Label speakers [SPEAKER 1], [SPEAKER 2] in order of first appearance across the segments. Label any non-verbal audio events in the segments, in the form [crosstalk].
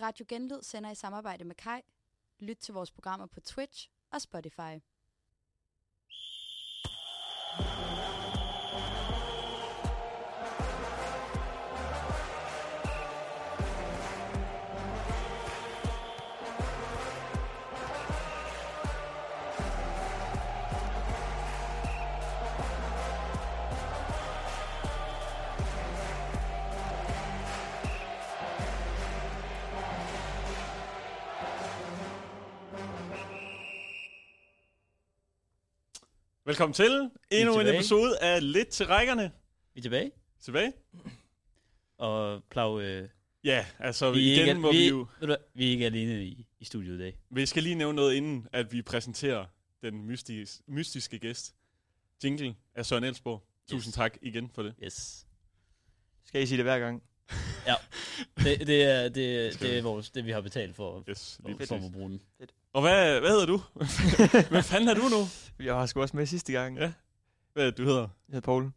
[SPEAKER 1] Radio Genlyd sender i samarbejde med Kai. Lyt til vores programmer på Twitch og Spotify.
[SPEAKER 2] Velkommen til endnu en
[SPEAKER 3] tilbage.
[SPEAKER 2] episode af Lidt til rækkerne.
[SPEAKER 3] Vi er tilbage,
[SPEAKER 2] Tilbage?
[SPEAKER 3] og Plav, øh,
[SPEAKER 2] Ja, altså vi
[SPEAKER 3] vi, er
[SPEAKER 2] igen
[SPEAKER 3] ikke,
[SPEAKER 2] må
[SPEAKER 3] vi,
[SPEAKER 2] vi jo...
[SPEAKER 3] ved du hvad, vi er ikke alene i, i studiet i dag.
[SPEAKER 2] Vi skal lige nævne noget inden, at vi præsenterer den mystis, mystiske gæst. Jingle af Søren Elsborg. Tusind tak igen for det.
[SPEAKER 3] Yes.
[SPEAKER 4] Skal I sige det hver gang?
[SPEAKER 3] Det, det, er, det,
[SPEAKER 2] skal
[SPEAKER 3] det
[SPEAKER 2] vi.
[SPEAKER 3] er vores, det, vi har betalt for,
[SPEAKER 2] Yes, lige
[SPEAKER 3] for,
[SPEAKER 2] præcis.
[SPEAKER 3] for at bruge den.
[SPEAKER 2] Og hvad, hvad hedder du? [laughs] hvad fanden er du nu?
[SPEAKER 4] Jeg var sgu også med sidste gang.
[SPEAKER 2] Ja. Hvad er det, du hedder?
[SPEAKER 4] Jeg hedder Poul.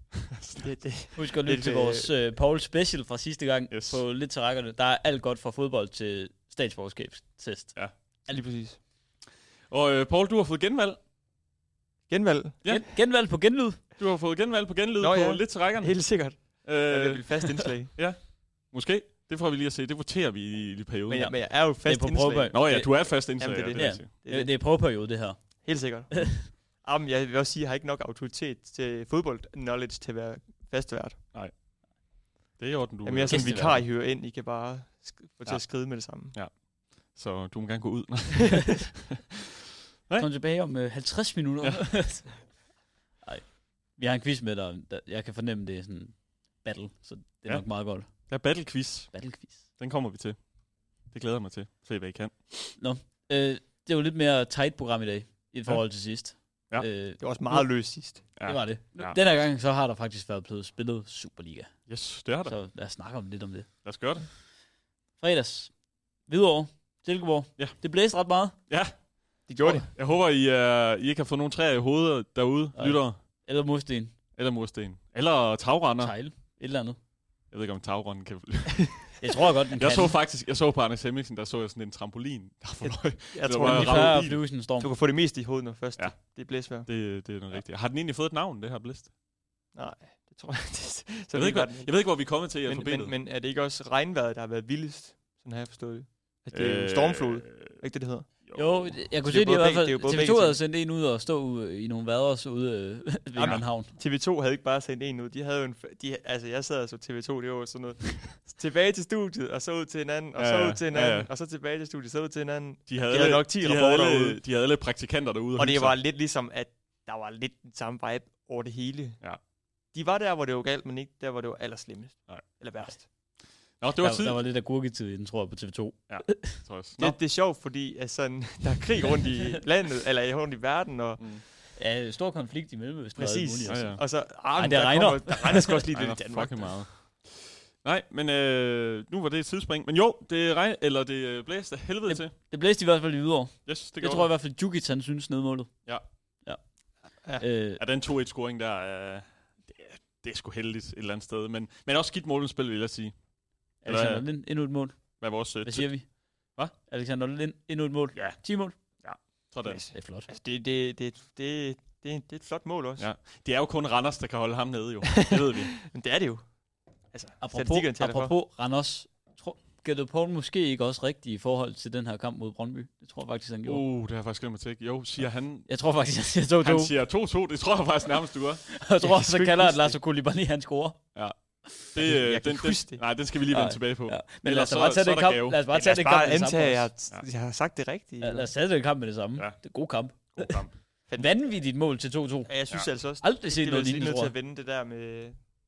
[SPEAKER 4] Det, det.
[SPEAKER 3] Husk at lytte
[SPEAKER 4] Lidt,
[SPEAKER 3] til
[SPEAKER 4] øh,
[SPEAKER 3] vores øh, Paul Special fra sidste gang
[SPEAKER 2] Yes.
[SPEAKER 3] yes. på Lidt til rækkerne. Der er alt godt fra fodbold til statsborgerskabstest.
[SPEAKER 4] Lige præcis.
[SPEAKER 2] Og øh, Paul, du har fået genvalg.
[SPEAKER 4] Genvalg.
[SPEAKER 2] Ja.
[SPEAKER 3] Ja. Gen, genvalg på genlyd.
[SPEAKER 2] Du har fået genvalg på genlyd
[SPEAKER 4] Nå,
[SPEAKER 2] på
[SPEAKER 4] ja.
[SPEAKER 2] Lidt til rækkerne.
[SPEAKER 4] Helt sikkert. Øh. Det
[SPEAKER 2] Øh,
[SPEAKER 4] er et fast indslag.
[SPEAKER 2] måske. Det får vi lige at se. Det voterer vi i, i perioden.
[SPEAKER 4] men, jeg, men jeg er jo et fast
[SPEAKER 3] på
[SPEAKER 4] indslag.
[SPEAKER 3] prøvebøj.
[SPEAKER 2] Nå ja,
[SPEAKER 3] det-
[SPEAKER 2] du er fast indslag.
[SPEAKER 4] Jamen, det
[SPEAKER 2] ja,
[SPEAKER 4] er det.
[SPEAKER 2] jeg sige.
[SPEAKER 4] Det, er
[SPEAKER 3] Det,
[SPEAKER 4] det.
[SPEAKER 3] det er prøveperiode, det her.
[SPEAKER 4] Helt sikkert. Jamen, jeg vil også sige, at jeg har ikke nok autoritet til fodbold-knowledge til at være fast vært.
[SPEAKER 2] Det er i orden, du.
[SPEAKER 4] Jamen, jeg er sådan en
[SPEAKER 3] gæstevært.
[SPEAKER 4] vikar, I hører ind. I kan bare sk- få til
[SPEAKER 2] Ja.
[SPEAKER 4] at skride med det samme.
[SPEAKER 2] Så du må gerne gå ud. Nej.
[SPEAKER 3] Kom tilbage om øh, 50 minutter.
[SPEAKER 2] Ja.
[SPEAKER 3] [laughs] Nej. Vi har en quiz med dig. der- Jeg kan fornemme, det er sådan battle, så det er
[SPEAKER 2] Ja.
[SPEAKER 3] ja. nok meget godt.
[SPEAKER 2] Der er battle quiz.
[SPEAKER 3] Battle quiz.
[SPEAKER 2] Den kommer vi til. Det glæder jeg mig til. Se, hvad I kan.
[SPEAKER 3] Øh, det var lidt mere tight program i dag, i forhold til sidst.
[SPEAKER 2] Ja.
[SPEAKER 3] Øh,
[SPEAKER 4] Det var også meget løst sidst.
[SPEAKER 3] det var det.
[SPEAKER 2] Ja.
[SPEAKER 3] Ja. Den her gang, så har der faktisk været blevet spillet Superliga.
[SPEAKER 2] Yes, det er der.
[SPEAKER 3] Så lad os snakke om lidt om det.
[SPEAKER 2] Lad os gøre det.
[SPEAKER 3] Fredags. Hvidovre. Silkeborg.
[SPEAKER 2] Ja.
[SPEAKER 3] Det blæste ret meget.
[SPEAKER 2] Ja,
[SPEAKER 4] Det gjorde det.
[SPEAKER 2] jeg håber, I, uh, I ikke har fået nogle træer i hovedet derude,
[SPEAKER 3] Nej.
[SPEAKER 2] lyttere.
[SPEAKER 3] Eller mursten.
[SPEAKER 2] Eller mursten. Eller tagrender.
[SPEAKER 3] Tejl. Et eller andet.
[SPEAKER 2] Jeg ved ikke, om tagrenden kan...
[SPEAKER 3] Jeg tror godt, den
[SPEAKER 2] jeg
[SPEAKER 3] kan.
[SPEAKER 2] så faktisk, jeg så på Anders Hemmingsen, der så jeg sådan en trampolin. [laughs] Der forløj.
[SPEAKER 4] Jeg
[SPEAKER 2] Det
[SPEAKER 4] tror,
[SPEAKER 2] var bare
[SPEAKER 3] den
[SPEAKER 4] det,
[SPEAKER 3] lige
[SPEAKER 2] rammer
[SPEAKER 3] før at
[SPEAKER 2] bilen.
[SPEAKER 3] flyve i sådan en storm.
[SPEAKER 4] du kan få det meste i hovedet, når først
[SPEAKER 2] Ja.
[SPEAKER 4] ja. det er blæsvær.
[SPEAKER 2] Det, det er noget
[SPEAKER 3] Ja.
[SPEAKER 2] rigtigt. Har den egentlig fået et navn, det her blæst?
[SPEAKER 4] Nej, det tror jeg ikke. Så
[SPEAKER 2] Jeg ved, ikke, hvad, jeg ved ikke, hvor vi er kommet til i
[SPEAKER 4] men, men,
[SPEAKER 2] alfabetet.
[SPEAKER 4] men er det ikke også regnvejret, der har været vildest? Sådan har jeg forstået det. Altså, det er jo stormflod.
[SPEAKER 2] Øh,
[SPEAKER 4] Er ikke det, det hedder?
[SPEAKER 3] Jo, det- jeg kunne se,
[SPEAKER 4] Så det er
[SPEAKER 3] det i
[SPEAKER 4] både
[SPEAKER 3] hvert fald,
[SPEAKER 4] begge- det er jo både
[SPEAKER 3] TV2
[SPEAKER 4] begge ting.
[SPEAKER 3] havde sendt en ud og stå ude i nogle vaders ude [laughs] øh, ved
[SPEAKER 4] Jamen.
[SPEAKER 3] København.
[SPEAKER 4] TV2 havde ikke bare sendt en ud. De havde jo en... f- De, altså, jeg sad og så TV2, det var jo sådan
[SPEAKER 2] [laughs]
[SPEAKER 4] noget. tilbage til studiet, og så ud til hinanden, og
[SPEAKER 2] Ja,
[SPEAKER 4] så
[SPEAKER 2] ja.
[SPEAKER 4] ud til
[SPEAKER 2] Ja, ja.
[SPEAKER 4] hinanden, og så tilbage til studiet, så ud til hinanden.
[SPEAKER 2] de havde,
[SPEAKER 4] de havde nok 10
[SPEAKER 2] de havde
[SPEAKER 4] rapporter
[SPEAKER 2] alle-
[SPEAKER 4] ude.
[SPEAKER 2] De havde alle praktikanter derude.
[SPEAKER 4] Og det
[SPEAKER 2] hygge
[SPEAKER 4] var
[SPEAKER 2] sig.
[SPEAKER 4] lidt ligesom, at der var lidt den samme vibe over det hele.
[SPEAKER 2] Ja.
[SPEAKER 4] De var der, hvor det var galt, men ikke der, hvor det var allerslemmest.
[SPEAKER 2] Nej.
[SPEAKER 4] Eller værst.
[SPEAKER 2] Nå, det var
[SPEAKER 3] Der,
[SPEAKER 2] tid.
[SPEAKER 3] der var lidt agurketid i den, tror jeg, på TV2.
[SPEAKER 2] tror jeg også. Nå.
[SPEAKER 4] Det, det, er sjovt, fordi altså, [laughs] der er krig rundt
[SPEAKER 2] [laughs]
[SPEAKER 4] i landet, eller rundt i verden, og,
[SPEAKER 2] Mm.
[SPEAKER 3] Ja, stor konflikt i Mellemøsten.
[SPEAKER 4] Præcis.
[SPEAKER 3] Og, alt muligt,
[SPEAKER 2] Ja,
[SPEAKER 3] altså.
[SPEAKER 2] ja.
[SPEAKER 4] og så...
[SPEAKER 3] Ej,
[SPEAKER 4] Ah, men
[SPEAKER 3] det
[SPEAKER 4] der
[SPEAKER 3] regner.
[SPEAKER 4] Kommer, der regner sgu også
[SPEAKER 2] [laughs]
[SPEAKER 4] lige
[SPEAKER 2] Ej,
[SPEAKER 4] lidt i
[SPEAKER 2] der er
[SPEAKER 4] Danmark.
[SPEAKER 2] fucking meget. Nej, men øh, nu var det et tidsspring. Men jo, det regn, eller det øh, blæste af helvede
[SPEAKER 3] Yep.
[SPEAKER 2] til.
[SPEAKER 3] Det blæste i hvert fald i Hvidovre.
[SPEAKER 2] Yes, det,
[SPEAKER 3] Det, det tror jeg i hvert fald, Djukic, han synes nedmålet.
[SPEAKER 2] Ja.
[SPEAKER 3] ja.
[SPEAKER 4] Ja.
[SPEAKER 3] Øh,
[SPEAKER 2] Ja, den 2-1-scoring der, øh, det, er- det er sgu heldigt et eller andet sted. Men, men også skidt målindspil, vil jeg sige.
[SPEAKER 3] Alexander Lind, endnu et mål.
[SPEAKER 2] Hvad er vores... Øh,
[SPEAKER 3] Hvad siger vi?
[SPEAKER 2] Hvad?
[SPEAKER 3] Alexander Lind, endnu et mål.
[SPEAKER 2] Ja.
[SPEAKER 3] 10 mål.
[SPEAKER 2] sådan.
[SPEAKER 3] Det er flot.
[SPEAKER 4] Altså, det, det, det, det, det, det er et flot mål også.
[SPEAKER 2] Ja. Det er jo kun Randers, der kan holde ham
[SPEAKER 4] [laughs]
[SPEAKER 2] nede, jo. Det ved vi.
[SPEAKER 4] Men det er det jo. Altså, statistikkerne
[SPEAKER 3] Apropos,
[SPEAKER 4] taler for.
[SPEAKER 3] apropos Randers, tror, gættede Poul måske ikke også rigtigt i forhold til den her kamp mod Brøndby? Det tror jeg faktisk, han gjorde. Uh.
[SPEAKER 2] Uh, det har jeg faktisk glemt mig til. ikke. Jo, siger han...
[SPEAKER 3] Jeg tror faktisk, han siger 2-2.
[SPEAKER 2] Han siger 2-2, det tror jeg faktisk nærmest, du er.
[SPEAKER 3] [laughs] Jeg tror
[SPEAKER 4] Jeg
[SPEAKER 3] også,
[SPEAKER 4] kan
[SPEAKER 3] så
[SPEAKER 4] ikke
[SPEAKER 3] kalder han
[SPEAKER 4] huske
[SPEAKER 3] Lars Koulibaly, han scorer.
[SPEAKER 2] Det,
[SPEAKER 4] Jeg
[SPEAKER 2] øh,
[SPEAKER 4] kan
[SPEAKER 2] den,
[SPEAKER 4] ikke huske
[SPEAKER 2] den,
[SPEAKER 4] det.
[SPEAKER 2] nej, den skal vi lige vende
[SPEAKER 3] Nej.
[SPEAKER 2] tilbage på.
[SPEAKER 3] Ja. Men lad
[SPEAKER 2] Ellers
[SPEAKER 3] os da
[SPEAKER 2] så-
[SPEAKER 3] bare tage
[SPEAKER 2] så er
[SPEAKER 3] den
[SPEAKER 2] der
[SPEAKER 3] kamp.
[SPEAKER 2] gave.
[SPEAKER 3] Lad os bare
[SPEAKER 4] Men
[SPEAKER 3] tage
[SPEAKER 4] lad
[SPEAKER 3] den
[SPEAKER 4] os
[SPEAKER 3] kamp
[SPEAKER 4] bare
[SPEAKER 3] med det
[SPEAKER 4] antage,
[SPEAKER 3] samme.
[SPEAKER 4] at jeg,
[SPEAKER 3] også.
[SPEAKER 4] har- jeg har sagt det rigtigt.
[SPEAKER 3] Ja, lad os tage den kamp med det samme.
[SPEAKER 2] Ja.
[SPEAKER 3] Det er en god kamp.
[SPEAKER 2] God
[SPEAKER 3] [laughs]
[SPEAKER 2] kamp.
[SPEAKER 3] Vanvittigt mål til 2-2.
[SPEAKER 4] Og jeg synes
[SPEAKER 2] Ja.
[SPEAKER 4] ja. altså også,
[SPEAKER 3] Aldrig set
[SPEAKER 4] det er
[SPEAKER 3] noget
[SPEAKER 4] lige
[SPEAKER 3] lignende,
[SPEAKER 4] nødt til
[SPEAKER 3] tror
[SPEAKER 4] at vende det der med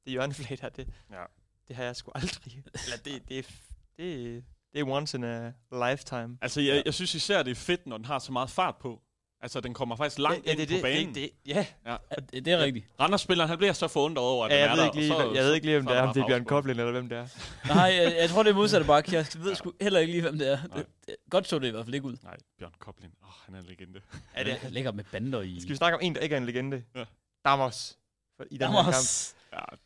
[SPEAKER 4] det hjørneflat her. Det,
[SPEAKER 2] Ja.
[SPEAKER 4] det har jeg sgu aldrig. Eller det, det, er f- det, det er once in a lifetime.
[SPEAKER 2] Altså, jeg,
[SPEAKER 3] Ja.
[SPEAKER 2] jeg synes især, det er fedt, når den har så meget fart på. Altså, den kommer faktisk langt
[SPEAKER 4] ja,
[SPEAKER 2] ind
[SPEAKER 4] det,
[SPEAKER 2] på
[SPEAKER 4] det,
[SPEAKER 2] banen.
[SPEAKER 4] Det, det, ja,
[SPEAKER 3] jeg. Det, det er rigtigt.
[SPEAKER 2] Randers-spilleren, han bliver så forundret over, at
[SPEAKER 4] ja jeg,
[SPEAKER 2] den
[SPEAKER 4] ved
[SPEAKER 2] er
[SPEAKER 4] ikke
[SPEAKER 2] der.
[SPEAKER 4] lige,
[SPEAKER 2] og så,
[SPEAKER 4] jeg ved ikke lige, om
[SPEAKER 2] så
[SPEAKER 4] det er,
[SPEAKER 2] den
[SPEAKER 4] om det er
[SPEAKER 2] bare
[SPEAKER 4] Bjørn
[SPEAKER 2] afskåret.
[SPEAKER 4] Koblin eller hvem det er.
[SPEAKER 3] Nej, jeg, jeg tror, det er modsatte bakke. Jeg ved
[SPEAKER 2] Ja.
[SPEAKER 3] sgu heller ikke lige, hvem det er.
[SPEAKER 2] Nej.
[SPEAKER 3] Det, det, godt så det i hvert fald ikke ud.
[SPEAKER 2] Nej, Bjørn Koblin. Åh, oh, han er en legende.
[SPEAKER 4] Ja, det
[SPEAKER 3] Jeg ligger med bander i.
[SPEAKER 4] Skal vi snakke om en, der ikke er en legende?
[SPEAKER 2] Ja.
[SPEAKER 4] Damos. For- I den her
[SPEAKER 3] Dammers.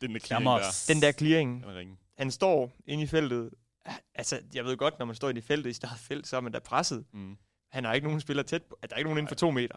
[SPEAKER 4] kamp.
[SPEAKER 2] Ja, den der clearing
[SPEAKER 3] Dammers.
[SPEAKER 2] der.
[SPEAKER 4] Den der clearing.
[SPEAKER 2] Den er ringen.
[SPEAKER 4] han står inde i feltet. Ah, altså, jeg ved godt, når man står i det felt, i sit eget felt, så er man da presset.
[SPEAKER 2] Mm.
[SPEAKER 4] Han har ikke nogen spiller tæt på. altså, Der er ikke nogen inden for to meter.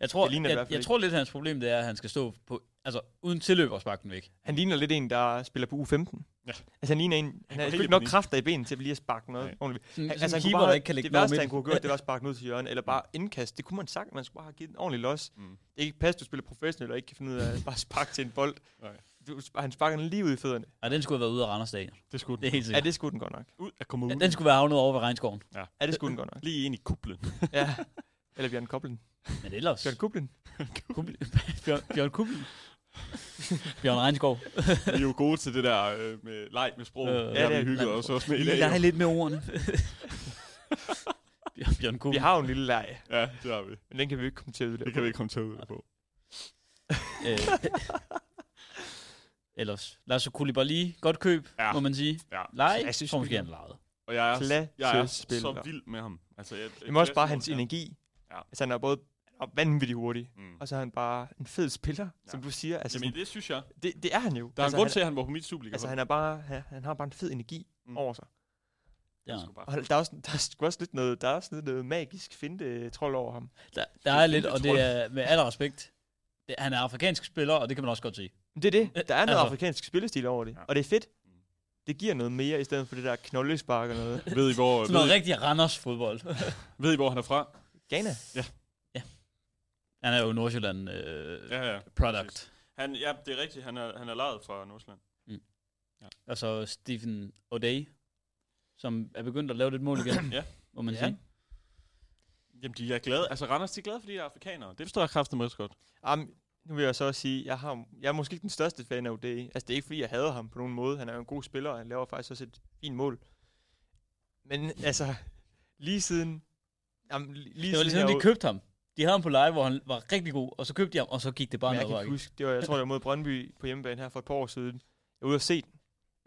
[SPEAKER 3] Jeg tror,
[SPEAKER 4] Det ligner i hvert
[SPEAKER 3] jeg,
[SPEAKER 4] fald
[SPEAKER 3] jeg
[SPEAKER 4] ikke.
[SPEAKER 3] tror lidt, at hans problem det er, at han skal stå på, altså uden tilløb og sparke den væk.
[SPEAKER 4] Han ligner lidt en, der spiller på U15.
[SPEAKER 2] Ja.
[SPEAKER 4] Altså, han ligner en, han, han har
[SPEAKER 2] helt
[SPEAKER 4] ikke
[SPEAKER 2] i
[SPEAKER 4] nok
[SPEAKER 2] panik.
[SPEAKER 4] kræfter i benet til lige at sparke noget
[SPEAKER 2] Nej.
[SPEAKER 4] ordentligt.
[SPEAKER 3] Sådan,
[SPEAKER 4] Han,
[SPEAKER 3] sådan
[SPEAKER 4] altså,
[SPEAKER 3] en
[SPEAKER 4] han
[SPEAKER 3] keeper,
[SPEAKER 4] kunne bare,
[SPEAKER 3] der ikke kan lægge
[SPEAKER 4] det
[SPEAKER 3] den over
[SPEAKER 4] værste, han
[SPEAKER 3] midten.
[SPEAKER 4] kunne have gjort, det var at sparke den ud til hjørnet, eller bare indkast. Det kunne man sagt, man skulle bare have givet en ordentlig los.
[SPEAKER 2] Mm.
[SPEAKER 4] Mm. Det er ikke pas, du spiller professionelt og ikke kan finde ud af at bare sparke til en bold.
[SPEAKER 2] Nej.
[SPEAKER 4] Du, han sparker den lige ud i fødderne.
[SPEAKER 3] Ja, den skulle have været ude af Randers Stadion.
[SPEAKER 2] Det skulle
[SPEAKER 3] Det er
[SPEAKER 2] den.
[SPEAKER 3] helt
[SPEAKER 4] Ja,
[SPEAKER 3] sikkert.
[SPEAKER 4] det skulle den godt nok.
[SPEAKER 2] Ud af kommunen.
[SPEAKER 3] Ja, den skulle være havnet over ved regnskoven.
[SPEAKER 4] Ja, det skulle den godt nok.
[SPEAKER 2] Lige ind i kuplen.
[SPEAKER 4] Ja.
[SPEAKER 3] [laughs]
[SPEAKER 4] Eller Bjørn Koblen.
[SPEAKER 3] Men ellers...
[SPEAKER 4] Bjørn Kublen.
[SPEAKER 3] Kubli. Bjørn, Bjørn Kubli. Bjørn Regnskov.
[SPEAKER 2] Vi er jo gode til det der øh, med leg med sprog.
[SPEAKER 3] Øh,
[SPEAKER 2] Øh,
[SPEAKER 4] ja,
[SPEAKER 2] ja,
[SPEAKER 4] det
[SPEAKER 2] det
[SPEAKER 4] er-
[SPEAKER 2] vi hygget os også med i
[SPEAKER 3] Lige
[SPEAKER 2] dag.
[SPEAKER 3] lege
[SPEAKER 2] jo.
[SPEAKER 3] lidt med ordene. [laughs] Bjørn, Bjørn Kubli.
[SPEAKER 4] Vi har jo en lille leg,
[SPEAKER 2] Ja, det har vi.
[SPEAKER 4] men den kan vi jo ikke komme til at udleve.
[SPEAKER 2] Det kan vi ikke komme til at ud på.
[SPEAKER 3] Øh, ellers, Lars Koulibaly, godt køb,
[SPEAKER 2] Ja.
[SPEAKER 3] ja. må man sige.
[SPEAKER 2] Ja.
[SPEAKER 3] Leg,
[SPEAKER 4] Jeg
[SPEAKER 3] jeg
[SPEAKER 4] synes,
[SPEAKER 3] synes, tror måske,
[SPEAKER 4] spiller-
[SPEAKER 3] han legede.
[SPEAKER 2] Og jeg er,
[SPEAKER 4] Klasse
[SPEAKER 2] jeg er så
[SPEAKER 4] spiller.
[SPEAKER 2] vild med ham. Altså, jeg,
[SPEAKER 4] Det er også bare hans energi.
[SPEAKER 2] Ja.
[SPEAKER 4] Altså, han er både han er vanvittigt hurtig,
[SPEAKER 2] Mm.
[SPEAKER 4] og så er han bare en fed spiller, ja. som du siger. Altså,
[SPEAKER 2] Jamen,
[SPEAKER 4] Jamen,
[SPEAKER 2] det synes jeg.
[SPEAKER 4] det, det er han jo.
[SPEAKER 2] Der er
[SPEAKER 4] altså,
[SPEAKER 2] en grund
[SPEAKER 4] han,
[SPEAKER 2] til, at han var på mit Superliga.
[SPEAKER 4] Altså, han, er bare, han, han har bare en fed energi
[SPEAKER 2] Mm.
[SPEAKER 4] mm. over sig.
[SPEAKER 3] Ja.
[SPEAKER 4] Og der er også, der er sgu også lidt noget, der er også lidt noget magisk finte øh, trold over ham.
[SPEAKER 3] Der, der er
[SPEAKER 2] fint,
[SPEAKER 3] lidt,
[SPEAKER 2] jeg
[SPEAKER 3] og
[SPEAKER 2] tror
[SPEAKER 3] det er med al respekt. Det, han er afrikansk spiller, og det kan man også godt se.
[SPEAKER 4] Men det er det. Der er noget
[SPEAKER 3] altså-
[SPEAKER 4] afrikansk spillestil over det,
[SPEAKER 2] Ja.
[SPEAKER 4] og det er fedt.
[SPEAKER 2] Mm.
[SPEAKER 4] Det giver noget mere, i stedet for det der knoldespark og noget.
[SPEAKER 2] Ved I, hvor,
[SPEAKER 3] Sådan
[SPEAKER 2] ved,
[SPEAKER 3] noget rigtig Randers fodbold.
[SPEAKER 2] I- ved I, hvor han er fra?
[SPEAKER 4] Ghana.
[SPEAKER 3] han er jo Nordsjælland øh,
[SPEAKER 2] Ja, ja.
[SPEAKER 3] product.
[SPEAKER 2] Han, ja, det er rigtigt. Han er, han er lejet fra Nordsjælland.
[SPEAKER 3] Og så Altså Stephen O'Day, som er begyndt at lave lidt mål igen,
[SPEAKER 2] Ja.
[SPEAKER 3] må man
[SPEAKER 4] Ja.
[SPEAKER 3] sige.
[SPEAKER 2] Jamen, de er glade. Altså, Randers, de er glade, fordi de er afrikanere. Det forstår jeg kraftigt også godt.
[SPEAKER 4] Jamen, nu vil jeg så også sige, jeg, har, jeg er måske ikke den største fan af UD. Altså, det er ikke, fordi jeg hader ham på nogen måde. Han er jo en god spiller, og han laver faktisk også et fint mål. Men altså, lige siden... Jamen, li- lige
[SPEAKER 3] Det var
[SPEAKER 4] jeg
[SPEAKER 3] ligesom, de
[SPEAKER 4] var-
[SPEAKER 3] købte ham. De havde ham på leje, hvor han var rigtig god, og så købte de ham, og så gik det bare
[SPEAKER 4] Men jeg
[SPEAKER 3] noget
[SPEAKER 4] kan
[SPEAKER 3] vej.
[SPEAKER 4] ikke huske, det var, jeg tror, det var mod Brøndby på hjemmebane her for et par år siden. Jeg var ude og se den.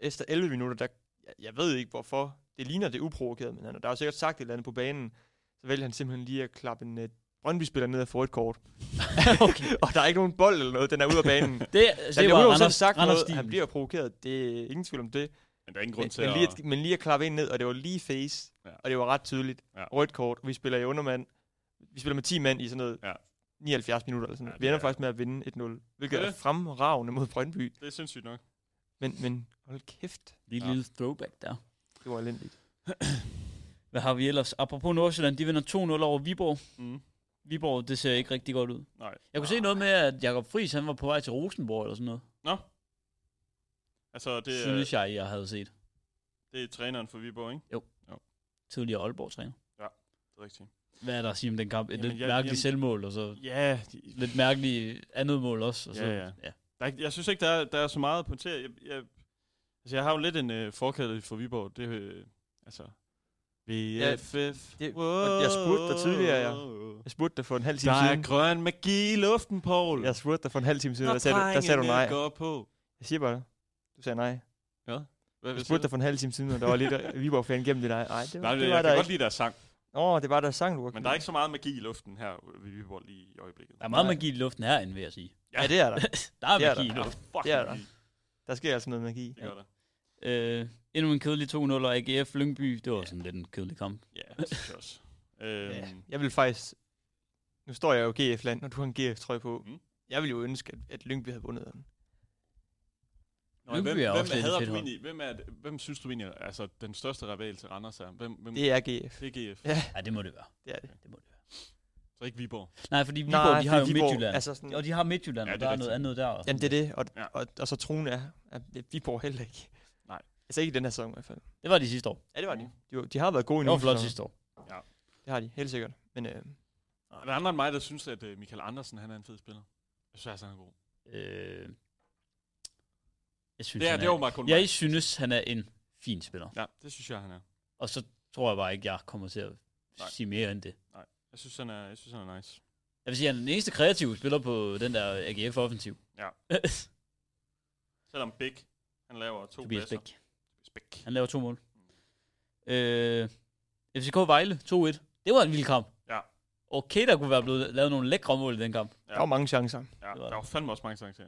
[SPEAKER 4] Efter 11 minutter, der, jeg, jeg ved ikke hvorfor, det ligner det er uprovokeret, men han, der er jo sikkert sagt et eller andet på banen. Så vælger han simpelthen lige at klappe en uh, Brøndby-spiller ned og få et kort. [laughs]
[SPEAKER 3] okay.
[SPEAKER 4] og der er ikke nogen bold eller noget, den er ude af banen.
[SPEAKER 3] Det,
[SPEAKER 4] Så
[SPEAKER 3] altså, det
[SPEAKER 4] det bliver
[SPEAKER 3] var
[SPEAKER 4] jo selv
[SPEAKER 3] Randers,
[SPEAKER 4] sagt
[SPEAKER 3] Randers
[SPEAKER 4] noget, han bliver provokeret, det er ingen tvivl om det.
[SPEAKER 2] Men der er ingen grund
[SPEAKER 4] Men,
[SPEAKER 2] til
[SPEAKER 4] men,
[SPEAKER 2] at...
[SPEAKER 4] lige at, men lige at klappe ind ned, og det var lige face,
[SPEAKER 2] Ja.
[SPEAKER 4] ja. og det var ret tydeligt.
[SPEAKER 2] Ja.
[SPEAKER 4] Ja. Rødt kort, vi spiller i undermand. Vi spiller med 10 mand i sådan noget
[SPEAKER 2] Ja.
[SPEAKER 4] ja. 79 minutter eller sådan
[SPEAKER 2] Ja,
[SPEAKER 4] noget.
[SPEAKER 2] det
[SPEAKER 4] vi ender
[SPEAKER 2] er-
[SPEAKER 4] faktisk med at vinde 1-0, hvilket
[SPEAKER 2] Ja.
[SPEAKER 4] er fremragende mod Brøndby.
[SPEAKER 2] Det er sindssygt nok.
[SPEAKER 4] Men, men hold kæft,
[SPEAKER 3] Lige
[SPEAKER 2] Ja.
[SPEAKER 3] lille throwback der.
[SPEAKER 4] det var elendigt.
[SPEAKER 3] Hvad har vi ellers? Apropos Nordsjælland, de vinder 2-0 over Viborg.
[SPEAKER 2] Mm.
[SPEAKER 3] Viborg, det ser ikke rigtig godt ud.
[SPEAKER 2] Nej.
[SPEAKER 3] Jeg kunne se noget med, at Jakob Friis, han var på vej til Rosenborg eller sådan noget.
[SPEAKER 2] Altså, det
[SPEAKER 3] Det
[SPEAKER 2] er,
[SPEAKER 3] synes jeg, jeg havde set.
[SPEAKER 2] det er træneren for Viborg, ikke?
[SPEAKER 3] Tidligere Aalborg-træner.
[SPEAKER 2] Det er rigtigt.
[SPEAKER 3] Hvad er der at sige om den kamp? Et
[SPEAKER 2] Jamen,
[SPEAKER 3] lidt
[SPEAKER 2] jeg-
[SPEAKER 3] mærkeligt
[SPEAKER 2] jamen-
[SPEAKER 3] selvmål, og så
[SPEAKER 2] Ja, de,
[SPEAKER 3] lidt mærkeligt andet mål også. Og så,
[SPEAKER 2] Ja, ja.
[SPEAKER 3] ja.
[SPEAKER 2] Der er, ikke- jeg synes ikke, der er, der er så meget at pointere. Jeg, jeg, altså, jeg har jo lidt en øh, forkærlighed for Viborg. Det, øh, altså, VFF. Ja,
[SPEAKER 4] det- og jeg spurgte dig tidligere, ja. Jeg spurgte dig for en halv time
[SPEAKER 2] Der er
[SPEAKER 4] siden.
[SPEAKER 2] grøn magi i luften, Poul.
[SPEAKER 4] Jeg spurgte dig for en halv time siden, og der sagde, du, der sagde du nej.
[SPEAKER 2] går på.
[SPEAKER 4] Jeg siger bare, du sagde nej.
[SPEAKER 2] Hvad,
[SPEAKER 4] Jeg spurgte dig for en halv time siden, og der var lidt
[SPEAKER 2] [laughs]
[SPEAKER 4] øh, Viborg-fan gennem det. Nej, nej det var,
[SPEAKER 2] Nej,
[SPEAKER 4] det
[SPEAKER 2] jeg
[SPEAKER 4] var
[SPEAKER 2] kan
[SPEAKER 4] der
[SPEAKER 2] godt
[SPEAKER 4] ikke.
[SPEAKER 2] lide deres sang,
[SPEAKER 4] Åh, det var der sang, du var
[SPEAKER 2] men der er ikke så meget magi i luften her ved Viborg lige i øjeblikket.
[SPEAKER 3] Der er meget
[SPEAKER 4] Nej.
[SPEAKER 3] magi i luften herinde, vil jeg sige.
[SPEAKER 4] Ja, det er der.
[SPEAKER 3] Der er
[SPEAKER 4] Det er
[SPEAKER 3] magi i
[SPEAKER 2] Ja,
[SPEAKER 3] luften.
[SPEAKER 2] fuck,
[SPEAKER 4] Det er
[SPEAKER 2] magi.
[SPEAKER 4] Der sker altså noget magi.
[SPEAKER 2] Det gør der.
[SPEAKER 3] Øh, endnu en kedelig 2-0 og AGF Lyngby. Det var sådan lidt en kedelig kamp.
[SPEAKER 2] Ja, det synes jeg også.
[SPEAKER 4] Ja,
[SPEAKER 2] Øhm,
[SPEAKER 4] jeg vil faktisk... Nu står jeg jo i GF-land, og du har en GF-trøje på.
[SPEAKER 2] Mm.
[SPEAKER 4] Mm. Jeg ville jo ønske, at, at Lyngby havde vundet den.
[SPEAKER 2] Nå,
[SPEAKER 3] Lyngby
[SPEAKER 2] hvem,
[SPEAKER 3] er
[SPEAKER 2] hvem,
[SPEAKER 3] også lidt et
[SPEAKER 2] hader
[SPEAKER 3] fedt
[SPEAKER 2] du
[SPEAKER 3] hold.
[SPEAKER 2] egentlig, hvem, er, det- hvem synes du egentlig, altså den største rival til Randers er? Hvem, hvem,
[SPEAKER 4] Det er GF.
[SPEAKER 2] det er GF,
[SPEAKER 4] Ja,
[SPEAKER 3] Ja, det må det være.
[SPEAKER 4] det er det.
[SPEAKER 3] Det må det være.
[SPEAKER 2] så ikke Viborg.
[SPEAKER 3] Nej, fordi Viborg, Nej, de har jo
[SPEAKER 4] fordi Viborg-
[SPEAKER 3] Midtjylland. Altså,
[SPEAKER 4] Altså sådan,
[SPEAKER 3] og de har Midtjylland,
[SPEAKER 2] Ja,
[SPEAKER 3] ja, og
[SPEAKER 2] det er
[SPEAKER 3] der er noget
[SPEAKER 2] rigtigt.
[SPEAKER 3] andet der. og sådan
[SPEAKER 4] jamen, det er det. Og,
[SPEAKER 2] Ja.
[SPEAKER 4] ja. og, og, så troen er, at Viborg heller ikke.
[SPEAKER 2] Nej.
[SPEAKER 4] Altså ikke i den her sæson i hvert fald.
[SPEAKER 3] Det var de sidste år.
[SPEAKER 4] Ja, det var de. De, var- de har været gode i
[SPEAKER 3] Det var
[SPEAKER 4] nogle
[SPEAKER 3] flot
[SPEAKER 4] sæsoner.
[SPEAKER 3] sidste år.
[SPEAKER 4] Det har de, helt sikkert. Men øh,
[SPEAKER 2] Der er andre end mig, der synes, at øh, Michael Andersen han er en fed spiller. Jeg synes, altså, han er god.
[SPEAKER 3] Øh, jeg synes,
[SPEAKER 2] Det er,
[SPEAKER 3] han
[SPEAKER 2] det er jo bare kun
[SPEAKER 3] Jeg
[SPEAKER 2] mig.
[SPEAKER 3] synes, han er en fin spiller.
[SPEAKER 2] Ja, det synes jeg, han er.
[SPEAKER 3] Og så tror jeg bare ikke, jeg kommer til at
[SPEAKER 2] Nej.
[SPEAKER 3] sige mere end det.
[SPEAKER 2] Jeg synes, han er, jeg synes, han er nice.
[SPEAKER 3] Jeg vil sige, han er den eneste kreative spiller på den der AGF-offensiv. [laughs]
[SPEAKER 2] Ja.
[SPEAKER 3] Tobias
[SPEAKER 2] Selvom Bæk, han laver to passer.
[SPEAKER 3] Bæk.
[SPEAKER 2] Bæk.
[SPEAKER 3] Han laver to mål. Øh, FCK Vejle 2-1. Det var en vild kamp.
[SPEAKER 2] Ja.
[SPEAKER 3] Okay, der kunne være blevet lavet nogle lækre mål i den kamp.
[SPEAKER 2] Ja.
[SPEAKER 4] der var mange chancer.
[SPEAKER 2] Ja,
[SPEAKER 3] det var
[SPEAKER 2] der var fandme også mange chancer.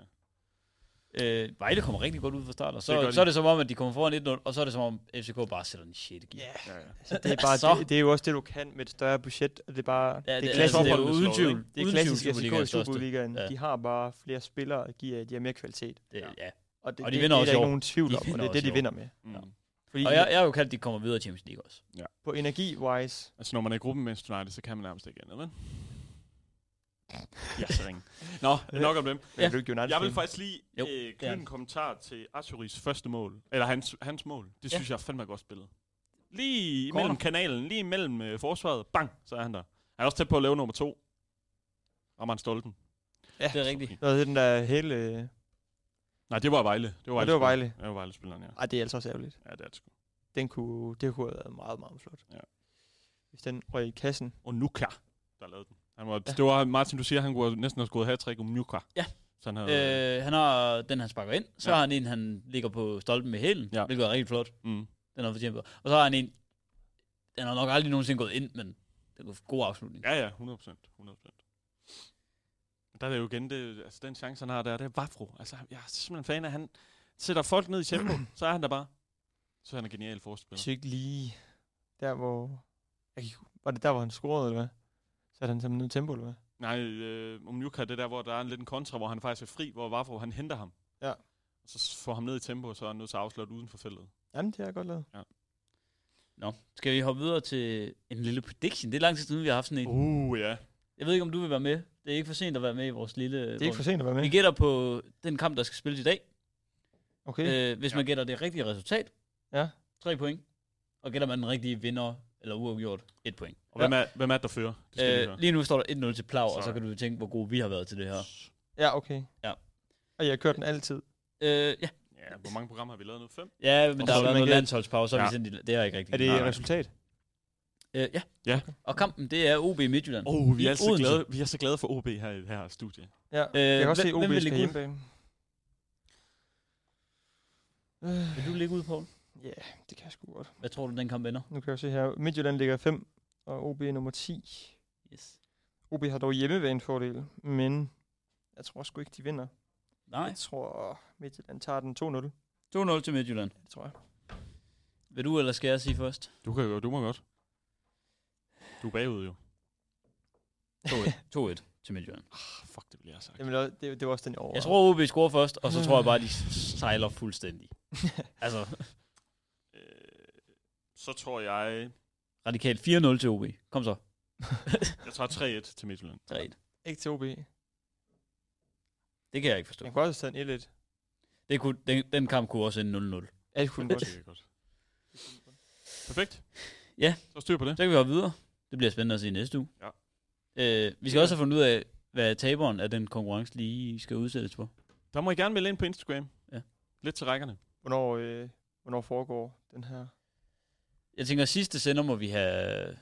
[SPEAKER 3] Øh, Vejle kommer rigtig godt ud fra start, og
[SPEAKER 2] Det gør
[SPEAKER 3] så,
[SPEAKER 2] de.
[SPEAKER 3] så er det som om, at de kommer foran 1-0, og så er det som om, FCK bare sætter en shit i.
[SPEAKER 4] Ja,
[SPEAKER 2] Ja, ja.
[SPEAKER 4] altså, det, er bare,
[SPEAKER 3] Så.
[SPEAKER 4] det, det, er jo også det, du kan med et større budget. Og det er bare
[SPEAKER 3] Ja,
[SPEAKER 4] det, er
[SPEAKER 2] altså,
[SPEAKER 4] klassisk,
[SPEAKER 3] det er
[SPEAKER 4] det,
[SPEAKER 3] jo
[SPEAKER 2] Forholdene
[SPEAKER 3] uden
[SPEAKER 2] slår, ikke?
[SPEAKER 3] tvivl.
[SPEAKER 4] det er
[SPEAKER 3] uden
[SPEAKER 4] klassisk
[SPEAKER 3] tvivl
[SPEAKER 4] FCK i
[SPEAKER 3] Superligaens største.
[SPEAKER 4] Superligaen.
[SPEAKER 3] Ja.
[SPEAKER 4] De har bare flere spillere og giver, de har mere kvalitet.
[SPEAKER 3] Det, ja.
[SPEAKER 4] Og det,
[SPEAKER 3] Og de
[SPEAKER 4] det,
[SPEAKER 3] vinder
[SPEAKER 4] det,
[SPEAKER 3] også i
[SPEAKER 4] er der ikke
[SPEAKER 3] år.
[SPEAKER 4] nogen tvivl
[SPEAKER 3] De
[SPEAKER 4] om, og
[SPEAKER 3] vinder
[SPEAKER 4] det er det,
[SPEAKER 3] også
[SPEAKER 4] de
[SPEAKER 3] i år.
[SPEAKER 4] vinder med.
[SPEAKER 2] Mm.
[SPEAKER 3] Nå.
[SPEAKER 4] Fordi
[SPEAKER 3] Og jeg, jeg har jo kaldt, at de kommer videre i Champions League også.
[SPEAKER 4] på energi-wise,
[SPEAKER 2] Altså, når man er i gruppen med United, så kan man nærmest ikke andet, vel? Ja, så ringe.
[SPEAKER 3] [laughs]
[SPEAKER 2] Nå, nok om dem.
[SPEAKER 4] ja. er du ikke United
[SPEAKER 2] Jeg vil
[SPEAKER 4] fan.
[SPEAKER 2] faktisk lige
[SPEAKER 3] Jo,
[SPEAKER 2] øh, knytte
[SPEAKER 3] er
[SPEAKER 2] en kommentar til Arturis første mål. Eller hans, hans mål. Det
[SPEAKER 3] Ja.
[SPEAKER 2] synes jeg er fandme godt spillet. Lige
[SPEAKER 3] Corner.
[SPEAKER 2] imellem kanalen, lige imellem øh, forsvaret. Bang, så er han der. Han er også tæt på at lave nummer to. Rammer han stolten.
[SPEAKER 4] Ja.
[SPEAKER 3] Det er rigtigt.
[SPEAKER 4] Hvad hedder den der hele... øh,
[SPEAKER 2] Nej, det var Vejle. Det var
[SPEAKER 4] Nå,
[SPEAKER 2] Vejle.
[SPEAKER 4] det var Vejle.
[SPEAKER 2] Det var Vejle-spilleren, ja.
[SPEAKER 4] Ej, det er altså også ærgerligt.
[SPEAKER 2] Ja, det er det sgu.
[SPEAKER 4] Den kunne, det kunne have været meget, meget flot.
[SPEAKER 2] Ja.
[SPEAKER 4] Hvis den røg i kassen.
[SPEAKER 2] Og Nuka, der lavede den. Han var, ja.
[SPEAKER 4] Ja.
[SPEAKER 2] Det var Martin, du siger, han kunne have- næsten have skudt hat-trick om Nuka.
[SPEAKER 3] Ja.
[SPEAKER 2] Så han havde, øh.
[SPEAKER 3] Øh, han har den, han sparker ind. Så
[SPEAKER 2] Ja.
[SPEAKER 3] ja. har han en, han ligger på stolpen med hælen,
[SPEAKER 2] Ja.
[SPEAKER 3] ja. hvilket er rigtig flot.
[SPEAKER 2] mm,
[SPEAKER 3] Den har fortjent på. Og så har han en, den har nok aldrig nogensinde gået ind, men det er en god afslutning.
[SPEAKER 2] Ja, ja, 100 procent. 100 procent. Der er det jo igen, det, altså den chance, han har der, det er Vafro. Altså, jeg er simpelthen fan af, han sætter folk ned i
[SPEAKER 4] [clears throat]
[SPEAKER 2] tempo, så er han der bare. Så er han en genial
[SPEAKER 4] Jeg
[SPEAKER 2] forspiller.
[SPEAKER 4] synes ikke lige der, hvor... Jeg kan, ikke hu- var det der, hvor han scorede, eller hvad? Så er han simpelthen nede i tempo, eller hvad?
[SPEAKER 2] Nej, øh, om Nuka, det er der, hvor der er en lidt en kontra, hvor han faktisk er fri, hvor Vafro, han henter ham.
[SPEAKER 4] Ja.
[SPEAKER 2] Og så får ham ned i tempo, og så er han nødt til at afslutte uden for feltet.
[SPEAKER 4] Jamen, det har jeg godt lavet.
[SPEAKER 3] Nå, skal vi hoppe videre til en lille prediction? Det er lang tid siden, vi har haft sådan en.
[SPEAKER 2] Uh, ja.
[SPEAKER 3] Jeg ved ikke, om du vil være med. Det er ikke for sent at være med i vores lille...
[SPEAKER 4] Det er ikke for sent at være
[SPEAKER 3] Vi
[SPEAKER 4] med.
[SPEAKER 3] gætter på den kamp, der skal spilles i dag.
[SPEAKER 4] Okay.
[SPEAKER 3] Øh, hvis
[SPEAKER 2] Ja.
[SPEAKER 3] man gætter det rigtige resultat,
[SPEAKER 4] Ja.
[SPEAKER 3] tre point. Og gætter man den rigtige vinder, eller uafgjort, et point.
[SPEAKER 2] Og hvem er, hvem er det, der fører? Det skal øh, lige
[SPEAKER 3] Øh,
[SPEAKER 2] høre.
[SPEAKER 3] lige nu står der 1-0 til Plav, og så
[SPEAKER 2] Sådan.
[SPEAKER 3] kan du tænke, hvor gode vi har været til det her.
[SPEAKER 4] Ja, okay.
[SPEAKER 3] Ja.
[SPEAKER 4] Og jeg har kørt den altid.
[SPEAKER 3] Øh, ja.
[SPEAKER 2] Ja, hvor mange programmer har vi lavet nu? Fem?
[SPEAKER 3] ja, men der
[SPEAKER 4] Og så
[SPEAKER 3] har
[SPEAKER 4] vil
[SPEAKER 3] været
[SPEAKER 4] man
[SPEAKER 3] noget
[SPEAKER 4] gætte-
[SPEAKER 3] landsholdspause, så ja.
[SPEAKER 2] Ja.
[SPEAKER 3] vi sendt det. Det er ikke rigtigt.
[SPEAKER 4] Er det
[SPEAKER 2] Nej,
[SPEAKER 4] et
[SPEAKER 2] nej.
[SPEAKER 4] resultat?
[SPEAKER 3] Øh, ja.
[SPEAKER 2] Ja.
[SPEAKER 3] Og kampen, det er OB Midtjylland.
[SPEAKER 2] Åh, oh, vi,
[SPEAKER 3] I
[SPEAKER 2] er altså
[SPEAKER 3] Odense.
[SPEAKER 2] glade, vi er så glade for OB her i det her studie.
[SPEAKER 4] Ja. Øh, jeg kan også se,
[SPEAKER 3] hvem-
[SPEAKER 4] OB
[SPEAKER 3] hvem vil
[SPEAKER 4] skal
[SPEAKER 3] ligge ud?
[SPEAKER 4] hjemmebane. Øh,
[SPEAKER 3] Vil du ligge ud, Poul?
[SPEAKER 4] Ja, det kan jeg sgu godt.
[SPEAKER 3] Hvad tror du, den kamp ender?
[SPEAKER 4] Nu kan jeg se her. Midtjylland ligger 5, og OB er nummer 10.
[SPEAKER 3] Yes.
[SPEAKER 4] OB har dog hjemmebanefordel, men jeg tror sgu ikke, de vinder.
[SPEAKER 3] Nej.
[SPEAKER 4] Jeg tror, Midtjylland tager den 2-0.
[SPEAKER 3] 2-0 til Midtjylland.
[SPEAKER 4] Det tror jeg.
[SPEAKER 3] Vil du eller skal jeg sige først?
[SPEAKER 2] Du kan jo, du må godt. Du er bagud jo.
[SPEAKER 3] 2-1 til Midtjylland.
[SPEAKER 2] Ah, fuck, det bliver jeg sagt.
[SPEAKER 4] Jamen, det, det, det var også den over.
[SPEAKER 3] [laughs] Jeg tror, OB scorer først, og så tror jeg bare, de sejler fuldstændig. altså,
[SPEAKER 2] Øh, så tror jeg...
[SPEAKER 3] radikalt 4-0 til OB. Kom [laughs] så.
[SPEAKER 2] Jeg tager 3-1 til Midtjylland.
[SPEAKER 3] 3
[SPEAKER 4] [laughs] ikke til OB.
[SPEAKER 3] Det kan jeg ikke forstå.
[SPEAKER 4] Man kunne også have taget en 1-1.
[SPEAKER 3] Det kunne, den, den kamp kunne også ende 0-0.
[SPEAKER 4] Ja, det kunne den
[SPEAKER 2] Det
[SPEAKER 3] [laughs]
[SPEAKER 4] godt.
[SPEAKER 2] er godt. Perfekt.
[SPEAKER 3] Ja.
[SPEAKER 2] Så styr på det.
[SPEAKER 3] Så kan vi hoppe videre. Det bliver spændende at se næste uge.
[SPEAKER 2] Ja.
[SPEAKER 3] Øh, vi skal også have fundet ud af, hvad taberen af den konkurrence lige skal udsættes for.
[SPEAKER 2] Der må I gerne melde ind på Instagram.
[SPEAKER 3] Ja.
[SPEAKER 2] Lidt til rækkerne.
[SPEAKER 4] Hvornår, øh, hvornår foregår den her?
[SPEAKER 3] Jeg tænker, sidste sender må vi have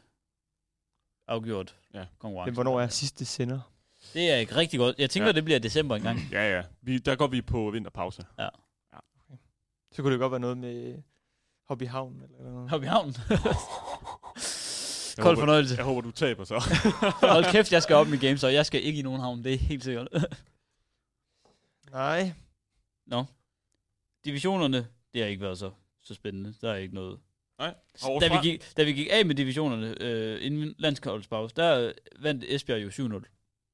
[SPEAKER 3] afgjort
[SPEAKER 2] Ja.
[SPEAKER 3] konkurrencen.
[SPEAKER 4] Men hvornår er sidste sender?
[SPEAKER 3] Det er ikke rigtig godt. Jeg tænker,
[SPEAKER 2] Ja.
[SPEAKER 3] ja. det bliver december engang.
[SPEAKER 2] Ja, ja. Vi, der går vi på vinterpause.
[SPEAKER 4] Så kunne det godt være noget med øh, Hobby Havn eller noget.
[SPEAKER 3] Hop i havnen.
[SPEAKER 2] Jeg
[SPEAKER 3] Kold
[SPEAKER 2] håber-
[SPEAKER 3] fornøjelse.
[SPEAKER 2] Jeg håber, du taber så.
[SPEAKER 3] Hold kæft, jeg skal op med games, og jeg skal ikke i nogen havn. Det er helt sikkert. [laughs]
[SPEAKER 4] Nej.
[SPEAKER 3] Divisionerne, det har ikke været så, så spændende. Der er ikke noget
[SPEAKER 2] Og
[SPEAKER 3] da vi,
[SPEAKER 2] fra-
[SPEAKER 3] gik, da vi gik af med divisionerne øh, inden landsholdspause, der øh, vandt Esbjerg jo 7-0.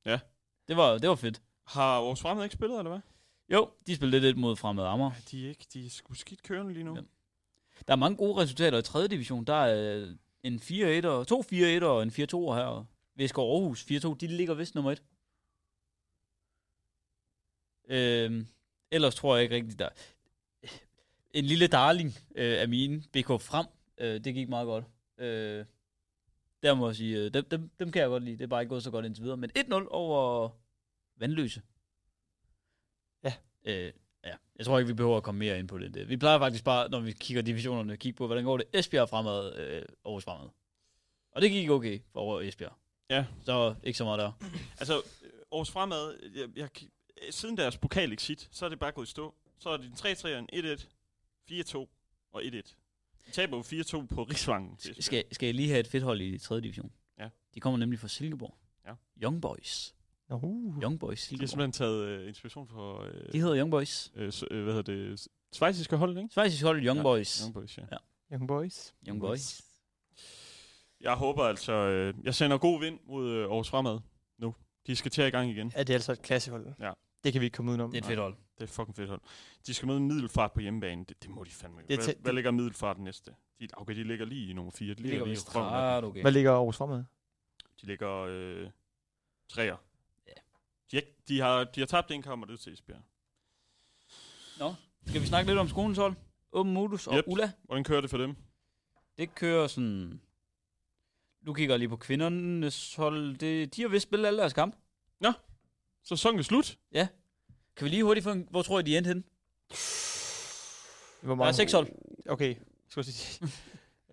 [SPEAKER 2] Ja.
[SPEAKER 3] Det var, det var fedt.
[SPEAKER 2] Har vores fremmed ikke spillet, eller hvad?
[SPEAKER 3] Jo, de spillede lidt mod fremad Amager.
[SPEAKER 2] Ja, de er ikke. De er sgu skidt kørende lige nu.
[SPEAKER 3] Ja. Der er mange gode resultater i 3. division. Der er øh, en 4-1, og to 4-1 og en 4-2 her. Og Væsgaard Aarhus 4-2, de ligger vist nummer 1. Øhm, ellers tror jeg ikke rigtigt, der... En lille darling øh, af mine, BK Frem, øh, det gik meget godt. Øh, der må jeg sige, øh, dem, dem, dem kan jeg godt lide. Det er bare ikke gået så godt indtil videre. Men 1-0 over Vandløse.
[SPEAKER 4] Ja.
[SPEAKER 3] Øh, ja. Jeg tror ikke, vi behøver at komme mere ind på det. end det. Vi plejer faktisk bare, når vi kigger divisionerne, at kigge på, hvordan går det Esbjerg fremad, øh, Aarhus fremad. Og det gik okay for over Esbjerg.
[SPEAKER 2] Ja.
[SPEAKER 3] Så ikke så meget der.
[SPEAKER 2] Altså, øh, års fremad, jeg, jeg, øh, siden deres pokalexit, så er det bare gået i stå. Så er det en 3-3'eren, 1-1, 4-2 og 1-1. De taber jo 4-2 på Rigsvangen. til Esbjerg.
[SPEAKER 3] Skal, skal jeg lige have et fedt hold i 3. division?
[SPEAKER 2] Ja.
[SPEAKER 3] De kommer nemlig fra Silkeborg.
[SPEAKER 2] Ja.
[SPEAKER 3] Young Boys.
[SPEAKER 4] Nå, uh.
[SPEAKER 3] Young Boys.
[SPEAKER 2] De har simpelthen taget øh, inspiration fra, øh,
[SPEAKER 3] De hedder Young Boys.
[SPEAKER 2] øh, s- øh, hvad hedder det, s- svejsiske hold, ikke?
[SPEAKER 3] Svejsisk hold Young
[SPEAKER 2] Ja,
[SPEAKER 3] Boys.
[SPEAKER 2] Young Boys, ja.
[SPEAKER 4] Young Boys.
[SPEAKER 3] Young Boys.
[SPEAKER 2] Jeg håber altså, øh, jeg sender god vind mod øh, Aarhus Fremad nu. De skal til at i gang igen.
[SPEAKER 4] Ja, det er altså et klassehold.
[SPEAKER 2] Ja.
[SPEAKER 4] Det kan vi ikke komme udenom.
[SPEAKER 3] Det er et fedt hold.
[SPEAKER 2] Det er fucking fedt hold. De skal møde middelfart på hjemmebane. Det, det må de fandme.
[SPEAKER 4] Det er
[SPEAKER 2] Hvad,
[SPEAKER 4] tæt-
[SPEAKER 2] hvad ligger middelfart næste? De, okay, de ligger lige i nummer 4. De
[SPEAKER 3] Det
[SPEAKER 2] ligger,
[SPEAKER 3] ligger
[SPEAKER 2] lige
[SPEAKER 3] vist
[SPEAKER 2] i røven af dem.
[SPEAKER 3] ret okay.
[SPEAKER 4] Hvad ligger Aarhus fremad?
[SPEAKER 2] De ligger øh, træer.
[SPEAKER 3] Ja.
[SPEAKER 2] De, er ikke- de, har, de har tabt en kamp, og det er til Esbjerg.
[SPEAKER 3] Skal vi snakke lidt om skolens hold? Åben Modus og
[SPEAKER 2] Yep.
[SPEAKER 3] Ulla.
[SPEAKER 2] Hvordan kører det for dem?
[SPEAKER 3] Det kører sådan... Nu kigger jeg lige på kvindernes hold. Det, de har vist spillet alle deres kamp.
[SPEAKER 2] Sæsonen er slut.
[SPEAKER 3] Kan vi lige hurtigt få en... Hvor tror jeg, de endte henne?
[SPEAKER 4] Hvor
[SPEAKER 3] Der er seks hold.
[SPEAKER 4] Okay, skulle jeg sige. [laughs]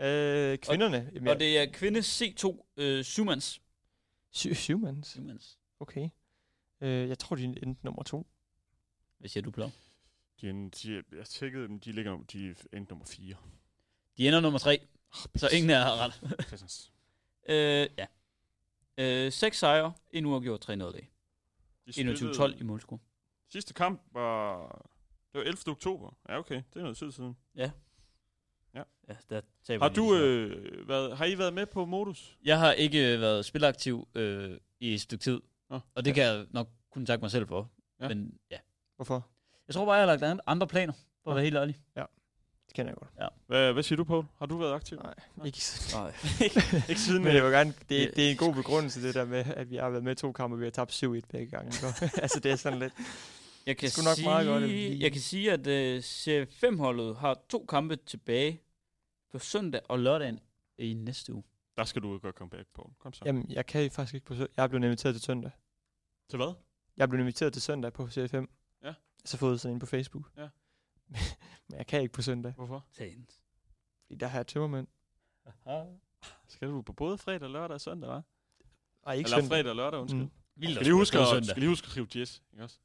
[SPEAKER 4] øh, kvinderne. Jamen,
[SPEAKER 3] Og det er kvinde C2 øh, Syvmands.
[SPEAKER 4] Sy- syv mands.
[SPEAKER 3] Syvmands.
[SPEAKER 4] Okay. Øh, jeg tror, de endte nummer to.
[SPEAKER 3] Hvad siger du, Plov?
[SPEAKER 2] De, er- de, er- jeg tjekkede dem. De ligger de er endt nummer 4.
[SPEAKER 3] De ender nummer 3, så ingen er ret. Ah, øh, ja. Øh, 6 sejre, en uafgjort 3 0 dag. 21-12 i målscore.
[SPEAKER 2] Sidste kamp var... Det var 11. oktober. Ja, okay. Det er noget tid siden.
[SPEAKER 3] Ja, der taber
[SPEAKER 2] Har
[SPEAKER 3] de
[SPEAKER 2] du
[SPEAKER 3] lige så.
[SPEAKER 2] øh, været, har I været med på modus?
[SPEAKER 3] Jeg har ikke øh, været spilaktiv øh, i et stykke tid,
[SPEAKER 2] Nå.
[SPEAKER 3] og det kan jeg nok kun takke mig selv for.
[SPEAKER 2] Ja.
[SPEAKER 3] Ja. Men ja,
[SPEAKER 4] Hvorfor?
[SPEAKER 3] jeg tror bare, jeg har lagt an- andre planer, for at være helt ærlig.
[SPEAKER 4] Det kender jeg godt.
[SPEAKER 2] Hvad, hvad siger du, Poul? Har du været aktiv?
[SPEAKER 4] Nej, ikke
[SPEAKER 3] [laughs]
[SPEAKER 4] sådan.
[SPEAKER 3] Nej.
[SPEAKER 2] Ikke siden...
[SPEAKER 4] Men jeg vil gerne,
[SPEAKER 3] Jesus
[SPEAKER 4] det, det er en god begrundelse, det der med, at vi har været med to kampe, og vi har tabt 7-1 begge gange. Så, [laughs] altså, det er sådan lidt...
[SPEAKER 3] Jeg kan,
[SPEAKER 4] sgu nok
[SPEAKER 3] sige,
[SPEAKER 4] meget godt, at vi-
[SPEAKER 3] jeg kan sige, at øh, Serie 5-holdet har to kampe tilbage på søndag og lørdag i næste uge.
[SPEAKER 2] Der skal du godt komme back, Poul. Kom så. Jamen.
[SPEAKER 4] Jamen, jeg kan faktisk ikke på sø- Jeg er blevet inviteret til søndag.
[SPEAKER 2] Til hvad?
[SPEAKER 4] Jeg blev inviteret til søndag på CFM.
[SPEAKER 2] Ja.
[SPEAKER 4] Så fået sådan en på Facebook.
[SPEAKER 2] Ja.
[SPEAKER 4] [laughs] Men jeg kan ikke på søndag,
[SPEAKER 2] Hvorfor?
[SPEAKER 3] Tænt.
[SPEAKER 4] fordi der har jeg tømmermænd.
[SPEAKER 2] Skal du på både fredag, lørdag og søndag, hva'?
[SPEAKER 4] Ej, ikke
[SPEAKER 2] Eller
[SPEAKER 4] søndag.
[SPEAKER 2] fredag og lørdag, undskyld.
[SPEAKER 4] Mm.
[SPEAKER 2] Mm. Skal lige huske at, skal lige huske at skrive jazz, ikke også?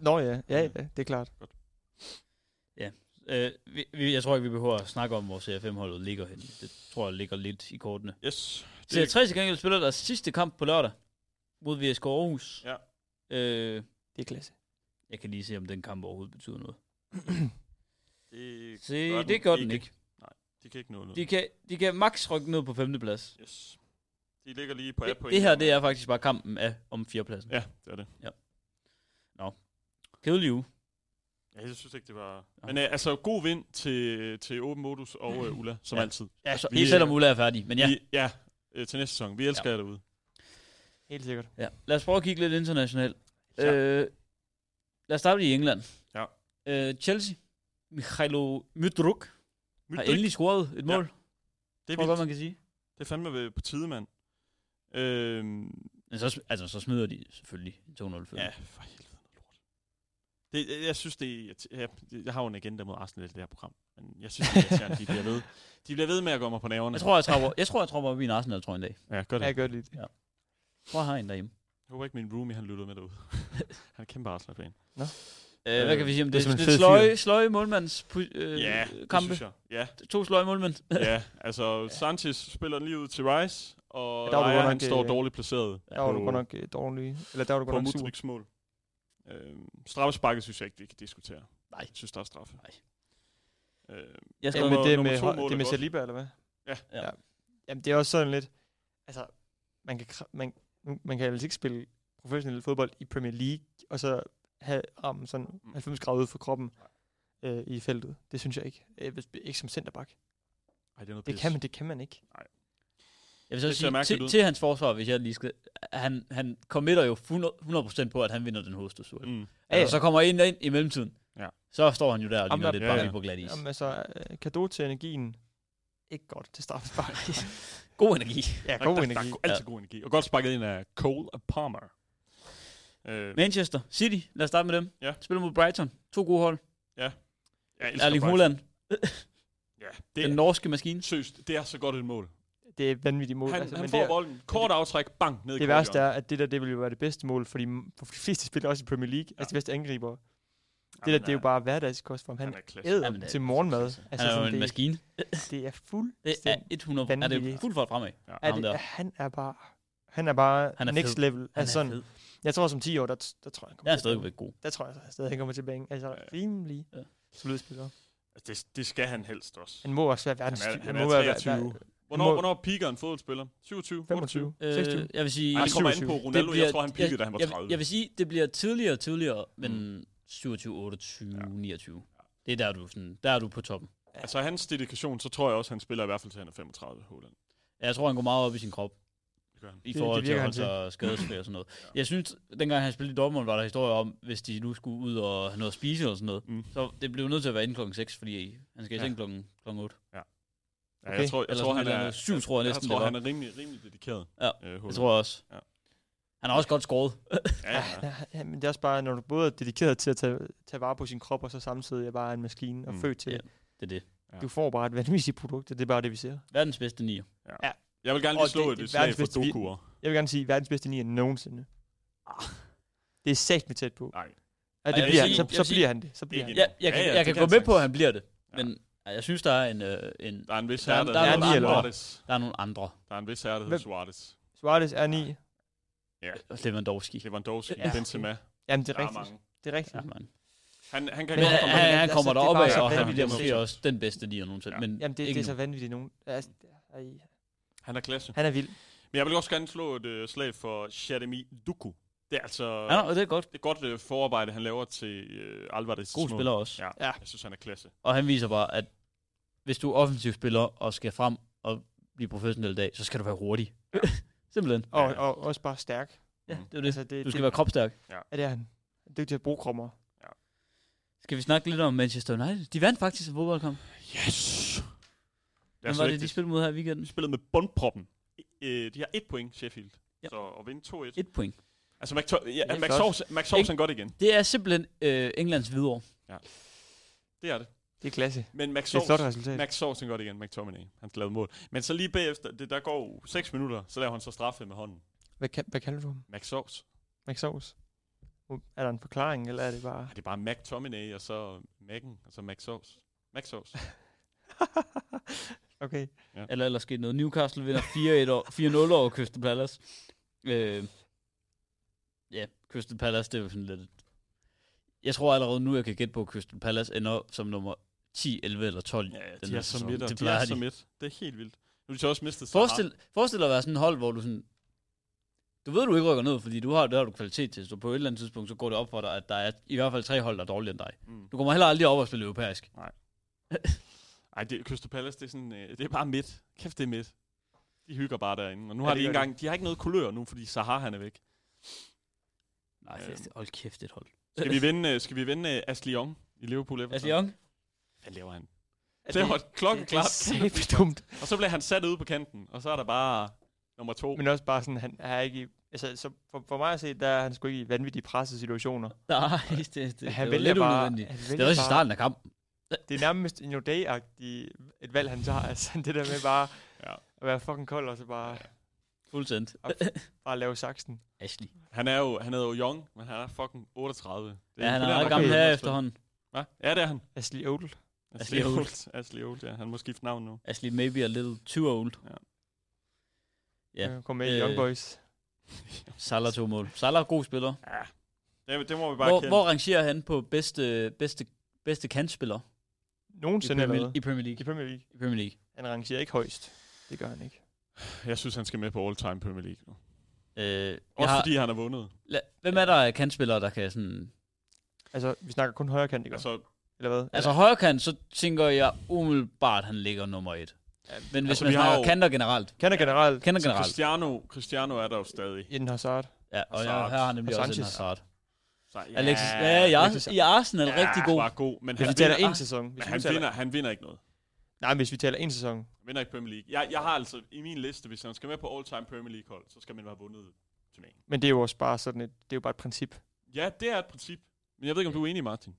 [SPEAKER 4] Nå ja, ja,
[SPEAKER 2] Ja.
[SPEAKER 4] ja, det er klart.
[SPEAKER 3] Øh, vi, vi, jeg tror ikke, vi behøver at snakke om, hvor Serie 5-holdet ligger henne. Det tror jeg ligger lidt i kortene.
[SPEAKER 2] Yes.
[SPEAKER 3] Serie 3 til gengæld spiller deres sidste kamp på lørdag mod VSK Aarhus.
[SPEAKER 2] Ja.
[SPEAKER 3] Øh,
[SPEAKER 4] Det er klasse.
[SPEAKER 3] jeg kan lige se, om den kamp overhovedet betyder noget.
[SPEAKER 2] det,
[SPEAKER 3] Se,
[SPEAKER 2] Gør
[SPEAKER 3] gør
[SPEAKER 2] den
[SPEAKER 3] det gør den
[SPEAKER 2] ikke.
[SPEAKER 3] ikke.
[SPEAKER 2] de kan ikke nå noget.
[SPEAKER 3] De kan, de kan max rykke ned på femteplads.
[SPEAKER 2] Yes. De ligger lige på 8
[SPEAKER 3] Det,
[SPEAKER 2] point.
[SPEAKER 3] det her, det er faktisk bare kampen af om fjerdepladsen.
[SPEAKER 2] Ja, det er det.
[SPEAKER 3] Kedelig uge.
[SPEAKER 2] Ja, jeg synes ikke, det var...
[SPEAKER 3] Nå.
[SPEAKER 2] Men øh, altså, god vind til, til Open Modus og øh, Ulla, som
[SPEAKER 3] Ja.
[SPEAKER 2] altid.
[SPEAKER 3] Ja, altså,
[SPEAKER 2] vi-
[SPEAKER 3] vi, selvom Ulla er færdig, men ja.
[SPEAKER 2] Vi, ja, øh, til næste sæson. Vi elsker ja. jer derude.
[SPEAKER 4] Helt sikkert.
[SPEAKER 3] ja. Lad os prøve at kigge lidt internationalt. Ja. Øh, lad os starte i England.
[SPEAKER 2] Ja.
[SPEAKER 3] Øh, Chelsea. Michailo Mydruk har
[SPEAKER 2] Mit
[SPEAKER 3] endelig scoret et
[SPEAKER 2] Ja,
[SPEAKER 3] mål. Ja,
[SPEAKER 2] det, er
[SPEAKER 3] tror jeg godt,
[SPEAKER 2] vildt.
[SPEAKER 3] man kan sige.
[SPEAKER 2] det er fandme ved- på tide, mand. Øhm,
[SPEAKER 3] Men så, sm- altså, så smider de selvfølgelig en 2-0 føring.
[SPEAKER 2] Ja, for helvede noget lort. Det, jeg- jeg synes, det er, jeg, jeg har jo en agenda mod Arsenal i det her program, men jeg synes, det er irriterende, de bliver ved. De bliver ved med at gå mig på nerverne.
[SPEAKER 3] Jeg tror, jeg trapper, jeg tror, jeg trapper op i en Arsenal, tror jeg en dag.
[SPEAKER 2] Ja, gør det.
[SPEAKER 4] Jeg
[SPEAKER 2] Jeg
[SPEAKER 4] gør det lidt.
[SPEAKER 3] Jeg tror, jeg har en derhjemme.
[SPEAKER 2] håber ikke, min roomie, han lyttede med [laughs] derude. han er kæmpe Arsenal-fan.
[SPEAKER 3] Øh, hvad kan vi sige om
[SPEAKER 4] det er
[SPEAKER 3] det? Det er
[SPEAKER 4] simpelthen
[SPEAKER 3] lidt
[SPEAKER 4] fed
[SPEAKER 3] sløje,
[SPEAKER 4] fyr.
[SPEAKER 3] sløje målmands øh,
[SPEAKER 2] Ja, det
[SPEAKER 3] kampe.
[SPEAKER 2] synes jeg. Ja,
[SPEAKER 3] To sløje målmænd.
[SPEAKER 2] ja.
[SPEAKER 4] [laughs]
[SPEAKER 2] altså Sanchez spiller den lige ud til Rice, og
[SPEAKER 4] Ja, der var du
[SPEAKER 2] ja,
[SPEAKER 4] godt
[SPEAKER 2] Leia, han
[SPEAKER 4] nok,
[SPEAKER 2] står
[SPEAKER 4] øh,
[SPEAKER 2] dårligt placeret
[SPEAKER 4] Der var du
[SPEAKER 2] på-
[SPEAKER 4] godt nok øh, dårlig. Eller der var du
[SPEAKER 2] på
[SPEAKER 4] godt nok sur.
[SPEAKER 2] Mudriks mål. Øhm, straffesparket synes jeg ikke, vi kan diskutere.
[SPEAKER 3] Nej.
[SPEAKER 2] Jeg synes, der er straffe.
[SPEAKER 3] Nej.
[SPEAKER 2] Øhm,
[SPEAKER 3] [laughs] Jeg
[SPEAKER 4] Ja,
[SPEAKER 3] skal
[SPEAKER 2] Jamen,
[SPEAKER 4] men
[SPEAKER 2] nummer-
[SPEAKER 4] det er
[SPEAKER 2] nummer
[SPEAKER 4] med,
[SPEAKER 2] to
[SPEAKER 4] høj-
[SPEAKER 2] mål
[SPEAKER 4] det er
[SPEAKER 2] er
[SPEAKER 4] med
[SPEAKER 2] godt.
[SPEAKER 4] Saliba, eller hvad?
[SPEAKER 2] Ja.
[SPEAKER 3] Ja.
[SPEAKER 4] Jamen, det er også sådan lidt... Altså, man kan, kra- man, nu- man kan altså ikke spille professionel fodbold i Premier League, og så have rammen sådan
[SPEAKER 2] Mm.
[SPEAKER 4] 90 grader ude for kroppen øh, i feltet. Det synes jeg ikke. Øh, hvis- Ikke som centerback.
[SPEAKER 2] Ej, det er noget
[SPEAKER 4] Det
[SPEAKER 2] pis.
[SPEAKER 4] kan man, det kan man ikke.
[SPEAKER 3] Jeg vil så
[SPEAKER 2] Det ser
[SPEAKER 3] sige,
[SPEAKER 2] mærkeligt
[SPEAKER 3] til,
[SPEAKER 2] ud.
[SPEAKER 3] til hans forsvar, hvis jeg lige skal... Han, han committer jo 100%, 100% på, at han vinder den hovedstødsduel. Mm.
[SPEAKER 2] Mm.
[SPEAKER 3] Altså, så kommer en ind i mellemtiden.
[SPEAKER 2] Ja.
[SPEAKER 3] Så står han jo der og ligner
[SPEAKER 4] Jamen,
[SPEAKER 3] lidt
[SPEAKER 2] ja,
[SPEAKER 3] bare
[SPEAKER 2] ja.
[SPEAKER 3] ja. på glat is.
[SPEAKER 4] Jamen, altså, øh, kado til energien. Ikke godt
[SPEAKER 2] [laughs]
[SPEAKER 4] til straffespark.
[SPEAKER 3] God energi.
[SPEAKER 4] ja,
[SPEAKER 2] Der,
[SPEAKER 4] god
[SPEAKER 2] der,
[SPEAKER 4] energi.
[SPEAKER 2] Der er altid god energi. Og godt sparket ind af Cole og Palmer. Øh,
[SPEAKER 3] Manchester City, lad os starte med dem.
[SPEAKER 2] Ja.
[SPEAKER 3] Spiller mod Brighton. To gode hold.
[SPEAKER 2] jeg elsker
[SPEAKER 3] Erling
[SPEAKER 2] Brighton.
[SPEAKER 3] Haaland,
[SPEAKER 2] Ja, det
[SPEAKER 3] den
[SPEAKER 2] er,
[SPEAKER 3] norske maskine.
[SPEAKER 2] seriøst, det er så godt et mål.
[SPEAKER 4] Det er et vanvittigt mål.
[SPEAKER 2] Han,
[SPEAKER 4] altså,
[SPEAKER 2] han
[SPEAKER 4] men
[SPEAKER 2] får
[SPEAKER 4] det, er,
[SPEAKER 2] bolden, kort aftræk, bang, ned i
[SPEAKER 4] det
[SPEAKER 2] kort
[SPEAKER 4] værste
[SPEAKER 2] hjørne.
[SPEAKER 4] er, at det der, det vil jo være det bedste mål, fordi m- for de fleste [laughs] spiller også i Premier League.
[SPEAKER 2] Ja.
[SPEAKER 4] Altså, de bedste angriber. Det
[SPEAKER 2] Jamen,
[SPEAKER 4] der, det er jo bare hverdagskost for ham. Han
[SPEAKER 2] er klasse.
[SPEAKER 4] æder
[SPEAKER 3] Jamen,
[SPEAKER 4] Jamen,
[SPEAKER 3] det er-
[SPEAKER 4] til morgenmad. Altså,
[SPEAKER 3] Han er jo en
[SPEAKER 4] det,
[SPEAKER 3] maskine.
[SPEAKER 4] [laughs] det er
[SPEAKER 3] Det er
[SPEAKER 4] fuldstændig...
[SPEAKER 3] 100%. Er det
[SPEAKER 4] vanvittigt.
[SPEAKER 3] fuld fart fremad?
[SPEAKER 4] Er
[SPEAKER 3] ham
[SPEAKER 4] det,
[SPEAKER 3] der.
[SPEAKER 4] han er bare... Han er bare
[SPEAKER 3] Han
[SPEAKER 4] han
[SPEAKER 3] er
[SPEAKER 4] er next
[SPEAKER 3] fed.
[SPEAKER 4] level.
[SPEAKER 3] Han
[SPEAKER 4] altså, sådan,
[SPEAKER 3] er fed.
[SPEAKER 4] Jeg tror, som 10 år, der, der tror jeg,
[SPEAKER 3] Jeg
[SPEAKER 4] han kommer
[SPEAKER 3] er
[SPEAKER 4] til at-
[SPEAKER 3] stadigvæk god.
[SPEAKER 4] Der tror jeg så stadig, han kommer til bænken. Altså,
[SPEAKER 2] Ja.
[SPEAKER 4] rimelig
[SPEAKER 3] Ja.
[SPEAKER 4] ja. solid spiller.
[SPEAKER 2] Altså, det, det skal han helst også.
[SPEAKER 4] Han må også
[SPEAKER 2] Han
[SPEAKER 4] være verdens
[SPEAKER 2] er, han
[SPEAKER 4] må
[SPEAKER 2] er
[SPEAKER 4] være- være-
[SPEAKER 2] 23.
[SPEAKER 4] være-
[SPEAKER 2] Hvornår,
[SPEAKER 4] må-
[SPEAKER 2] hvornår piker en fodboldspiller? 27?
[SPEAKER 4] 25, 26.
[SPEAKER 3] Øh, jeg vil sige...
[SPEAKER 2] Nej, det kommer an
[SPEAKER 4] 27.
[SPEAKER 2] på Ronaldo. Jeg tror, han peakede, da han var
[SPEAKER 3] jeg,
[SPEAKER 2] 30.
[SPEAKER 3] Jeg, jeg vil sige, det bliver tidligere og tidligere, men 27, 28,
[SPEAKER 2] Ja.
[SPEAKER 3] 29. Det er der, du, er sådan, der er du på toppen.
[SPEAKER 2] Altså, hans dedikation, så tror jeg også, han spiller i hvert fald til, han er Mm. 35, Holland.
[SPEAKER 3] Jeg tror, han går meget op i sin krop,
[SPEAKER 2] Det gør han.
[SPEAKER 3] i
[SPEAKER 4] det
[SPEAKER 3] forhold til
[SPEAKER 4] virker
[SPEAKER 3] at
[SPEAKER 4] han
[SPEAKER 3] holde sig skadesfri og sådan noget. Jeg synes, dengang han spillede i Dortmund, var der historier om, hvis de nu skulle ud og have noget at spise eller sådan noget.
[SPEAKER 2] Mm.
[SPEAKER 3] Så det blev nødt til at være inden klokken 6, fordi han skal i
[SPEAKER 2] Ja.
[SPEAKER 3] seng klokken, klokken 8.
[SPEAKER 2] Ja,
[SPEAKER 4] Okay.
[SPEAKER 2] jeg tror, jeg
[SPEAKER 3] Eller
[SPEAKER 2] tror
[SPEAKER 3] sådan
[SPEAKER 2] han
[SPEAKER 3] et eller
[SPEAKER 2] er...
[SPEAKER 3] andet. Syv, tror jeg
[SPEAKER 2] jeg
[SPEAKER 3] næsten,
[SPEAKER 2] tror,
[SPEAKER 3] det
[SPEAKER 2] han er rimelig, rimelig dedikeret.
[SPEAKER 3] Ja,
[SPEAKER 2] øh,
[SPEAKER 3] Jeg
[SPEAKER 2] Haaland.
[SPEAKER 3] tror jeg også.
[SPEAKER 2] Ja.
[SPEAKER 3] Han har også godt skåret.
[SPEAKER 2] Ja, ja. ja.
[SPEAKER 4] Ja, ja, men det er også bare, når du både er dedikeret til at tage, tage vare på sin krop, og så samtidig er bare en maskine og
[SPEAKER 2] Mm.
[SPEAKER 4] mm. født til
[SPEAKER 3] Ja.
[SPEAKER 4] ja.
[SPEAKER 3] Det er det.
[SPEAKER 2] Ja.
[SPEAKER 4] Du får bare et vanvittigt produkt, og det er bare det, vi ser.
[SPEAKER 3] Verdens bedste nier.
[SPEAKER 2] Jeg vil gerne lige
[SPEAKER 4] Og det-
[SPEAKER 2] slå
[SPEAKER 4] det
[SPEAKER 2] et
[SPEAKER 4] er
[SPEAKER 2] slag
[SPEAKER 4] verdens
[SPEAKER 2] for
[SPEAKER 4] bedste vi-
[SPEAKER 2] dokuer.
[SPEAKER 4] Jeg vil gerne sige, verdens bedste nier nogensinde. Det er sagt med tæt på.
[SPEAKER 2] Nej.
[SPEAKER 4] Ja,
[SPEAKER 3] Ej, Ah. jeg
[SPEAKER 4] det
[SPEAKER 3] vil
[SPEAKER 4] bliver,
[SPEAKER 3] sige-
[SPEAKER 4] han.
[SPEAKER 3] jeg
[SPEAKER 4] så,
[SPEAKER 3] vil
[SPEAKER 4] så
[SPEAKER 3] sige-
[SPEAKER 4] bliver han det. Så bliver
[SPEAKER 2] Ikke
[SPEAKER 4] han
[SPEAKER 2] endnu.
[SPEAKER 4] det.
[SPEAKER 3] Ja, jeg,
[SPEAKER 2] Ja,
[SPEAKER 3] kan,
[SPEAKER 2] ja,
[SPEAKER 3] jeg
[SPEAKER 2] det
[SPEAKER 3] kan
[SPEAKER 2] kan
[SPEAKER 3] gå med
[SPEAKER 2] han
[SPEAKER 3] på, at
[SPEAKER 2] sagtens.
[SPEAKER 3] han bliver det.
[SPEAKER 2] Ja.
[SPEAKER 3] Men øh, jeg synes, der er en, øh, en
[SPEAKER 2] Der er en vis
[SPEAKER 3] Der er-
[SPEAKER 2] herre, der,
[SPEAKER 3] der
[SPEAKER 4] er
[SPEAKER 2] hedder
[SPEAKER 4] ni, eller hvad?
[SPEAKER 2] Suarez.
[SPEAKER 3] der er nogle andre.
[SPEAKER 2] Der er en vis herre, der hedder
[SPEAKER 4] Hvem?
[SPEAKER 2] Suarez.
[SPEAKER 4] Suarez er 9.
[SPEAKER 3] Lewandowski.
[SPEAKER 2] Lewandowski,
[SPEAKER 4] Ja.
[SPEAKER 2] Benzema.
[SPEAKER 4] Jamen, det
[SPEAKER 2] Der
[SPEAKER 4] er
[SPEAKER 2] er
[SPEAKER 4] rigtigt.
[SPEAKER 2] mange.
[SPEAKER 4] Det er rigtigt.
[SPEAKER 3] Ja, man.
[SPEAKER 2] Han, han kan
[SPEAKER 3] Men
[SPEAKER 2] godt
[SPEAKER 3] han,
[SPEAKER 2] komme
[SPEAKER 3] han,
[SPEAKER 2] med.
[SPEAKER 3] han
[SPEAKER 4] altså,
[SPEAKER 3] kommer
[SPEAKER 4] det er
[SPEAKER 3] derop af,
[SPEAKER 4] bare så
[SPEAKER 3] og han
[SPEAKER 4] vanvittigt
[SPEAKER 3] bliver
[SPEAKER 4] at se.
[SPEAKER 3] måske også den bedste nier nogensinde.
[SPEAKER 2] Ja.
[SPEAKER 3] Men
[SPEAKER 4] Jamen, det,
[SPEAKER 3] ikke
[SPEAKER 4] det er så
[SPEAKER 3] nu.
[SPEAKER 4] vanvittigt nogen. Altså, ej,
[SPEAKER 2] Han er klasse.
[SPEAKER 4] han er vild.
[SPEAKER 2] Men jeg vil også gerne slå et øh, slag for Shademi Duku. Det er altså
[SPEAKER 3] Ja, nå, det er godt.
[SPEAKER 2] det er godt øh, forarbejde, han laver til øh, Alvarez.
[SPEAKER 3] God spiller også.
[SPEAKER 2] Ja.
[SPEAKER 4] Ja.
[SPEAKER 2] Jeg synes, han er klasse.
[SPEAKER 3] Og han viser bare, at hvis du er offensiv spiller og skal frem og blive professionel i dag, så skal du være hurtig. [laughs] Simpelthen.
[SPEAKER 4] Og,
[SPEAKER 2] Ja.
[SPEAKER 4] og også bare stærk.
[SPEAKER 3] Ja,
[SPEAKER 2] Mm.
[SPEAKER 3] det er det.
[SPEAKER 4] Altså, det,
[SPEAKER 3] Du skal være kropstærk.
[SPEAKER 4] Ja, det er han. Han er Dygtig til at bruge krummer.
[SPEAKER 3] Skal vi snakke lidt om Manchester United? De vandt faktisk en fodboldkamp.
[SPEAKER 2] Yes! Det er
[SPEAKER 3] Hvem
[SPEAKER 2] så
[SPEAKER 3] var det, de
[SPEAKER 2] vigtigt.
[SPEAKER 3] spillede mod her i
[SPEAKER 2] De
[SPEAKER 3] weekenden?
[SPEAKER 2] spillede med bundproppen. Øh, de har et point, Sheffield.
[SPEAKER 3] Ja.
[SPEAKER 2] Så at vinde 2-1.
[SPEAKER 3] Et point.
[SPEAKER 2] Altså, Max, ja,
[SPEAKER 4] Det er
[SPEAKER 2] Max,
[SPEAKER 4] flot.
[SPEAKER 2] Sovs- Max Sovs, han godt igen.
[SPEAKER 3] Det er simpelthen øh, Englands videre.
[SPEAKER 2] Det er det.
[SPEAKER 4] Det er klasse.
[SPEAKER 2] Men Max
[SPEAKER 4] Det er et flot
[SPEAKER 2] Sovs,
[SPEAKER 4] resultat.
[SPEAKER 2] Max Sovs, han godt igen. McTominay, han lavede mål. Men så lige bagefter, det, der går jo 6 minutter, så laver han så straffe med hånden.
[SPEAKER 4] Hvad, kan, hvad kalder du ham?
[SPEAKER 2] Max Sovs.
[SPEAKER 4] Max Sovs? Er der en forklaring, eller er det
[SPEAKER 3] [laughs]
[SPEAKER 4] bare...
[SPEAKER 2] Ej, det er bare McTominay, og så Mac'en, altså og så Max Sovs. Max Sovs.
[SPEAKER 4] okay.
[SPEAKER 3] Eller ellers skete noget. Newcastle vinder 4-1 over- 4-0 over Crystal Palace. Øh, ja, Crystal Palace, det er jo sådan lidt... Jeg tror allerede nu, jeg kan gætte på, at Crystal Palace ender som nummer 10, 11 eller 12.
[SPEAKER 2] Ja,
[SPEAKER 3] den
[SPEAKER 2] de
[SPEAKER 3] her
[SPEAKER 2] er så
[SPEAKER 3] sæson.
[SPEAKER 2] midt, og
[SPEAKER 3] Det
[SPEAKER 2] de
[SPEAKER 3] plejer
[SPEAKER 2] er
[SPEAKER 3] de.
[SPEAKER 2] så midt. Det er helt vildt. Nu har de så også mistet Salah.
[SPEAKER 3] Forestil, forestil dig at være sådan et hold, hvor du sådan... Du ved, du ikke rykker ned, fordi du har, der har du kvalitet til. Så på et eller andet tidspunkt, så går det op for dig, at der er i hvert fald tre hold, der er dårligere end dig.
[SPEAKER 2] Mm.
[SPEAKER 3] Du kommer heller aldrig op og spille europæisk.
[SPEAKER 2] Ej, det, Crystal Palace, det er, sådan, øh, det er bare midt. Kæft, det er midt. De hygger bare derinde. Og nu
[SPEAKER 4] Ja,
[SPEAKER 2] har
[SPEAKER 4] det
[SPEAKER 2] de ikke
[SPEAKER 4] gør de.
[SPEAKER 2] engang, de har ikke noget kulør nu, fordi Sahar han er væk.
[SPEAKER 3] Nej,
[SPEAKER 2] Øhm.
[SPEAKER 3] fest, hold kæft, det er et hold.
[SPEAKER 2] Skal vi vinde, øh, skal vi vinde øh, Ashley Young i Liverpool Everton?
[SPEAKER 3] Altså, Young?
[SPEAKER 2] Hvad laver han? Det var et klokkeklart.
[SPEAKER 4] Det er dumt.
[SPEAKER 2] Og så bliver han sat ude på kanten, og så er der bare nummer to.
[SPEAKER 4] Men også bare sådan, han er ikke... i- Altså, så for, for mig at se, der er han sgu ikke i vanvittige pressede situationer.
[SPEAKER 3] Nej, det, det, det,
[SPEAKER 4] han
[SPEAKER 3] det var
[SPEAKER 4] vælger
[SPEAKER 3] lidt
[SPEAKER 4] bare-
[SPEAKER 3] unødvendigt.
[SPEAKER 4] han
[SPEAKER 3] Det
[SPEAKER 4] vælger
[SPEAKER 3] var også i
[SPEAKER 4] bare-
[SPEAKER 3] starten af kampen.
[SPEAKER 4] Det er nærmest en day agtig et valg, han tager. [laughs] Altså, det der med bare
[SPEAKER 2] Ja.
[SPEAKER 4] ja. at være fucking kold, og så bare,
[SPEAKER 3] Fuldstændig.
[SPEAKER 4] bare lave saksen.
[SPEAKER 3] Ashley.
[SPEAKER 2] Han er jo, han er jo young, men han er fucking 38. Det
[SPEAKER 3] Ja, han er
[SPEAKER 2] imponerende
[SPEAKER 3] ret
[SPEAKER 2] nok,
[SPEAKER 3] gammel
[SPEAKER 2] at han
[SPEAKER 3] her
[SPEAKER 2] har spillet.
[SPEAKER 3] efterhånden.
[SPEAKER 2] Hva? Ja, det er han.
[SPEAKER 4] Ashley Odell.
[SPEAKER 2] Ashley
[SPEAKER 3] Ashley Old.
[SPEAKER 2] Old. Ashley Old, ja. Han må skifte navn
[SPEAKER 3] [laughs]
[SPEAKER 2] nu.
[SPEAKER 3] Ashley maybe a little too old. Ja.
[SPEAKER 4] Ja. Kom med i
[SPEAKER 3] Øh,
[SPEAKER 4] Young Boys.
[SPEAKER 3] Salah to mål. Salah er god spiller.
[SPEAKER 2] Det, det må vi bare
[SPEAKER 3] Hvor,
[SPEAKER 2] kende.
[SPEAKER 3] hvor rangerer han på bedste, bedste, bedste kantspiller i
[SPEAKER 4] Nogensinde eller
[SPEAKER 3] Premier,
[SPEAKER 4] hvad?
[SPEAKER 3] i Premier
[SPEAKER 4] I
[SPEAKER 3] League?
[SPEAKER 4] Premier League.
[SPEAKER 3] I Premier League.
[SPEAKER 4] Han rangerer ikke højst. Det gør han ikke.
[SPEAKER 2] Jeg synes, han skal med på all-time Premier League nu.
[SPEAKER 3] Øh, jeg
[SPEAKER 2] Også
[SPEAKER 3] har,
[SPEAKER 2] fordi han har vundet.
[SPEAKER 3] la, hvem er der af kantspillere, der kan sådan...
[SPEAKER 4] Altså, vi snakker kun højre kant, ikke?
[SPEAKER 2] Altså,
[SPEAKER 4] Eller hvad?
[SPEAKER 3] Altså højre kant, så tænker jeg umiddelbart, han ligger nummer et. Men hvis
[SPEAKER 2] altså,
[SPEAKER 3] altså,
[SPEAKER 2] vi
[SPEAKER 3] man
[SPEAKER 2] har
[SPEAKER 3] snakker
[SPEAKER 2] jo-
[SPEAKER 3] kanter generelt,
[SPEAKER 4] Kan er generelt
[SPEAKER 3] kanter
[SPEAKER 2] altså
[SPEAKER 3] generelt,
[SPEAKER 2] Cristiano, Cristiano er der jo stadig.
[SPEAKER 4] Eden Hazard.
[SPEAKER 3] ja, og jeg,
[SPEAKER 2] Hazard.
[SPEAKER 3] her har han nemlig
[SPEAKER 4] Og
[SPEAKER 3] også en
[SPEAKER 4] Sanchez.
[SPEAKER 3] Hazard.
[SPEAKER 2] Så, ja,
[SPEAKER 3] Alexis, ja, i, Ars- i Arsenal er rigtig god.
[SPEAKER 2] Bare god, men
[SPEAKER 4] Hvis
[SPEAKER 2] han
[SPEAKER 4] Altså, vi taler
[SPEAKER 2] vinder,
[SPEAKER 4] en sæson.
[SPEAKER 2] men
[SPEAKER 4] Hvis
[SPEAKER 2] han
[SPEAKER 4] vi taler,
[SPEAKER 2] vinder, han vinder ikke noget.
[SPEAKER 4] nej, hvis vi taler en sæson.
[SPEAKER 2] Han vinder ikke Premier League. Jeg, jeg har altså i min liste, hvis han skal med på all-time Premier League-hold, så skal man have vundet turneringen.
[SPEAKER 4] Men det er jo også bare sådan et, det er jo bare et princip.
[SPEAKER 2] Ja, det er et princip. Men jeg ved ikke, om du er enig, Martin.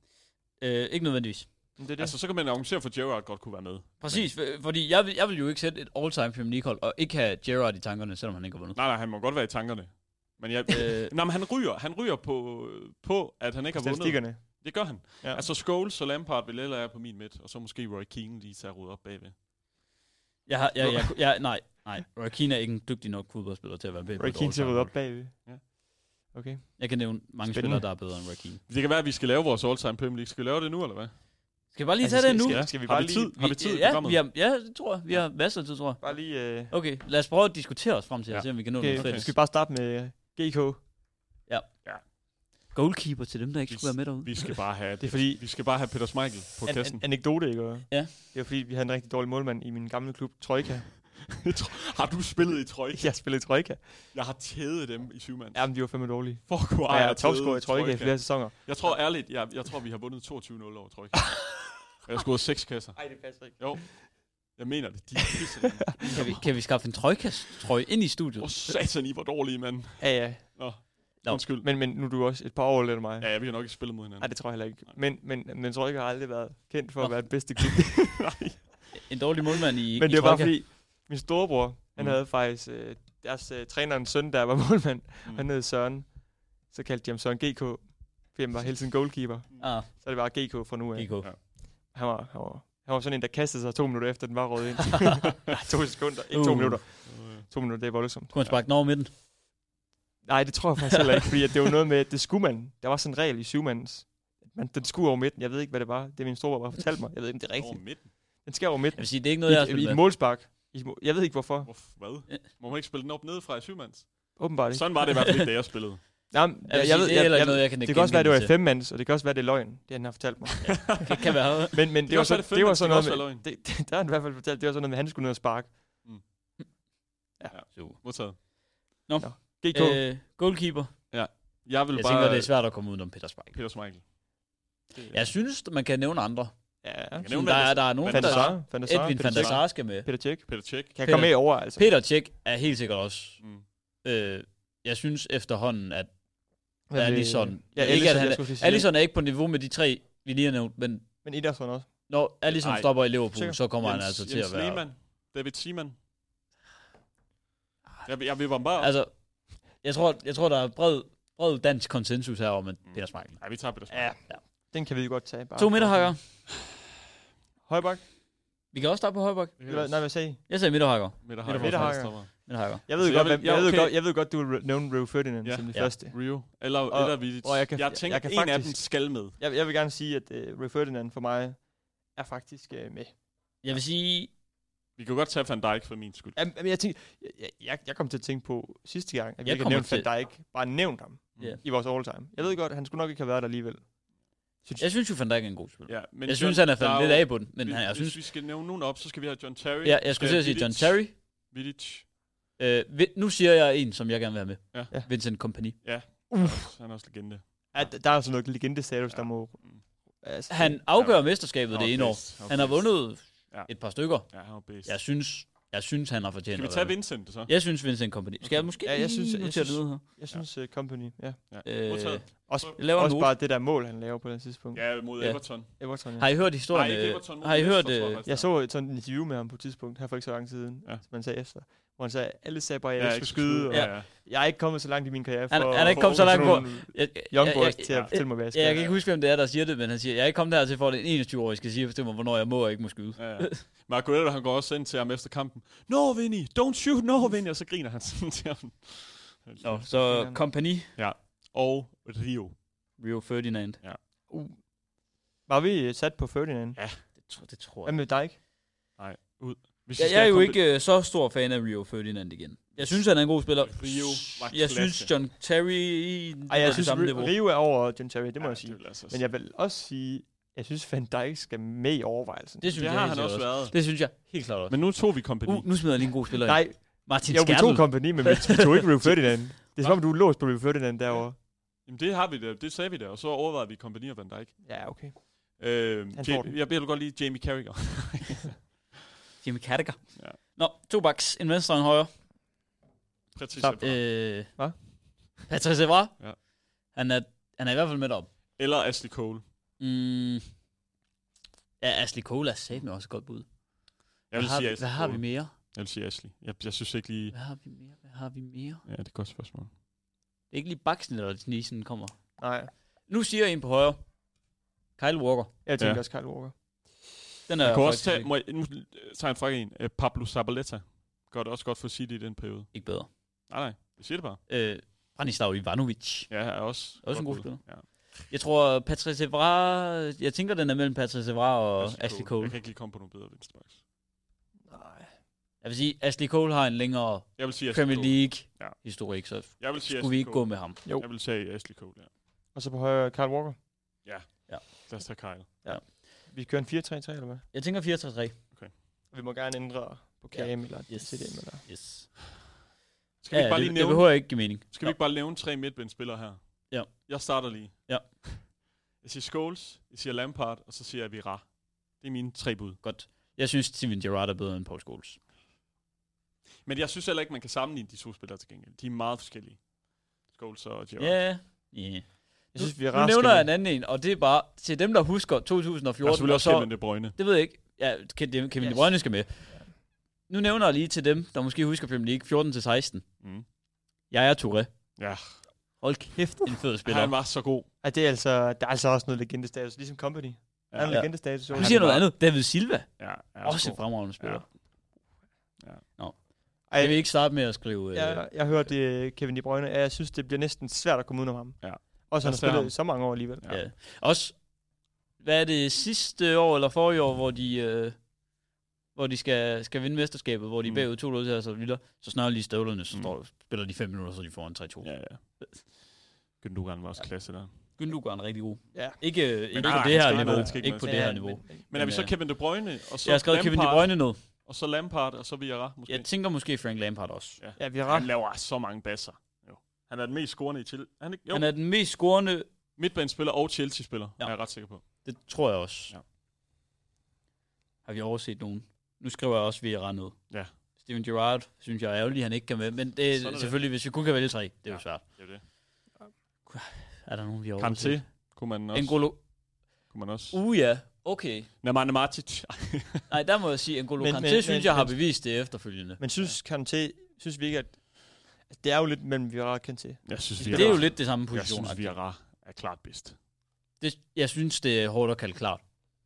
[SPEAKER 3] Øh, ikke nødvendigvis.
[SPEAKER 4] Men det er det.
[SPEAKER 2] Altså, så kan man argumentere for, at Gerrard godt kunne være med.
[SPEAKER 3] Præcis, for- fordi jeg vil, jeg vil jo ikke sætte et all-time Premier League-hold, og ikke have Gerrard i tankerne, selvom han ikke har vundet.
[SPEAKER 2] Nej, nej, han må godt være i tankerne. Men jeg,
[SPEAKER 3] øh,
[SPEAKER 2] nej, men han ryger, han ryger på, på, at han ikke har vundet.
[SPEAKER 4] Statistikkerne.
[SPEAKER 2] Det gør han. Ja.
[SPEAKER 4] Ja.
[SPEAKER 2] Altså Scholes og Lampard vil ellers være på min midt, og så måske Roy Keane lige tage ryddet op bagved.
[SPEAKER 3] jeg har, jeg, jeg, jeg, nej, Nej, Rakina er ikke en dygtig nok fodboldspiller til at være med på et
[SPEAKER 4] Rakim til at rydde
[SPEAKER 3] all-time
[SPEAKER 4] op bagved.
[SPEAKER 2] Ja.
[SPEAKER 4] Okay.
[SPEAKER 3] Jeg kan nævne mange
[SPEAKER 4] Spændende.
[SPEAKER 3] spillere, der er bedre end Rakim.
[SPEAKER 2] Det kan være, at vi skal lave vores all-time Premier League. Skal vi lave det nu, eller hvad?
[SPEAKER 3] Altså, Skal vi bare lige tage det nu?
[SPEAKER 4] Skal,
[SPEAKER 2] Ja.
[SPEAKER 4] skal vi
[SPEAKER 2] Har
[SPEAKER 4] bare
[SPEAKER 2] vi
[SPEAKER 4] lige,
[SPEAKER 2] tid? Har vi tid i
[SPEAKER 3] ja,
[SPEAKER 2] programmet?
[SPEAKER 3] vi har, ja, det tror jeg. Vi har masser af tid, tror jeg.
[SPEAKER 4] Bare lige... Øh,
[SPEAKER 3] Okay, lad os prøve at diskutere os frem til, ja.
[SPEAKER 2] Ja.
[SPEAKER 3] se om vi kan nå okay.
[SPEAKER 4] okay,
[SPEAKER 3] noget fælles.
[SPEAKER 4] Skal vi bare starte med øh, GK?
[SPEAKER 3] Goalkeeper til dem, der ikke skulle være med derude.
[SPEAKER 2] Vi skal bare have,
[SPEAKER 4] Det er fordi,
[SPEAKER 2] vi skal bare have Peter Schmeichel på
[SPEAKER 4] an,
[SPEAKER 2] kassen.
[SPEAKER 4] an, anekdote, ikke? Og
[SPEAKER 3] Ja.
[SPEAKER 4] Det var fordi, vi havde en rigtig dårlig målmand i min gamle klub, [laughs] Trojka.
[SPEAKER 2] Har du spillet i trøjke?
[SPEAKER 4] Jeg spillede i Trojka.
[SPEAKER 2] Jeg har tædet dem i syv mand.
[SPEAKER 4] Jamen, de var fandme dårlige.
[SPEAKER 2] For at kunne
[SPEAKER 4] Og
[SPEAKER 2] eje
[SPEAKER 4] jeg er
[SPEAKER 2] at tæde
[SPEAKER 4] topscorer i Trojka i flere sæsoner.
[SPEAKER 2] Jeg tror ærligt, jeg, jeg tror, vi har vundet 22-0 over Trojka. Og jeg har scoret seks kasser.
[SPEAKER 4] Nej, det passer ikke.
[SPEAKER 2] Jeg mener det. De er pisse.
[SPEAKER 4] [laughs]
[SPEAKER 2] mand.
[SPEAKER 3] Kan vi, kan vi skaffe en trøjkast-trøje ind i studiet?
[SPEAKER 2] Åh, satan, I var dårlige, mand.
[SPEAKER 4] Ja, ja.
[SPEAKER 2] Nå,
[SPEAKER 3] Nå.
[SPEAKER 2] undskyld.
[SPEAKER 4] Men, men nu er du også et par år lidt mig.
[SPEAKER 2] Ja, vi har nok ikke spillet mod hinanden.
[SPEAKER 4] Nej, det tror jeg heller ikke. Men, men, men Trojka har aldrig været kendt for at
[SPEAKER 3] Nå.
[SPEAKER 4] være den bedste klub.
[SPEAKER 3] En dårlig målmand i,
[SPEAKER 4] Men
[SPEAKER 3] i
[SPEAKER 4] det var bare
[SPEAKER 3] trøjka.
[SPEAKER 4] fordi, min storebror, han
[SPEAKER 2] Mm.
[SPEAKER 4] havde faktisk øh, deres øh, trænerens søn, der var [laughs] målmand.
[SPEAKER 2] Mm.
[SPEAKER 4] Han hed Søren. Så kaldte de ham Søren GK, fordi han var hele tiden goalkeeper.
[SPEAKER 3] Ah,
[SPEAKER 4] Så er det bare GK fra nu af.
[SPEAKER 3] GK.
[SPEAKER 4] Han var, han var, han var sådan en, der kastede sig to minutter efter, den var røget ind.
[SPEAKER 3] [laughs]
[SPEAKER 4] Nej, to sekunder. Ikke to
[SPEAKER 3] Uh.
[SPEAKER 4] uh. minutter.
[SPEAKER 2] Øh,
[SPEAKER 4] To minutter, det er voldsomt.
[SPEAKER 3] Kunne han sparke den over midten?
[SPEAKER 4] Nej, det tror jeg faktisk heller ikke, fordi at det var noget med, at det skulle man. Der var sådan en regel i syvmandens. Man, den skulle over midten. Jeg ved ikke, hvad det var. Det er min storebror bare fortalte mig. Jeg ved ikke, om det er
[SPEAKER 2] Over
[SPEAKER 4] rigtigt.
[SPEAKER 2] midten.
[SPEAKER 4] Den skal over
[SPEAKER 3] Jeg
[SPEAKER 4] midten.
[SPEAKER 3] vil sige, det er ikke noget, jeg har
[SPEAKER 4] I, i, i
[SPEAKER 3] spillet
[SPEAKER 4] et
[SPEAKER 3] med.
[SPEAKER 4] målspark. I et mål- Jeg ved ikke, hvorfor.
[SPEAKER 2] Uff, hvad? Må man ikke spille den op nede fra i syvmands?
[SPEAKER 4] Åbenbart ikke.
[SPEAKER 2] Sådan var det i hvert fald ikke, da jeg spillede.
[SPEAKER 3] [laughs]
[SPEAKER 4] Jamen,
[SPEAKER 3] Jeg, vil sige, det er heller ikke noget, jeg kan
[SPEAKER 4] Det kan også være, det var i
[SPEAKER 3] genkende
[SPEAKER 4] femmands, og det kan også være, det er løgn, det han har fortalt mig.
[SPEAKER 3] til. Det kan være.
[SPEAKER 4] [laughs] Men, men det,
[SPEAKER 2] kan
[SPEAKER 4] var
[SPEAKER 2] også
[SPEAKER 4] så,
[SPEAKER 2] være, det er
[SPEAKER 4] det, var
[SPEAKER 2] femmands,
[SPEAKER 4] sådan
[SPEAKER 2] det kan også
[SPEAKER 4] noget med, det, det, der har han i hvert fald fortalt, det var sådan noget med, at han skulle ned og sparke.
[SPEAKER 2] Modtaget.
[SPEAKER 4] GK, øh,
[SPEAKER 3] Øh, goalkeeper.
[SPEAKER 2] Jeg vil
[SPEAKER 3] Jeg
[SPEAKER 2] bare...
[SPEAKER 3] tænker, det er svært at komme udenom Peter Spike.
[SPEAKER 2] Peter Schmeichel. Det-
[SPEAKER 3] Jeg synes, man kan nævne andre.
[SPEAKER 4] ja.
[SPEAKER 2] kan
[SPEAKER 3] Sådan,
[SPEAKER 2] nævne
[SPEAKER 3] der, er,
[SPEAKER 2] Van der-
[SPEAKER 3] der er nogen,
[SPEAKER 2] Van der
[SPEAKER 3] der...
[SPEAKER 4] Fandasar, Fandasar,
[SPEAKER 3] Edwin
[SPEAKER 4] Peter
[SPEAKER 3] van der
[SPEAKER 4] Tjek.
[SPEAKER 3] Sar skal med.
[SPEAKER 4] Peter Tjek.
[SPEAKER 2] Peter Tjek.
[SPEAKER 4] Kan jeg
[SPEAKER 3] Peter-
[SPEAKER 4] komme med over, altså?
[SPEAKER 3] Peter Tjek er helt sikkert også...
[SPEAKER 2] Mm.
[SPEAKER 3] Øh, jeg synes efterhånden, at
[SPEAKER 4] Hvad med-
[SPEAKER 3] Alisson.
[SPEAKER 4] Ja,
[SPEAKER 3] Ikke, at
[SPEAKER 4] Alisson,
[SPEAKER 3] han
[SPEAKER 4] jeg
[SPEAKER 3] er-
[SPEAKER 4] skulle lige sige.
[SPEAKER 3] Allison er ikke på niveau med de tre, vi lige har nævnt, men
[SPEAKER 4] Men Ederson også.
[SPEAKER 3] når Allison
[SPEAKER 2] Nej.
[SPEAKER 3] stopper i Liverpool,
[SPEAKER 4] Sikkert.
[SPEAKER 3] så kommer han altså til
[SPEAKER 2] Jens
[SPEAKER 3] at være...
[SPEAKER 2] Lehmann. David Seaman. Jeg, jeg vipper ham bare op.
[SPEAKER 3] Altså, jeg tror, jeg tror der er bred, bred dansk konsensus her om, at Peter Smeichel.
[SPEAKER 2] Nej, vi tager Peter Schmeichel.
[SPEAKER 4] Ja. Den kan vi godt tage. Bare.
[SPEAKER 3] To midterhakker.
[SPEAKER 4] Højbak.
[SPEAKER 3] Vi kan også starte på højbak.
[SPEAKER 2] Det kan
[SPEAKER 4] Eller-
[SPEAKER 2] ellers-
[SPEAKER 4] Nej, hvad sagde I?
[SPEAKER 3] Jeg sagde midterhakker.
[SPEAKER 2] Midterhakker.
[SPEAKER 4] Midterhakker.
[SPEAKER 2] Midterhakker.
[SPEAKER 3] Midterhakker.
[SPEAKER 4] Jeg ved
[SPEAKER 2] Så
[SPEAKER 4] jo
[SPEAKER 2] Altså, jeg
[SPEAKER 4] godt,
[SPEAKER 2] vil-
[SPEAKER 4] hvem-
[SPEAKER 2] ja,
[SPEAKER 4] jeg ved
[SPEAKER 2] okay.
[SPEAKER 4] godt- jeg ved godt, du vil nævne Rio Ferdinand
[SPEAKER 2] Ja.
[SPEAKER 4] som det
[SPEAKER 3] Ja.
[SPEAKER 4] første.
[SPEAKER 2] Rio. Eller,
[SPEAKER 4] Og-
[SPEAKER 2] eller Vidic.
[SPEAKER 4] og jeg kan-
[SPEAKER 2] jeg tænker,
[SPEAKER 4] jeg kan
[SPEAKER 2] en af dem
[SPEAKER 4] faktisk-
[SPEAKER 2] skal med.
[SPEAKER 4] Jeg, jeg vil gerne sige, at uh, Rio Ferdinand for mig er faktisk uh, med.
[SPEAKER 3] Jeg vil sige,
[SPEAKER 2] Vi kan jo godt tage Van Dijk for min skyld.
[SPEAKER 4] Jamen, jeg, tænkte, jeg- jeg, jeg, jeg kom til at tænke på sidste gang, at vi
[SPEAKER 3] Jeg
[SPEAKER 4] ikke
[SPEAKER 3] kommer
[SPEAKER 4] nævnte Van
[SPEAKER 3] til-
[SPEAKER 4] Dijk. Bare nævnt ham
[SPEAKER 3] Ja.
[SPEAKER 4] i vores all-time. Jeg ved godt, han skulle nok ikke have været der alligevel.
[SPEAKER 3] jeg synes jo, Van Dijk er en god spiller.
[SPEAKER 2] Ja, men
[SPEAKER 3] Jeg synes, han er faldet lidt af på den, men
[SPEAKER 2] hvis,
[SPEAKER 3] han, jeg
[SPEAKER 2] hvis
[SPEAKER 3] synes...
[SPEAKER 2] vi skal nævne nogen op, så skal vi have John Terry.
[SPEAKER 3] Ja, jeg skulle til at sige
[SPEAKER 2] Vidic,
[SPEAKER 3] John Terry.
[SPEAKER 2] Vidic.
[SPEAKER 3] Øh, vi- nu siger jeg en, som jeg gerne vil have med.
[SPEAKER 2] Ja.
[SPEAKER 4] Ja.
[SPEAKER 3] Vincent Kompany.
[SPEAKER 2] Han er også legende.
[SPEAKER 4] Ja, d- der er sådan noget legendestatus, ja. der må...
[SPEAKER 2] Mm.
[SPEAKER 4] Altså,
[SPEAKER 3] Han afgør mesterskabet det ene år. Han har vundet
[SPEAKER 2] Ja.
[SPEAKER 3] et par stykker.
[SPEAKER 2] Ja, han var bedst.
[SPEAKER 3] Jeg synes, jeg synes han har fortjent
[SPEAKER 2] Skal vi
[SPEAKER 3] at
[SPEAKER 2] tage
[SPEAKER 3] være med.
[SPEAKER 2] Vincent så?
[SPEAKER 3] Jeg synes, Vincent Kompany. Skal jeg måske
[SPEAKER 4] Ja, jeg synes-
[SPEAKER 3] lige
[SPEAKER 4] jeg
[SPEAKER 3] notere det
[SPEAKER 4] synes-
[SPEAKER 3] ned her?
[SPEAKER 4] Jeg synes, uh, Company, ja.
[SPEAKER 3] Øh,
[SPEAKER 2] Modtaget.
[SPEAKER 4] Også,
[SPEAKER 3] Jeg laver en
[SPEAKER 4] også
[SPEAKER 3] note.
[SPEAKER 4] bare det der mål, han laver på det tidspunkt. Ja.
[SPEAKER 2] Ja, mod
[SPEAKER 3] Ja.
[SPEAKER 2] Everton.
[SPEAKER 4] Everton, ja.
[SPEAKER 3] Har I hørt historien?
[SPEAKER 2] Nej, ikke
[SPEAKER 3] øh,
[SPEAKER 2] Everton. mod
[SPEAKER 3] har I hørt...
[SPEAKER 2] Leicester, tror
[SPEAKER 3] øh,
[SPEAKER 2] faktisk,
[SPEAKER 4] Jeg
[SPEAKER 2] det
[SPEAKER 4] så et sådan et interview med ham på et tidspunkt, her for ikke så lang tid siden,
[SPEAKER 2] Ja.
[SPEAKER 4] ja. som man sagde efter, hvor han sagde, alle sagde bare, at
[SPEAKER 2] er.
[SPEAKER 4] jeg,
[SPEAKER 2] Ja,
[SPEAKER 4] ikke skulle skyde, og
[SPEAKER 2] Ja,
[SPEAKER 4] ja.
[SPEAKER 2] ja.
[SPEAKER 4] jeg er ikke kommet så langt i min karriere for
[SPEAKER 3] Han- han er ikke
[SPEAKER 4] for
[SPEAKER 3] kommet så langt
[SPEAKER 4] sådan nogle
[SPEAKER 3] jeg- jeg-
[SPEAKER 4] young
[SPEAKER 3] jeg-
[SPEAKER 4] boys
[SPEAKER 3] jeg-
[SPEAKER 4] til at
[SPEAKER 3] jeg-
[SPEAKER 4] fortælle mig, hvad jeg
[SPEAKER 3] Ja,
[SPEAKER 4] skal.
[SPEAKER 3] jeg kan ikke huske, hvem det er, der siger det, men han siger, jeg er ikke kommet dertil for, at den 21 år, skal sige og bestemme, hvornår jeg må og ikke må skyde.
[SPEAKER 2] Ja, ja. Marco Elder, han går også ind til ham efter kampen. No, Vinny! Don't shoot! No, Vinny! Og så griner han [laughs] sådan til ham.
[SPEAKER 3] Nå, så
[SPEAKER 4] Ja.
[SPEAKER 3] Kompany,
[SPEAKER 2] Og Rio.
[SPEAKER 3] Rio Ferdinand.
[SPEAKER 4] Uh. Var vi øh, sat på Ferdinand?
[SPEAKER 2] Ja,
[SPEAKER 3] Det, tror- det tror
[SPEAKER 4] Hvad
[SPEAKER 3] jeg.
[SPEAKER 4] med Dijk?
[SPEAKER 2] Hvis vi
[SPEAKER 3] Jeg,
[SPEAKER 2] skal
[SPEAKER 3] jeg er
[SPEAKER 2] have
[SPEAKER 3] jo
[SPEAKER 2] kombi-
[SPEAKER 3] ikke øh, så stor fan af Rio Ferdinand igen. Jeg synes, han er en god spiller.
[SPEAKER 2] Rio var
[SPEAKER 3] Jeg
[SPEAKER 2] klasse.
[SPEAKER 3] synes, John Terry i
[SPEAKER 4] Ej, jeg synes,
[SPEAKER 3] samme niveau.
[SPEAKER 4] Ri- Rio er over John Terry, det må
[SPEAKER 2] Ja,
[SPEAKER 4] jeg sige.
[SPEAKER 2] vil altså også-
[SPEAKER 4] Men jeg vil også sige, jeg synes, Van Dijk skal med i overvejelsen.
[SPEAKER 3] Det synes
[SPEAKER 2] det
[SPEAKER 3] jeg
[SPEAKER 2] har
[SPEAKER 3] helt
[SPEAKER 2] han
[SPEAKER 3] sikkert
[SPEAKER 2] også været.
[SPEAKER 3] Det synes jeg helt klart også.
[SPEAKER 2] Men nu tog vi kompagni.
[SPEAKER 3] Uh, nu smider jeg lige en god spiller ind.
[SPEAKER 4] Nej,
[SPEAKER 3] Martin
[SPEAKER 4] jeg var to
[SPEAKER 3] Skjertel.
[SPEAKER 4] kompagni, men vi vi tog ikke Rio Ferdinand. Det er som om, du er låst på Rio Ferdinand derovre.
[SPEAKER 2] Jamen, det har vi da. Det sagde vi da. Og så overvejede vi kompagni og Van Dijk.
[SPEAKER 4] Ja, okay.
[SPEAKER 2] Øh,
[SPEAKER 4] Han får
[SPEAKER 2] Jamie,
[SPEAKER 4] den.
[SPEAKER 2] jeg vil godt lide Jamie Carragher. [laughs]
[SPEAKER 3] Jimmy Kattegar.
[SPEAKER 2] Ja.
[SPEAKER 3] Nå, to baks. En venstre og en højre.
[SPEAKER 2] Patricia Bra.
[SPEAKER 3] Øh,
[SPEAKER 4] Hvad?
[SPEAKER 3] Patrice Evra.
[SPEAKER 2] Ja.
[SPEAKER 3] Han, er, han er i hvert fald med deroppe.
[SPEAKER 2] Eller Ashley Cole.
[SPEAKER 3] Mm. Ja, Ashley Cole er satme også et godt bud.
[SPEAKER 2] Jeg vil
[SPEAKER 3] hvad, har,
[SPEAKER 2] sige
[SPEAKER 3] vi-
[SPEAKER 2] Ashley
[SPEAKER 3] hvad har vi
[SPEAKER 2] Cole.
[SPEAKER 3] mere?
[SPEAKER 2] Jeg vil sige Ashley. Jeg, jeg synes ikke lige...
[SPEAKER 3] Hvad har vi mere? Hvad har vi mere?
[SPEAKER 2] Ja, det er et godt spørgsmål.
[SPEAKER 3] Det er ikke lige baksen, eller snisen kommer.
[SPEAKER 4] Nej,
[SPEAKER 3] Nu siger jeg en på højre. Kyle Walker.
[SPEAKER 4] jeg tænker
[SPEAKER 2] Ja.
[SPEAKER 4] også Kyle Walker.
[SPEAKER 3] Den er
[SPEAKER 2] Jeg kunne også
[SPEAKER 3] faktisk
[SPEAKER 2] tage...
[SPEAKER 3] ikke-
[SPEAKER 2] Må jeg, nu øh, tager jeg en frække en. Øh, Pablo Zabaleta. Gør det også godt for City i den periode.
[SPEAKER 3] Ikke bedre.
[SPEAKER 2] Nej, nej. Jeg siger det bare.
[SPEAKER 3] Øh, Branislav Ivanovic.
[SPEAKER 2] Ja, er også.
[SPEAKER 3] Også en
[SPEAKER 2] godt
[SPEAKER 3] god
[SPEAKER 2] bud.
[SPEAKER 3] spiller.
[SPEAKER 2] Ja.
[SPEAKER 3] Jeg tror, Patrice Evra... Jeg tænker, den er mellem Patrice Evra og Ashley, Ashley Cole.
[SPEAKER 2] Jeg kan ikke lige komme på noget bedre venstrebacks.
[SPEAKER 4] Nej.
[SPEAKER 3] Jeg vil sige, Ashley Cole har en længere
[SPEAKER 2] Jeg vil sige Ashley
[SPEAKER 3] Premier
[SPEAKER 2] Cole. Ja.
[SPEAKER 3] League-historik, så
[SPEAKER 2] Jeg vil sige
[SPEAKER 3] skulle vi
[SPEAKER 2] Ashley
[SPEAKER 3] ikke
[SPEAKER 2] Cole.
[SPEAKER 3] gå med ham.
[SPEAKER 4] Jo.
[SPEAKER 2] Jeg vil sige Ashley Cole, ja.
[SPEAKER 4] Og så på højre, Carl Walker.
[SPEAKER 2] Lad os tage Kyle.
[SPEAKER 4] Vi kører en 4-3-3, eller hvad?
[SPEAKER 3] Jeg tænker 4-3-3.
[SPEAKER 4] Vi må gerne ændre på KM ja. eller øh, yes.
[SPEAKER 3] Yes.
[SPEAKER 4] CDM. Eller.
[SPEAKER 3] Yes.
[SPEAKER 2] Skal vi ikke bare
[SPEAKER 3] det,
[SPEAKER 2] lige
[SPEAKER 3] det
[SPEAKER 2] nævne,
[SPEAKER 3] behøver ikke give mening.
[SPEAKER 2] skal vi ikke bare nævne tre midtbindspillere her?
[SPEAKER 3] Ja.
[SPEAKER 2] Jeg starter lige.
[SPEAKER 3] Ja.
[SPEAKER 2] [laughs] Jeg siger Scholes, jeg siger Lampard, og så siger jeg Vira. Det er mine tre bud.
[SPEAKER 3] Godt. Jeg synes, Steven Gerrard er bedre end Paul Scholes.
[SPEAKER 2] Men jeg synes heller ikke, man kan sammenligne de to spillere til gengæld. De er meget forskellige. Scholes og Gerrard.
[SPEAKER 3] Ja, yeah.
[SPEAKER 4] Jeg synes, vi er
[SPEAKER 3] Nu
[SPEAKER 4] raske.
[SPEAKER 3] nævner jeg en anden en, og det er bare til dem, der husker
[SPEAKER 2] Der er
[SPEAKER 3] 2014,
[SPEAKER 2] selvfølgelig
[SPEAKER 3] og
[SPEAKER 2] også
[SPEAKER 3] så,
[SPEAKER 2] Altså, Kevin De Bruyne.
[SPEAKER 3] det ved jeg ikke, ja, Kevin Kevin De
[SPEAKER 4] Yes.
[SPEAKER 3] Bruyne skal med. Nu nævner jeg lige til dem, der måske husker Premier League 14-16.
[SPEAKER 2] Mm.
[SPEAKER 3] Jeg er Touré.
[SPEAKER 2] Ja.
[SPEAKER 3] Hold kæft, en fed spiller.
[SPEAKER 2] Han var så god.
[SPEAKER 4] Ja, det er altså, der er altså også noget legendestatus, ligesom Company. Ja, der er en
[SPEAKER 3] ja.
[SPEAKER 4] legendestatus.
[SPEAKER 3] Du
[SPEAKER 4] over
[SPEAKER 3] siger
[SPEAKER 4] det.
[SPEAKER 3] noget andet. David Silva.
[SPEAKER 2] Ja, han er
[SPEAKER 3] Også
[SPEAKER 2] så
[SPEAKER 3] en
[SPEAKER 2] god.
[SPEAKER 3] fremragende spiller.
[SPEAKER 4] Ej,
[SPEAKER 3] Jeg vil ikke starte med at skrive... øh, Ja,
[SPEAKER 4] jeg, jeg hørte det, Kevin De Bruyne, og jeg synes, det bliver næsten svært at komme udenom ham.
[SPEAKER 2] Ja.
[SPEAKER 4] Også
[SPEAKER 2] Jeg
[SPEAKER 4] han har
[SPEAKER 2] ser ham.
[SPEAKER 4] spillet i så mange år alligevel.
[SPEAKER 2] Ja.
[SPEAKER 3] ja. ja. Også, hvad er det sidste år eller forrige år, hvor de, øh, hvor de skal, skal vinde mesterskabet, hvor de er
[SPEAKER 2] Mm.
[SPEAKER 3] bagud 2 til og så videre, så snart lige støvlerne, så
[SPEAKER 2] Mm.
[SPEAKER 3] står, spiller de 5 minutter, så de får en 3-2. Ja.
[SPEAKER 2] Ja, ja. Gündogan var også klasse der.
[SPEAKER 3] Gündogan er rigtig god.
[SPEAKER 4] Ja.
[SPEAKER 3] Ikke, øh,
[SPEAKER 2] nej,
[SPEAKER 3] ikke på det
[SPEAKER 2] han
[SPEAKER 3] her
[SPEAKER 2] skal med,
[SPEAKER 3] niveau.
[SPEAKER 2] han skal ikke
[SPEAKER 3] Ikke
[SPEAKER 2] med.
[SPEAKER 3] på
[SPEAKER 4] Men,
[SPEAKER 3] det her
[SPEAKER 4] øh,
[SPEAKER 3] niveau.
[SPEAKER 4] men-
[SPEAKER 2] Men er vi
[SPEAKER 3] Men,
[SPEAKER 2] så
[SPEAKER 3] øh,
[SPEAKER 2] Kevin De Bruyne, og så
[SPEAKER 3] Jeg har skrevet Kevin De
[SPEAKER 2] Lampard,
[SPEAKER 3] Bruyne ned.
[SPEAKER 2] og så Lampard, og så Vieira måske?
[SPEAKER 3] Jeg tænker måske Frank Lampard også.
[SPEAKER 4] Ja, vi er
[SPEAKER 2] Han
[SPEAKER 4] raske.
[SPEAKER 2] laver så mange basser. Jo. Han er den mest scorende i til. Han er, jo,
[SPEAKER 3] Han
[SPEAKER 2] han er
[SPEAKER 3] er den mest scorende,
[SPEAKER 2] midtbanespiller og Chelsea-spiller,
[SPEAKER 3] Ja.
[SPEAKER 2] ja. er jeg ret sikker på.
[SPEAKER 3] det tror jeg også.
[SPEAKER 2] Ja.
[SPEAKER 3] Har vi overset nogen? Nu skriver jeg også Vieira ned.
[SPEAKER 2] Ja.
[SPEAKER 3] Steven Gerrard synes jeg er ærgerlig, han ikke kan med. Men det
[SPEAKER 2] Sådan er
[SPEAKER 3] er
[SPEAKER 2] det.
[SPEAKER 3] selvfølgelig, hvis vi kun kan vælge tre, det er jo
[SPEAKER 2] Ja.
[SPEAKER 3] svært.
[SPEAKER 2] Det er det.
[SPEAKER 3] Er der nogen, vi har overset?
[SPEAKER 2] Kanté kunne man også.
[SPEAKER 3] N'Golo.
[SPEAKER 2] Kunne man også.
[SPEAKER 3] Uh ja, [laughs] okay.
[SPEAKER 2] Nemanja Matic.
[SPEAKER 3] Nej, der må jeg sige, N'Golo
[SPEAKER 4] Men-
[SPEAKER 3] Kanté
[SPEAKER 4] men-
[SPEAKER 3] synes
[SPEAKER 4] men-
[SPEAKER 3] jeg har
[SPEAKER 4] men-
[SPEAKER 3] bevist det efterfølgende.
[SPEAKER 4] Men synes, ja. Kanté, synes vi ikke, at altså, det er jo lidt mellem Vieira og Kanté.
[SPEAKER 2] Jeg synes,
[SPEAKER 3] det er jo lidt det samme
[SPEAKER 2] Jeg
[SPEAKER 3] position. altså.
[SPEAKER 2] synes,
[SPEAKER 3] Jeg synes,
[SPEAKER 2] Vieira er klart bedst.
[SPEAKER 3] det, jeg synes, det er hårdt at kalde klart.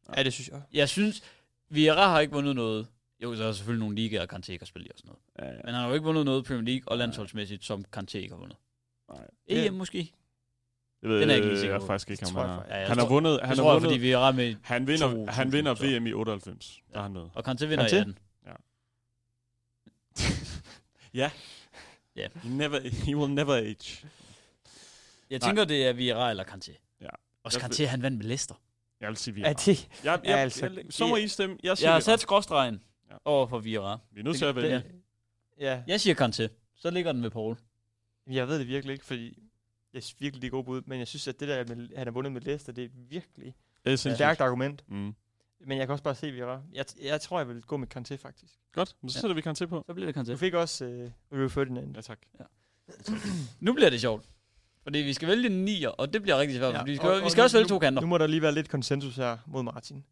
[SPEAKER 2] Ja.
[SPEAKER 4] Ja, det synes jeg.
[SPEAKER 3] Jeg synes, Vieira har ikke vundet noget. Jo, der er selvfølgelig nogle ligaer, Kanté ikke har spillet i og sådan noget.
[SPEAKER 2] Ja, ja.
[SPEAKER 3] Men han har jo ikke vundet noget i Premier League og landsholdsmæssigt, som Kanté ikke har vundet.
[SPEAKER 2] Nej.
[SPEAKER 3] EM
[SPEAKER 4] Det-
[SPEAKER 3] måske?
[SPEAKER 2] Jeg ved,
[SPEAKER 3] E Den er jeg ikke lige
[SPEAKER 2] øh,
[SPEAKER 3] sikker
[SPEAKER 2] jeg
[SPEAKER 3] på.
[SPEAKER 2] er faktisk ikke,
[SPEAKER 4] Det
[SPEAKER 2] om
[SPEAKER 4] tror
[SPEAKER 2] han
[SPEAKER 4] jeg
[SPEAKER 2] har.
[SPEAKER 4] faktisk-
[SPEAKER 3] Ja, jeg
[SPEAKER 2] Han har
[SPEAKER 3] tror,
[SPEAKER 2] vundet.
[SPEAKER 3] Han
[SPEAKER 2] Han
[SPEAKER 3] tror
[SPEAKER 2] har
[SPEAKER 3] jeg, fordi
[SPEAKER 2] vundet.
[SPEAKER 3] Vieira er med,
[SPEAKER 2] Han vinder, han
[SPEAKER 3] 2000,
[SPEAKER 2] vinder
[SPEAKER 3] så.
[SPEAKER 2] VM i 98. Der er han med.
[SPEAKER 3] og Kanté vinder
[SPEAKER 4] Kanté?
[SPEAKER 3] i 18.
[SPEAKER 2] He, never, he will never age.
[SPEAKER 3] Jeg
[SPEAKER 2] Nej.
[SPEAKER 3] tænker, det er Vieira eller Kanté.
[SPEAKER 2] Ja.
[SPEAKER 3] Også
[SPEAKER 2] Jeg-
[SPEAKER 3] Kanté, han vandt med Leicester.
[SPEAKER 2] Jeg vil sige
[SPEAKER 4] Ja,
[SPEAKER 2] Vieira.
[SPEAKER 4] det,
[SPEAKER 2] Jeg, jeg,
[SPEAKER 4] Ja,
[SPEAKER 2] jeg,
[SPEAKER 4] altså,
[SPEAKER 2] jeg, så må I stemme. Jeg siger
[SPEAKER 3] Jeg har
[SPEAKER 2] Vieira.
[SPEAKER 3] sat skråstregen
[SPEAKER 2] Ja.
[SPEAKER 3] over for Vieira.
[SPEAKER 2] Vi er nødt til at vælge.
[SPEAKER 4] det, ja,
[SPEAKER 3] Jeg siger Kanté. Så ligger den ved Paul.
[SPEAKER 4] jeg ved det virkelig ikke, fordi jeg synes virkelig, det er gode bud, men jeg synes, at det der, med, han har vundet med Leicester, det er virkelig
[SPEAKER 2] Det er
[SPEAKER 4] et
[SPEAKER 2] sindssygt.
[SPEAKER 4] stærkt argument.
[SPEAKER 2] Mm.
[SPEAKER 4] Men jeg kan også bare se Vieira. Jeg, jeg tror, jeg vil gå med Kanté, faktisk.
[SPEAKER 2] Godt, men så
[SPEAKER 3] Ja.
[SPEAKER 2] sætter vi Kanté på.
[SPEAKER 3] Så bliver det Kanté.
[SPEAKER 4] Du fik også øh, Rio Ferdinand.
[SPEAKER 2] Ja, tak.
[SPEAKER 3] Nu bliver det sjovt. Fordi vi skal vælge en nier, og det bliver rigtig svært. Ja,
[SPEAKER 4] Ja,
[SPEAKER 3] fordi vi skal,
[SPEAKER 4] og-
[SPEAKER 3] og, vi
[SPEAKER 4] og
[SPEAKER 3] skal
[SPEAKER 4] nu-
[SPEAKER 3] også vælge to kanter.
[SPEAKER 4] Nu må der lige være lidt konsensus her mod Martin.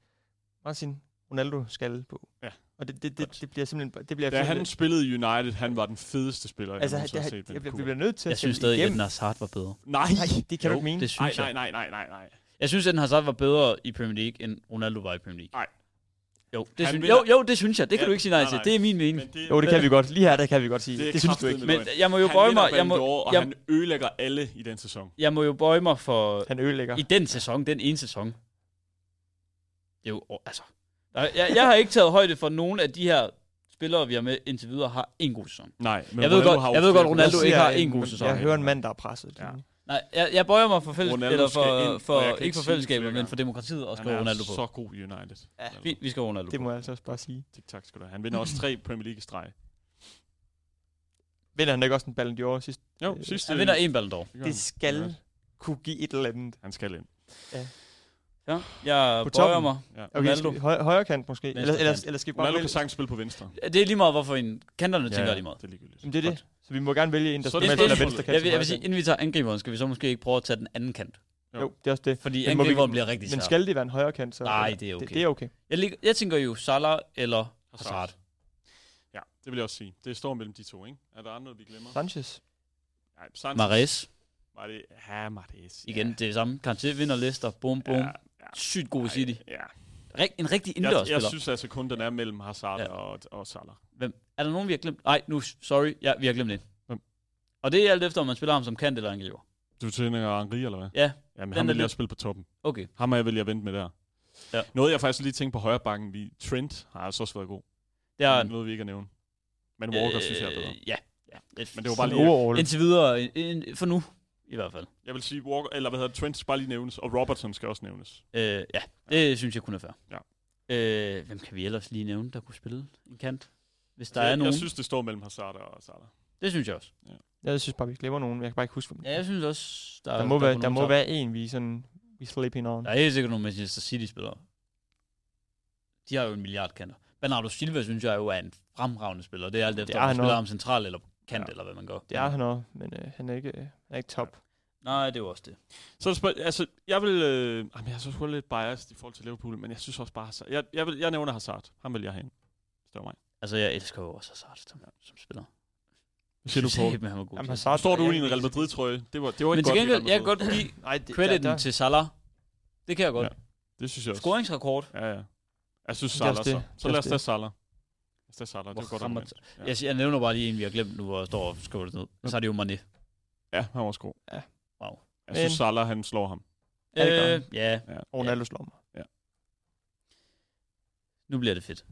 [SPEAKER 4] Martin, Ronaldo skal på.
[SPEAKER 2] Ja.
[SPEAKER 4] Og det, det, det,
[SPEAKER 3] Godt.
[SPEAKER 4] det bliver simpelthen... bare- Det bliver
[SPEAKER 2] Da han
[SPEAKER 4] simpelthen-
[SPEAKER 2] spillede i United, han var den fedeste spiller,
[SPEAKER 4] altså,
[SPEAKER 2] jeg
[SPEAKER 4] jeg,
[SPEAKER 2] nogensinde har
[SPEAKER 4] jeg,
[SPEAKER 2] set.
[SPEAKER 4] jeg,
[SPEAKER 2] ved
[SPEAKER 4] jeg,
[SPEAKER 2] en
[SPEAKER 4] vi
[SPEAKER 2] kugler.
[SPEAKER 4] bliver nødt til
[SPEAKER 3] Jeg
[SPEAKER 4] at
[SPEAKER 3] synes
[SPEAKER 4] sætte
[SPEAKER 3] stadig, at
[SPEAKER 4] igennem.
[SPEAKER 3] Edna Hazard var bedre.
[SPEAKER 2] Nej,
[SPEAKER 4] Nej, det kan
[SPEAKER 3] Jo,
[SPEAKER 4] du ikke mene.
[SPEAKER 3] det
[SPEAKER 2] nej,
[SPEAKER 3] synes
[SPEAKER 2] nej,
[SPEAKER 3] jeg.
[SPEAKER 2] nej, nej, nej, nej.
[SPEAKER 3] Jeg synes, at Edna Hazard var bedre i Premier League, end Ronaldo var i Premier League.
[SPEAKER 2] Nej.
[SPEAKER 3] Jo, det,
[SPEAKER 2] Han
[SPEAKER 3] synes,
[SPEAKER 2] vinder-
[SPEAKER 3] jo, jo, det synes jeg. Det kan
[SPEAKER 2] Ja,
[SPEAKER 3] du ikke sige nej,
[SPEAKER 2] nej,
[SPEAKER 3] til.
[SPEAKER 2] nej.
[SPEAKER 3] Det er min mening.
[SPEAKER 2] Men det,
[SPEAKER 4] Jo, det kan vi godt. Lige her, der kan vi godt sige.
[SPEAKER 2] Det er
[SPEAKER 4] Det, det synes du ikke.
[SPEAKER 2] kraftedeme
[SPEAKER 3] Men, jeg må jo
[SPEAKER 2] han
[SPEAKER 3] bøje
[SPEAKER 2] vinder
[SPEAKER 3] mig. Jeg må,
[SPEAKER 2] Ballon d'Or, og
[SPEAKER 3] jeg,
[SPEAKER 2] han ødelægger alle i den sæson.
[SPEAKER 3] jeg må jo bøje mig for...
[SPEAKER 4] Han ødelægger.
[SPEAKER 3] I den sæson, den ene sæson. Det er jo... åh, Altså... Der- Jeg, jeg har ikke taget højde for nogen af de her spillere, vi har med indtil videre, har en god sæson.
[SPEAKER 2] Nej, men
[SPEAKER 3] Jeg ved godt- jeg ved godt,
[SPEAKER 4] Jeg
[SPEAKER 3] Ronaldo
[SPEAKER 4] siger,
[SPEAKER 3] ikke har
[SPEAKER 4] at-
[SPEAKER 3] en god sæson.
[SPEAKER 4] Jeg hører en mand, der er presset.
[SPEAKER 2] Ja.
[SPEAKER 4] Ja.
[SPEAKER 3] Nej, jeg, jeg bøjer mig for, fælles,
[SPEAKER 2] Ronaldo
[SPEAKER 3] eller
[SPEAKER 2] skal
[SPEAKER 3] for,
[SPEAKER 2] ind,
[SPEAKER 3] for
[SPEAKER 2] og jeg kan
[SPEAKER 3] ikke,
[SPEAKER 2] ikke
[SPEAKER 3] for
[SPEAKER 2] sige det
[SPEAKER 3] fællesskabet,
[SPEAKER 2] flere
[SPEAKER 3] men
[SPEAKER 2] gange.
[SPEAKER 3] for demokratiet og
[SPEAKER 2] Han
[SPEAKER 3] skrive
[SPEAKER 2] er
[SPEAKER 3] Ronaldo på.
[SPEAKER 2] så god i United.
[SPEAKER 4] Ja,
[SPEAKER 3] Fint, vi skal Ronaldo
[SPEAKER 4] Det
[SPEAKER 3] på.
[SPEAKER 4] må jeg altså også bare sige.
[SPEAKER 2] Tik tak skal du have. Han vinder også tre Premier League i streg.
[SPEAKER 4] Vinder han da ikke også en Ballon d'Or sidst?
[SPEAKER 2] Jo,
[SPEAKER 4] Øh,
[SPEAKER 2] sidste.
[SPEAKER 3] Han vinder en Ballon d'Or.
[SPEAKER 2] gør
[SPEAKER 4] Det
[SPEAKER 2] han.
[SPEAKER 4] skal
[SPEAKER 2] Ja.
[SPEAKER 4] kunne give et eller andet.
[SPEAKER 2] Han skal ind.
[SPEAKER 3] Ja, jeg
[SPEAKER 4] På
[SPEAKER 3] bøjer
[SPEAKER 4] toppen.
[SPEAKER 3] mig.
[SPEAKER 2] Ja.
[SPEAKER 4] Okay,
[SPEAKER 3] Ronaldo.
[SPEAKER 4] skal vi, høj, højre kant måske.
[SPEAKER 3] Venstre
[SPEAKER 4] Eller, eller,
[SPEAKER 3] kant.
[SPEAKER 4] eller skal vi bare
[SPEAKER 2] Ronaldo
[SPEAKER 4] vælge?
[SPEAKER 2] kan sagtens spille på venstre.
[SPEAKER 3] Det er lige meget, hvorfor en kanterne tænker jeg lige meget.
[SPEAKER 2] Det er ligegyldigt.
[SPEAKER 4] Jamen, det er det. Så vi må gerne vælge en, der
[SPEAKER 2] Så er
[SPEAKER 4] skal
[SPEAKER 2] det
[SPEAKER 3] venstre-
[SPEAKER 4] med eller venstre kant.
[SPEAKER 3] Jeg vil,
[SPEAKER 4] til
[SPEAKER 3] jeg vil sige,
[SPEAKER 4] højre
[SPEAKER 3] inden vi tager angriberen, skal vi så måske ikke prøve at tage den anden kant.
[SPEAKER 4] kant. Jo, det er også det.
[SPEAKER 3] Fordi
[SPEAKER 4] Men må vi-
[SPEAKER 3] angriberen bliver rigtig
[SPEAKER 4] Men
[SPEAKER 3] svær.
[SPEAKER 4] skal det være en højre kant? Så,
[SPEAKER 3] Nej,
[SPEAKER 4] eller?
[SPEAKER 3] det er okay.
[SPEAKER 4] Det, det er okay.
[SPEAKER 3] Jeg, ligger, jeg tænker jo Salah eller Hazard.
[SPEAKER 2] Ja, det vil jeg også sige. Det står mellem de to, ikke? Er der andre, vi glemmer?
[SPEAKER 4] Sanchez.
[SPEAKER 2] Nej, Sanchez.
[SPEAKER 3] Mares.
[SPEAKER 2] Mares. Ja, Mares.
[SPEAKER 3] Igen, det er det samme. Kanté vinder Leicester. Bum, bum.
[SPEAKER 2] Ja,
[SPEAKER 3] Sygt god i City.
[SPEAKER 2] Ja.
[SPEAKER 3] Rig, en rigtig
[SPEAKER 2] Jeg,
[SPEAKER 3] indendørsspiller.
[SPEAKER 2] jeg synes altså kun, den er mellem Hazard
[SPEAKER 3] Ja.
[SPEAKER 2] ja. og, og Salah.
[SPEAKER 3] Hvem, Er der nogen, vi har glemt? Nej, nu, sorry, ja, vi har glemt en.
[SPEAKER 2] Hvem?
[SPEAKER 3] Og det er alt efter, om man spiller ham som kant eller angriber.
[SPEAKER 2] Du tænker Henri, eller hvad?
[SPEAKER 3] Ja,
[SPEAKER 2] Jamen,
[SPEAKER 3] den
[SPEAKER 2] ham
[SPEAKER 3] er
[SPEAKER 2] vil jeg
[SPEAKER 3] lidt-
[SPEAKER 2] spille på toppen.
[SPEAKER 3] okay.
[SPEAKER 2] Ham og jeg vil jeg vente med der.
[SPEAKER 3] Ja.
[SPEAKER 2] Noget, jeg faktisk lige tænkte på højre bakken, vi Trent har altså også været god.
[SPEAKER 3] Det er,
[SPEAKER 2] Noget, vi ikke har nævnt. Men Walker øh, synes jeg er bedre.
[SPEAKER 3] Ja. ja. Det,
[SPEAKER 2] Men det var bare lige...
[SPEAKER 4] overall.
[SPEAKER 3] Indtil videre, en, en, for nu i hvert fald.
[SPEAKER 2] Jeg vil sige, Walker, eller hvad hedder det, Trent skal bare lige nævnes, og Robertson skal også nævnes.
[SPEAKER 3] Øh, ja, det synes jeg kun er fair.
[SPEAKER 2] Ja.
[SPEAKER 3] Øh, hvem kan vi ellers lige nævne, der kunne spille en kant? Hvis der
[SPEAKER 2] jeg,
[SPEAKER 3] er nogen.
[SPEAKER 2] Jeg synes, det står mellem Hazard og Salah.
[SPEAKER 3] det synes jeg også.
[SPEAKER 4] Jeg synes bare, vi glemmer nogen, men jeg kan bare ikke huske, hvem
[SPEAKER 3] Ja, jeg synes også, der,
[SPEAKER 4] der, må, være,
[SPEAKER 3] kunne
[SPEAKER 4] der
[SPEAKER 3] nogen
[SPEAKER 4] må
[SPEAKER 3] top.
[SPEAKER 4] være en, vi sådan, vi sleeping on.
[SPEAKER 3] Der er helt sikkert nogle Manchester City-spillere. De har jo en milliard kanter. Bernardo Silva, synes jeg jo, er en fremragende spiller. Det er alt efter,
[SPEAKER 4] er
[SPEAKER 3] om man
[SPEAKER 4] han
[SPEAKER 3] spiller
[SPEAKER 4] også.
[SPEAKER 3] ham central eller på kant,
[SPEAKER 4] Ja.
[SPEAKER 3] eller hvad man gør.
[SPEAKER 4] Det er han også, men øh, han, er ikke, øh, han er ikke top.
[SPEAKER 3] Nej, det er jo også det.
[SPEAKER 2] Så er det spørg- altså, jeg vil... Øh, jamen, jeg er så sgu lidt biased i forhold til Liverpool, men jeg synes også bare Hazard. Jeg, jeg, vil, jeg nævner Hazard. Ham vil jeg have ind. Det var mig.
[SPEAKER 3] Altså, jeg elsker jo også Hazard som, som spiller.
[SPEAKER 2] Hvad siger du, Poul?
[SPEAKER 3] Jeg synes, at han var god.
[SPEAKER 4] Jamen,
[SPEAKER 3] til det.
[SPEAKER 4] Hazard,
[SPEAKER 2] Står du
[SPEAKER 4] jeg-
[SPEAKER 2] ude i en Real Madrid-trøje? Det var, det var
[SPEAKER 3] Men
[SPEAKER 2] ikke
[SPEAKER 3] til
[SPEAKER 2] godt, i
[SPEAKER 3] gengæld,
[SPEAKER 2] Real
[SPEAKER 3] jeg
[SPEAKER 2] Madrid.
[SPEAKER 3] kan godt give
[SPEAKER 4] Nej, det,
[SPEAKER 3] crediten
[SPEAKER 4] der, der,
[SPEAKER 3] til Salah. Det kan jeg godt.
[SPEAKER 2] Det synes jeg også.
[SPEAKER 3] Scoringsrekord.
[SPEAKER 2] Ja, ja. Jeg synes
[SPEAKER 4] Det er
[SPEAKER 2] Salah
[SPEAKER 4] også
[SPEAKER 2] så.
[SPEAKER 4] det.
[SPEAKER 2] Så
[SPEAKER 4] Det er
[SPEAKER 2] lad os
[SPEAKER 4] også
[SPEAKER 2] tage
[SPEAKER 4] det.
[SPEAKER 2] Salah. Lad os tage Salah. Det var godt
[SPEAKER 3] Mohamed.
[SPEAKER 2] argument. Ja.
[SPEAKER 3] Jeg, siger- jeg nævner bare lige en, vi har glemt nu, hvor jeg står og skriver det ned. Så er det jo Mané.
[SPEAKER 2] Ja, han var også god.
[SPEAKER 4] Ja.
[SPEAKER 3] Wow.
[SPEAKER 2] Jeg synes,
[SPEAKER 4] Men-
[SPEAKER 2] Salah, han slår ham.
[SPEAKER 4] Ja, det gør
[SPEAKER 3] Øh, ja,
[SPEAKER 4] Ronaldo slår mig.
[SPEAKER 3] nu bliver det fedt.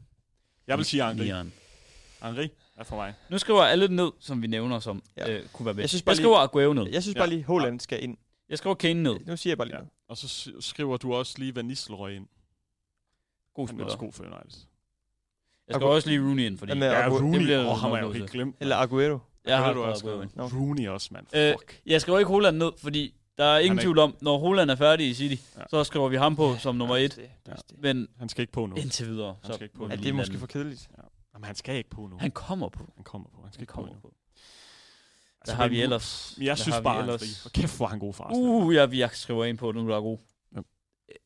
[SPEAKER 2] Jeg vil sige Henri.
[SPEAKER 3] Nieren.
[SPEAKER 2] Henri er for mig.
[SPEAKER 3] Nu skriver jeg alle ned, som vi nævner, som
[SPEAKER 4] Ja.
[SPEAKER 3] øh, kunne være med.
[SPEAKER 4] Jeg
[SPEAKER 3] Jeg,
[SPEAKER 4] synes
[SPEAKER 3] synes
[SPEAKER 4] bare
[SPEAKER 3] jeg skriver Aguero ned.
[SPEAKER 4] Jeg synes
[SPEAKER 2] Ja.
[SPEAKER 4] bare lige, Holland skal ind.
[SPEAKER 3] Jeg skriver Kane ned.
[SPEAKER 4] Nu siger jeg bare lige
[SPEAKER 2] Ja.
[SPEAKER 4] ja.
[SPEAKER 2] Og så s- skriver du også lige Van Nistelrooy ind.
[SPEAKER 3] God
[SPEAKER 2] Han er
[SPEAKER 3] spiller.
[SPEAKER 2] også god for United.
[SPEAKER 3] Jeg skal også lige Rooney ind, fordi...
[SPEAKER 4] Hvad med
[SPEAKER 2] Ja,
[SPEAKER 4] Agu-
[SPEAKER 2] Rooney.
[SPEAKER 3] bliver
[SPEAKER 2] Åh, oh, ham
[SPEAKER 3] nok
[SPEAKER 2] er jeg jo
[SPEAKER 3] nødt
[SPEAKER 2] helt glemt.
[SPEAKER 4] Eller Aguero.
[SPEAKER 3] Jeg har
[SPEAKER 2] Hvad er det, du
[SPEAKER 3] skrevet Aguero ind.
[SPEAKER 4] Nå.
[SPEAKER 2] Rooney også, mand.
[SPEAKER 3] Øh,
[SPEAKER 2] Fuck.
[SPEAKER 3] Jeg skriver ikke Holland ned, fordi der er ingen
[SPEAKER 2] er
[SPEAKER 3] tvivl om, når Holland er færdig i City,
[SPEAKER 2] Ja.
[SPEAKER 3] så skriver vi ham på som nummer et.
[SPEAKER 4] Det, det,
[SPEAKER 2] Ja.
[SPEAKER 4] det, det.
[SPEAKER 3] Men
[SPEAKER 2] han skal ikke på nu.
[SPEAKER 3] indtil videre,
[SPEAKER 2] Han skal
[SPEAKER 3] så
[SPEAKER 2] ikke på.
[SPEAKER 3] må vi
[SPEAKER 4] Ja,
[SPEAKER 3] lige
[SPEAKER 4] det er
[SPEAKER 3] lade
[SPEAKER 4] måske
[SPEAKER 3] den.
[SPEAKER 4] for kedeligt.
[SPEAKER 2] Jamen, han skal ikke på nu.
[SPEAKER 3] Han kommer på.
[SPEAKER 2] Han kommer på. Han skal
[SPEAKER 3] Han
[SPEAKER 2] ikke på
[SPEAKER 3] kommer
[SPEAKER 2] nu.
[SPEAKER 3] på.
[SPEAKER 2] Altså,
[SPEAKER 3] Der har
[SPEAKER 2] men-
[SPEAKER 3] vi ellers...
[SPEAKER 2] Men jeg
[SPEAKER 3] der
[SPEAKER 2] synes
[SPEAKER 3] har vi
[SPEAKER 2] bare,
[SPEAKER 3] ellers-
[SPEAKER 2] ellers... Hvor kæft, hvor er han god for Arsenal.
[SPEAKER 3] Uh, ja, vi jeg skriver en på, nu der er god.
[SPEAKER 2] Ja.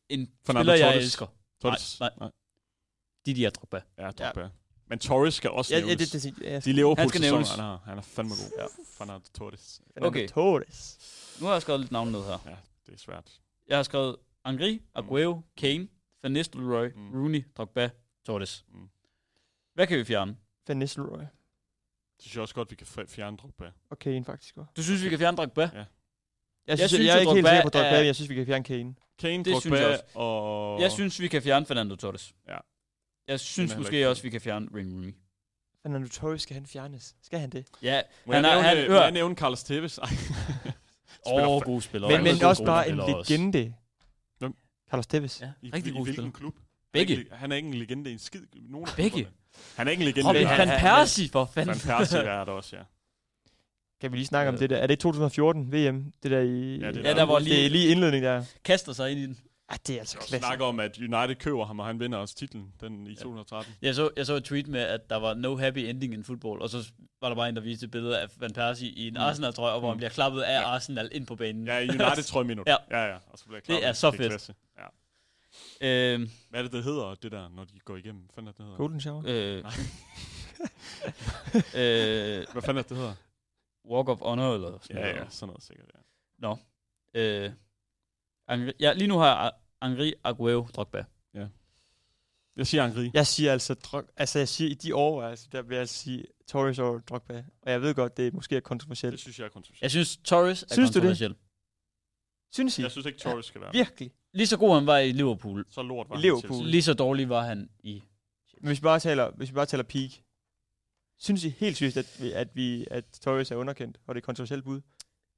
[SPEAKER 3] En
[SPEAKER 2] Fernando
[SPEAKER 3] spiller, jeg
[SPEAKER 2] Torres.
[SPEAKER 3] elsker.
[SPEAKER 2] Torres.
[SPEAKER 3] nej. Didier Drogba.
[SPEAKER 2] Ja, Drogba. Men Torres skal også
[SPEAKER 4] Ja,
[SPEAKER 2] nævnes.
[SPEAKER 4] ja, det, det, det, jeg
[SPEAKER 2] De
[SPEAKER 4] skal-
[SPEAKER 2] Liverpool
[SPEAKER 3] Han skal
[SPEAKER 2] sæsoner,
[SPEAKER 3] nævnes.
[SPEAKER 2] han har. Han er fandme god.
[SPEAKER 4] Ja.
[SPEAKER 2] Fernando Torres.
[SPEAKER 4] Fernando
[SPEAKER 3] Okay.
[SPEAKER 4] Torres.
[SPEAKER 3] Nu har jeg skrevet lidt navn ned her.
[SPEAKER 2] Det er svært.
[SPEAKER 3] Jeg har skrevet Angri, Aguero, Kane, Van Nistelrooy,
[SPEAKER 2] Mm.
[SPEAKER 3] Rooney, Drogba, Torres.
[SPEAKER 2] Mm.
[SPEAKER 3] Hvad kan vi fjerne?
[SPEAKER 4] Van Nistelrooy.
[SPEAKER 2] Det synes jeg også godt, vi kan fj- fjerne Drogba.
[SPEAKER 4] Og Kane faktisk også.
[SPEAKER 3] Du synes, vi kan fjerne Drogba?
[SPEAKER 4] Jeg, synes, jeg,
[SPEAKER 3] synes
[SPEAKER 4] jeg er
[SPEAKER 3] jo,
[SPEAKER 4] ikke helt
[SPEAKER 3] Drogba
[SPEAKER 4] sikker på Drogba,
[SPEAKER 3] er-
[SPEAKER 4] men jeg synes, vi kan fjerne Kane.
[SPEAKER 2] Kane,
[SPEAKER 3] Det synes jeg
[SPEAKER 2] Drogba
[SPEAKER 3] også.
[SPEAKER 2] og...
[SPEAKER 3] Jeg synes, vi kan fjerne Fernando Torres.
[SPEAKER 2] Ja.
[SPEAKER 3] Jeg synes
[SPEAKER 2] heller ikke
[SPEAKER 3] måske også, vi kan fjerne Wayne Rooney.
[SPEAKER 4] Fernando Torres, skal han fjernes? Skal han det?
[SPEAKER 3] Ja,
[SPEAKER 2] Må han
[SPEAKER 3] han
[SPEAKER 2] jeg,
[SPEAKER 3] er-
[SPEAKER 2] nævne,
[SPEAKER 3] han-
[SPEAKER 2] han,
[SPEAKER 3] hør.
[SPEAKER 2] må jeg nævne Carlos Tevez? [laughs] Ej. Spiller
[SPEAKER 3] åh,
[SPEAKER 2] fa-
[SPEAKER 3] gode spillere.
[SPEAKER 4] Men,
[SPEAKER 2] han er
[SPEAKER 4] men
[SPEAKER 2] sådan en
[SPEAKER 4] også
[SPEAKER 3] Gode
[SPEAKER 4] bare en
[SPEAKER 3] spillere også.
[SPEAKER 4] legende.
[SPEAKER 2] Hvem?
[SPEAKER 4] Carlos Tevez.
[SPEAKER 3] Ja,
[SPEAKER 2] I,
[SPEAKER 3] rigtig
[SPEAKER 2] i,
[SPEAKER 3] gode
[SPEAKER 2] i hvilken
[SPEAKER 3] spillere.
[SPEAKER 2] klub?
[SPEAKER 3] Begge.
[SPEAKER 2] Han er ikke- Han er ikke en legende i en skid. Nogen af
[SPEAKER 3] Begge?
[SPEAKER 2] klubberne. Han er ikke en legende.
[SPEAKER 3] Robin
[SPEAKER 2] i-
[SPEAKER 3] Van
[SPEAKER 2] han-
[SPEAKER 3] Persie, for
[SPEAKER 2] han-
[SPEAKER 3] fanden.
[SPEAKER 2] Van Persie er det også, ja.
[SPEAKER 4] Kan vi lige snakke om
[SPEAKER 3] Øh.
[SPEAKER 4] det der? Er det 2014 VM? Det der i...
[SPEAKER 2] Ja, det er
[SPEAKER 3] Ja, der, der hvor lige-
[SPEAKER 4] Det er lige indledning der.
[SPEAKER 3] Kaster sig ind i den.
[SPEAKER 4] Ah, det er altså
[SPEAKER 2] Vi
[SPEAKER 4] klasse.
[SPEAKER 2] snakker om, at United køber ham, og han vinder også titlen den i 2013.
[SPEAKER 3] Jeg så, jeg så et tweet med, at der var no happy ending in football, og så var der bare en, der viste et billede af Van Persie i en
[SPEAKER 2] Mm.
[SPEAKER 3] mm. Arsenal-trøje, og hvor han
[SPEAKER 2] Mm.
[SPEAKER 3] bliver klappet af Arsenal ind på banen.
[SPEAKER 2] Ja, i
[SPEAKER 3] [laughs]
[SPEAKER 2] United tror jeg minut.
[SPEAKER 3] Ja.
[SPEAKER 2] ja, ja. Og så bliver jeg klar
[SPEAKER 3] Det
[SPEAKER 2] over,
[SPEAKER 3] er så fedt.
[SPEAKER 2] klasse. Ja.
[SPEAKER 3] Øhm,
[SPEAKER 2] Hvad er det, det hedder, det der, når de går igennem? Hvad fanden er det, det hedder?
[SPEAKER 4] Golden Shower.
[SPEAKER 3] øh, [laughs]
[SPEAKER 2] Nej.
[SPEAKER 3] øh,
[SPEAKER 2] Hvad fanden er det, det hedder?
[SPEAKER 3] Walk of Honor eller sådan
[SPEAKER 2] Ja,
[SPEAKER 3] noget.
[SPEAKER 2] ja, sådan noget sikkert, ja.
[SPEAKER 3] Øh, Angri, ja, lige nu har jeg Angri, Aguero, Drogba.
[SPEAKER 2] Jeg siger Angri.
[SPEAKER 4] Jeg siger altså, drog, altså jeg siger, i de overvejelser, der vil jeg sige Torres over Drogba. Og jeg ved godt, det er måske er
[SPEAKER 2] Det
[SPEAKER 4] kontroversielt.
[SPEAKER 2] synes jeg er kontroversielt.
[SPEAKER 3] Jeg synes, Torres er
[SPEAKER 4] Synes du det?
[SPEAKER 3] kontroversiel.
[SPEAKER 4] Synes I?
[SPEAKER 2] Jeg synes ikke, Torres skal være. med.
[SPEAKER 4] Virkelig.
[SPEAKER 3] Lige så god han var i Liverpool,
[SPEAKER 2] Så lort var han
[SPEAKER 4] Liverpool.
[SPEAKER 2] til.
[SPEAKER 3] lige så dårlig var han i...
[SPEAKER 4] Men hvis vi bare taler, hvis vi bare taler peak, synes I helt sygt, at, vi, at, vi, at Torres er underkendt, og det er et kontroversielt bud?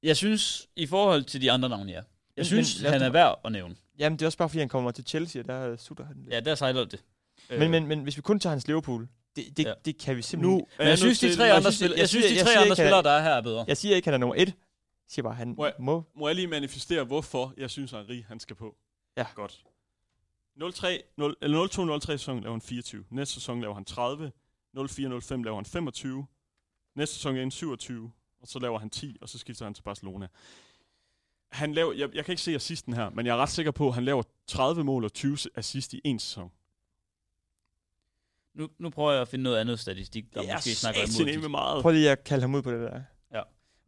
[SPEAKER 3] Jeg synes, i forhold til de andre navne, ja. Jeg
[SPEAKER 4] Men-
[SPEAKER 3] synes,
[SPEAKER 4] men lad os
[SPEAKER 3] han
[SPEAKER 4] nu
[SPEAKER 3] er værd at nævne.
[SPEAKER 4] Jamen, det er også bare, fordi han kommer til Chelsea, og der øh, sutter han lidt.
[SPEAKER 3] Ja, der sejler det. Øh,
[SPEAKER 4] Men, men, men hvis vi kun tager hans Liverpool, det, det,
[SPEAKER 3] Ja.
[SPEAKER 4] ja. det kan vi
[SPEAKER 2] Øh. Nu
[SPEAKER 4] simpelthen ikke.
[SPEAKER 2] er
[SPEAKER 3] Men jeg
[SPEAKER 2] nødt
[SPEAKER 3] synes, de
[SPEAKER 2] til-
[SPEAKER 3] tre
[SPEAKER 4] jeg
[SPEAKER 3] andre,
[SPEAKER 4] synes-
[SPEAKER 3] spillere,
[SPEAKER 4] jeg
[SPEAKER 3] jeg synes,
[SPEAKER 4] siger-
[SPEAKER 3] de
[SPEAKER 4] jeg
[SPEAKER 3] tre
[SPEAKER 4] siger
[SPEAKER 3] andre
[SPEAKER 4] ikke, at-
[SPEAKER 3] spillere, der er her, er bedre.
[SPEAKER 4] Jeg siger ikke, at han er nummer et. Jeg siger bare, at han
[SPEAKER 2] Må jeg-
[SPEAKER 4] må.
[SPEAKER 2] Må jeg lige manifestere, hvorfor jeg synes, at Henri, han skal på?
[SPEAKER 4] Ja.
[SPEAKER 2] Godt. 03, 0, eller 02-03 sæson laver han 24. Næste sæson laver han 30. 04-05 laver han 25. Næste sæson er han 27. Og så laver han 10, og så skifter han til Barcelona. Han laver, jeg, jeg kan ikke se assisten her, men jeg er ret sikker på, at han laver 30 mål og 20 assist i en sæson.
[SPEAKER 3] Nu, nu prøver jeg at finde noget andet statistik, der måske snakker imod
[SPEAKER 2] Det er med
[SPEAKER 3] det.
[SPEAKER 2] meget.
[SPEAKER 4] Prøv lige at kalde ham ud på det der.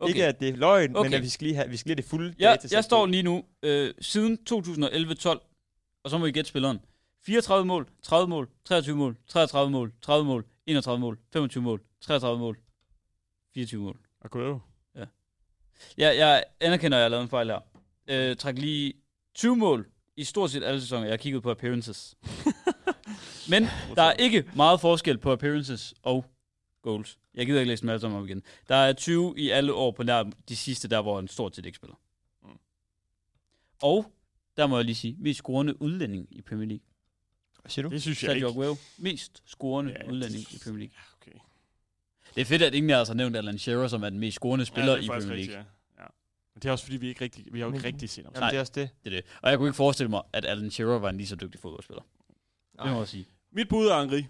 [SPEAKER 4] Okay. Ikke,
[SPEAKER 3] Okay.
[SPEAKER 4] at det er løgn, okay. men
[SPEAKER 3] Okay.
[SPEAKER 4] at vi skal lige have, vi skal lige have det fulde
[SPEAKER 3] Jeg,
[SPEAKER 4] datasæt
[SPEAKER 3] jeg
[SPEAKER 4] på.
[SPEAKER 3] står lige nu, øh, siden 2011-12, og så må I gætte spilleren. 34 mål, 30 mål, 23 mål, 33 mål, 30 mål, 31 mål, 25 mål, 33 mål, 24 mål.
[SPEAKER 2] Aguero.
[SPEAKER 3] Ja, jeg anerkender, at jeg har lavet en fejl her. Øh, træk lige 20 mål i stort set alle sæsoner. Jeg har kigget på appearances. Men der er ikke meget forskel på appearances og goals. Jeg gider ikke læse dem alle sammen op igen. Der er 20 i alle år på nær de sidste, der hvor han stort set ikke spiller.
[SPEAKER 2] Mm.
[SPEAKER 3] Og der må jeg lige sige, mest scorende udlænding i Premier League.
[SPEAKER 4] Hvad siger du?
[SPEAKER 2] Det synes jeg
[SPEAKER 3] Sergio
[SPEAKER 2] ikke.
[SPEAKER 3] Aguero, mest scorende
[SPEAKER 2] Ja,
[SPEAKER 3] ja,
[SPEAKER 2] det-
[SPEAKER 3] udlænding i Premier League.
[SPEAKER 2] Okay.
[SPEAKER 3] Det er fedt, at ingen af os har nævnt Alan Shearer, som er den mest scorende spiller
[SPEAKER 2] det
[SPEAKER 3] i
[SPEAKER 2] er
[SPEAKER 3] Premier
[SPEAKER 2] faktisk
[SPEAKER 3] League.
[SPEAKER 2] rigtigt, ja. ja. Men det er også fordi, vi ikke rigtig, vi har jo ikke
[SPEAKER 4] Men-
[SPEAKER 2] rigtig set ham.
[SPEAKER 4] Jamen,
[SPEAKER 3] Nej.
[SPEAKER 4] det er også det.
[SPEAKER 3] Det er det. Og jeg kunne ikke forestille mig, at Alan Shearer var en lige så dygtig fodboldspiller. Det må
[SPEAKER 4] Ej.
[SPEAKER 3] jeg sige.
[SPEAKER 2] Mit bud er Henri.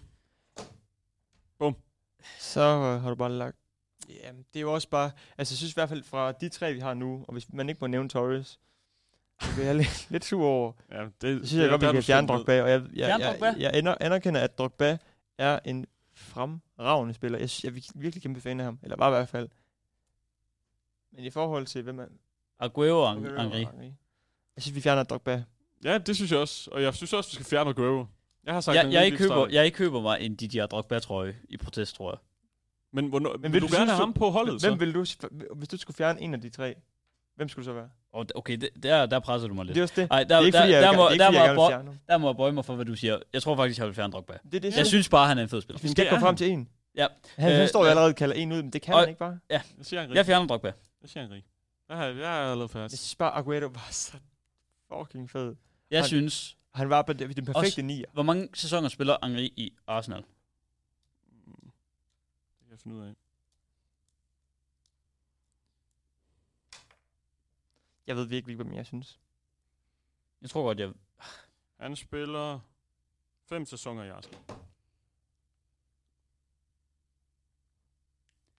[SPEAKER 4] Så øh, har du bare lagt... Ja, det er jo også bare... Altså, jeg synes i hvert fald fra de tre, vi har nu, og hvis man ikke må nævne Torres, så bliver jeg lidt, [laughs] lidt sur over.
[SPEAKER 2] Ja, det,
[SPEAKER 4] Så synes jeg godt, vi kan fjerne Drogba, og jeg, jeg,
[SPEAKER 3] Fjerne
[SPEAKER 4] jeg,
[SPEAKER 3] Drogba?
[SPEAKER 4] jeg, jeg ender- anerkender, at Drogba er en fremragende spiller. Jeg, synes, jeg er virkelig kæmpe fan af ham, eller var i hvert fald. Men i forhold til, hvem er...
[SPEAKER 3] Aguero og
[SPEAKER 4] Aguero
[SPEAKER 3] Ang-
[SPEAKER 4] og
[SPEAKER 3] Angri.
[SPEAKER 4] Henry. Jeg synes, vi fjerner Drogba.
[SPEAKER 2] Ja, det synes jeg også. Og jeg synes også, vi skal fjerne Aguero. Jeg har sagt,
[SPEAKER 3] Jeg,
[SPEAKER 2] Henry
[SPEAKER 3] jeg,
[SPEAKER 2] lige fra
[SPEAKER 3] køber,
[SPEAKER 2] starten.
[SPEAKER 3] jeg køber mig en Didier Drogba-trøje i protest, tror jeg.
[SPEAKER 2] Men, hvornår, men vil
[SPEAKER 4] Men vil
[SPEAKER 2] du,
[SPEAKER 4] du
[SPEAKER 2] gerne
[SPEAKER 4] synes,
[SPEAKER 2] have ham på holdet, så?
[SPEAKER 4] Hvem vil du... Hvis du skulle fjerne en af de tre, hvem skulle du så være?
[SPEAKER 3] Og d- okay, det, der, der presser du mig
[SPEAKER 4] Det er
[SPEAKER 3] lidt.
[SPEAKER 4] også det.
[SPEAKER 3] Ej,
[SPEAKER 4] Det
[SPEAKER 3] der,
[SPEAKER 4] er ikke,
[SPEAKER 3] der,
[SPEAKER 4] fordi jeg,
[SPEAKER 3] der,
[SPEAKER 4] gerne-
[SPEAKER 3] må,
[SPEAKER 4] det er ikke,
[SPEAKER 3] der,
[SPEAKER 4] fordi
[SPEAKER 3] må jeg
[SPEAKER 4] jeg gerne vil
[SPEAKER 3] bøj-
[SPEAKER 4] fjerne ham.
[SPEAKER 3] der må jeg bøje mig for, hvad du siger. Jeg tror faktisk, jeg vil fjerne Drogba.
[SPEAKER 4] Det er det,
[SPEAKER 3] Jeg synes bare, han er en fed spiller.
[SPEAKER 4] Vi
[SPEAKER 2] Jamen,
[SPEAKER 4] skal
[SPEAKER 2] det
[SPEAKER 4] gå
[SPEAKER 2] er
[SPEAKER 4] frem
[SPEAKER 2] han.
[SPEAKER 4] til en.
[SPEAKER 3] Ja.
[SPEAKER 4] Han,
[SPEAKER 3] Øh,
[SPEAKER 4] han står jo
[SPEAKER 3] øh,
[SPEAKER 4] allerede og kalder en ud, men det kan
[SPEAKER 3] og-
[SPEAKER 4] han ikke bare.
[SPEAKER 2] Jeg siger Henri.
[SPEAKER 3] Jeg fjerner Drogba.
[SPEAKER 2] Jeg siger Henri. Jeg har, jeg har lavet fast.
[SPEAKER 4] Jeg synes bare, Aguero var så fucking fed.
[SPEAKER 3] Jeg
[SPEAKER 4] Og-
[SPEAKER 3] synes,
[SPEAKER 4] Han var på det- den perfekte nier.
[SPEAKER 3] hvor mange sæsoner spiller Angri i Arsenal?
[SPEAKER 2] Mm. Det kan jeg finde ud af.
[SPEAKER 4] Jeg ved virkelig ikke, hvem jeg synes.
[SPEAKER 3] Jeg tror godt, jeg...
[SPEAKER 2] Han spiller fem sæsoner i Arsenal.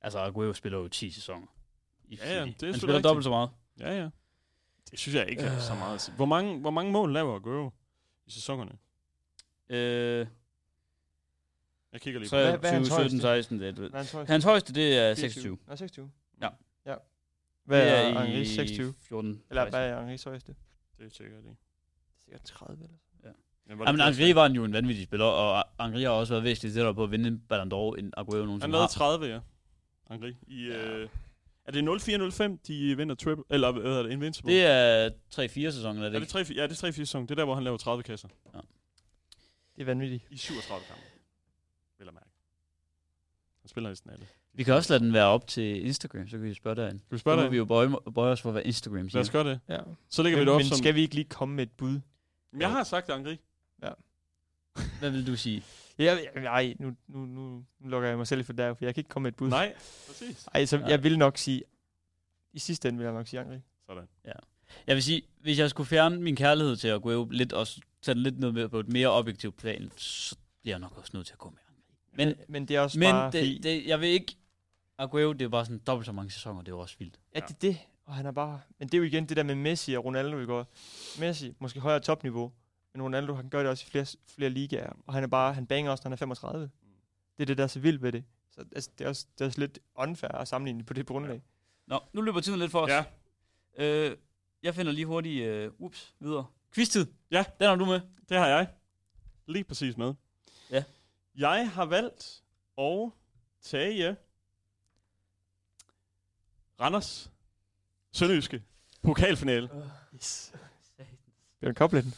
[SPEAKER 3] Altså, Aguero spiller jo 10 sæsoner. I
[SPEAKER 2] Ja, ja,
[SPEAKER 3] City.
[SPEAKER 2] det er
[SPEAKER 3] han
[SPEAKER 2] selvfølgelig
[SPEAKER 3] spiller
[SPEAKER 2] rigtigt.
[SPEAKER 3] dobbelt så meget.
[SPEAKER 2] Ja, ja. Det synes jeg ikke er så
[SPEAKER 3] Øh.
[SPEAKER 2] meget at sige. Hvor mange, hvor mange mål laver Aguero i sæsonerne?
[SPEAKER 3] Øh,
[SPEAKER 2] Jeg kigger lige på
[SPEAKER 4] Hvad- hvad er
[SPEAKER 3] 23,
[SPEAKER 4] hans
[SPEAKER 3] 17,
[SPEAKER 4] højeste?
[SPEAKER 3] 16. Det, er-
[SPEAKER 4] Hvad er han
[SPEAKER 3] hans højeste, det er 26.
[SPEAKER 4] Nej, 26.
[SPEAKER 3] Ja.
[SPEAKER 4] ja. Hvad
[SPEAKER 3] det
[SPEAKER 4] er Henri 26?
[SPEAKER 3] 14.
[SPEAKER 4] Eller
[SPEAKER 3] faktisk.
[SPEAKER 4] hvad er Henri's højeste?
[SPEAKER 2] Det tjekker jeg lige.
[SPEAKER 4] Sikkert 30 eller
[SPEAKER 2] var
[SPEAKER 3] Jamen,
[SPEAKER 2] det-
[SPEAKER 3] Angri var en jo en vanvittig spiller, og Angri har også været væsentligt tættere på at vinde en Ballon d'Or, end Aguero
[SPEAKER 2] Han
[SPEAKER 3] nogensinde
[SPEAKER 2] lavede
[SPEAKER 3] har.
[SPEAKER 2] 30, ja. Henri. I,
[SPEAKER 3] Ja.
[SPEAKER 2] øh, er det 0405, de vinder triple, eller hvad hedder det, Invincible?
[SPEAKER 3] Det er 3-4 sæsonen, er
[SPEAKER 2] er
[SPEAKER 3] det
[SPEAKER 2] det
[SPEAKER 3] ikke?
[SPEAKER 2] 3, ja, det er 3 4 sæson. Det er der, hvor han laver 30 kasser.
[SPEAKER 4] Det er vanvittigt.
[SPEAKER 2] I 37 kampe. Vil jeg mærke. Han spiller næsten alle.
[SPEAKER 3] Vi kan også lade den være op til Instagram, så kan vi spørge derinde.
[SPEAKER 2] Skal vi spørge
[SPEAKER 3] Så må
[SPEAKER 2] dig?
[SPEAKER 3] vi jo bøje, bøje os for, hvad Instagram
[SPEAKER 2] Lad os
[SPEAKER 3] siger.
[SPEAKER 2] gøre det.
[SPEAKER 4] Ja.
[SPEAKER 2] Så lægger
[SPEAKER 4] Men,
[SPEAKER 2] vi det op
[SPEAKER 4] men
[SPEAKER 2] som...
[SPEAKER 4] skal vi ikke lige komme med et
[SPEAKER 3] [laughs]
[SPEAKER 4] bud?
[SPEAKER 2] Men Jeg har sagt Angri.
[SPEAKER 3] Hvad vil du sige?
[SPEAKER 4] Ja, ja, nej, nu, nu, nu, nu lukker jeg mig selv for der, for jeg kan ikke komme med et bud.
[SPEAKER 2] Nej, præcis.
[SPEAKER 4] Ej, så
[SPEAKER 3] Nej.
[SPEAKER 4] jeg vil nok sige... I sidste ende vil jeg nok sige Henri.
[SPEAKER 2] Sådan.
[SPEAKER 3] Jeg vil sige, hvis jeg skulle fjerne min kærlighed til Aguero lidt og s- tage den lidt ned med på et mere objektivt plan, så bliver jeg nok også nødt til at gå med Angri. Men,
[SPEAKER 4] Men det er også bare...
[SPEAKER 3] men
[SPEAKER 4] fordi-
[SPEAKER 3] det, det, jeg vil ikke... Aguero, det er bare sådan dobbelt så mange sæsoner, det er jo også vildt.
[SPEAKER 4] Ja, det er det. Og han er bare... Men det er jo igen det der med Messi og Ronaldo, vi går. Messi, måske højere topniveau, men Ronaldo, han gør det også i flere, flere ligaer. Og han er bare... Han banger også, når han er 35. Det er det, der er så vildt ved det. Så altså, det, er også, det er også lidt unfair at sammenligne det på det grundlag.
[SPEAKER 3] Nå, nu løber tiden lidt for os.
[SPEAKER 2] Ja,
[SPEAKER 3] Øh, jeg finder lige hurtigt, øh, ups, videre. Quiztid.
[SPEAKER 2] Ja.
[SPEAKER 3] Den har du
[SPEAKER 4] [laughs]
[SPEAKER 3] med.
[SPEAKER 2] det har jeg. Lige præcis med.
[SPEAKER 3] Ja.
[SPEAKER 2] Jeg har valgt at tage Randers Sønderjyske pokalfinale.
[SPEAKER 4] Yes. Bjørn Koblen.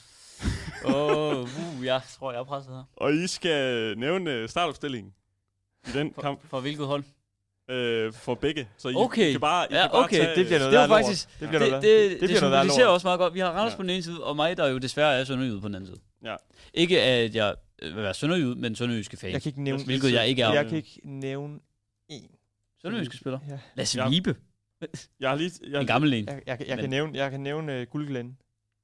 [SPEAKER 3] Åh, oh, uh, jeg tror, jeg er presset her.
[SPEAKER 2] Og I skal nævne øh, startopstillingen i den
[SPEAKER 3] For,
[SPEAKER 2] kamp
[SPEAKER 3] for hvilket hold?
[SPEAKER 2] øh, for begge. Så I,
[SPEAKER 3] Okay.
[SPEAKER 2] I kan bare, I
[SPEAKER 3] Ja,
[SPEAKER 2] kan bare
[SPEAKER 3] okay,
[SPEAKER 2] tage, øh,
[SPEAKER 4] Det bliver noget
[SPEAKER 3] det var
[SPEAKER 4] værre lort.
[SPEAKER 3] faktisk-
[SPEAKER 4] Det
[SPEAKER 3] Det,
[SPEAKER 4] bliver
[SPEAKER 3] det,
[SPEAKER 4] noget
[SPEAKER 3] det,
[SPEAKER 4] værre.
[SPEAKER 3] det, det,
[SPEAKER 4] bliver noget værre
[SPEAKER 3] symboliserer
[SPEAKER 4] lort.
[SPEAKER 3] også meget godt. Vi har Randers
[SPEAKER 2] Ja.
[SPEAKER 3] ja. på den ene side, og mig, der jo desværre er sønderjyd på den anden side.
[SPEAKER 2] Ja.
[SPEAKER 3] Ikke at jeg øh, vil være sønderjyd, men sønderjyske fan.
[SPEAKER 4] Jeg kan ikke nævne...
[SPEAKER 2] Jeg
[SPEAKER 3] Hvilket jeg ikke er.
[SPEAKER 4] Jeg kan ikke nævne én.
[SPEAKER 3] Sønderjyske spiller.
[SPEAKER 4] Ja.
[SPEAKER 3] Lasse
[SPEAKER 2] Ja.
[SPEAKER 3] ja. Vibe.
[SPEAKER 2] Jeg har lige... Jeg,
[SPEAKER 3] En gammel en.
[SPEAKER 4] Jeg, jeg, jeg, jeg, kan
[SPEAKER 3] Men-
[SPEAKER 4] nævne, jeg kan nævne uh, Guldglænd.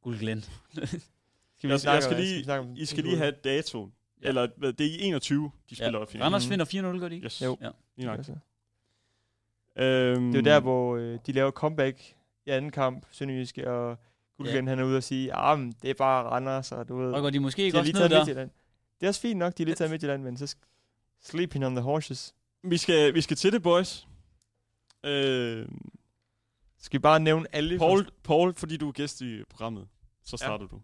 [SPEAKER 3] Guld Glenn.
[SPEAKER 4] Skal
[SPEAKER 2] Jeg- jeg
[SPEAKER 4] snakke
[SPEAKER 2] skal
[SPEAKER 4] om-
[SPEAKER 2] lige-
[SPEAKER 4] vi snakke om-
[SPEAKER 2] I skal lige have datoen. Ja.
[SPEAKER 3] Ja.
[SPEAKER 2] Eller hvad, det er i 21, de
[SPEAKER 3] Ja.
[SPEAKER 2] spiller ja. finalen.
[SPEAKER 3] Randers
[SPEAKER 4] Mhm.
[SPEAKER 3] vinder 4-0, gør de ikke?
[SPEAKER 2] Yes.
[SPEAKER 4] Jo.
[SPEAKER 2] Ja. Lige nok.
[SPEAKER 4] Altså.
[SPEAKER 2] Øhm,
[SPEAKER 4] Det er jo
[SPEAKER 2] Mm.
[SPEAKER 4] der, hvor øh, de laver comeback i anden kamp, Sønderjyske, og Guldgren han er ude og sige, ah, men det er bare Randers, og du ved,
[SPEAKER 3] Og går de måske
[SPEAKER 4] de
[SPEAKER 3] ikke
[SPEAKER 4] har
[SPEAKER 3] også ned
[SPEAKER 4] lige taget
[SPEAKER 3] der?
[SPEAKER 4] Midtjylland. Det er også fint nok, de har lige taget Midtjylland, men så sk- sleeping on the horses.
[SPEAKER 2] Vi skal, vi skal til det, boys. Øhm, Øh,
[SPEAKER 4] Skal vi bare nævne alle?
[SPEAKER 2] Paul, Paul, fordi du er gæst i programmet, så
[SPEAKER 4] Ja.
[SPEAKER 2] starter ja. du.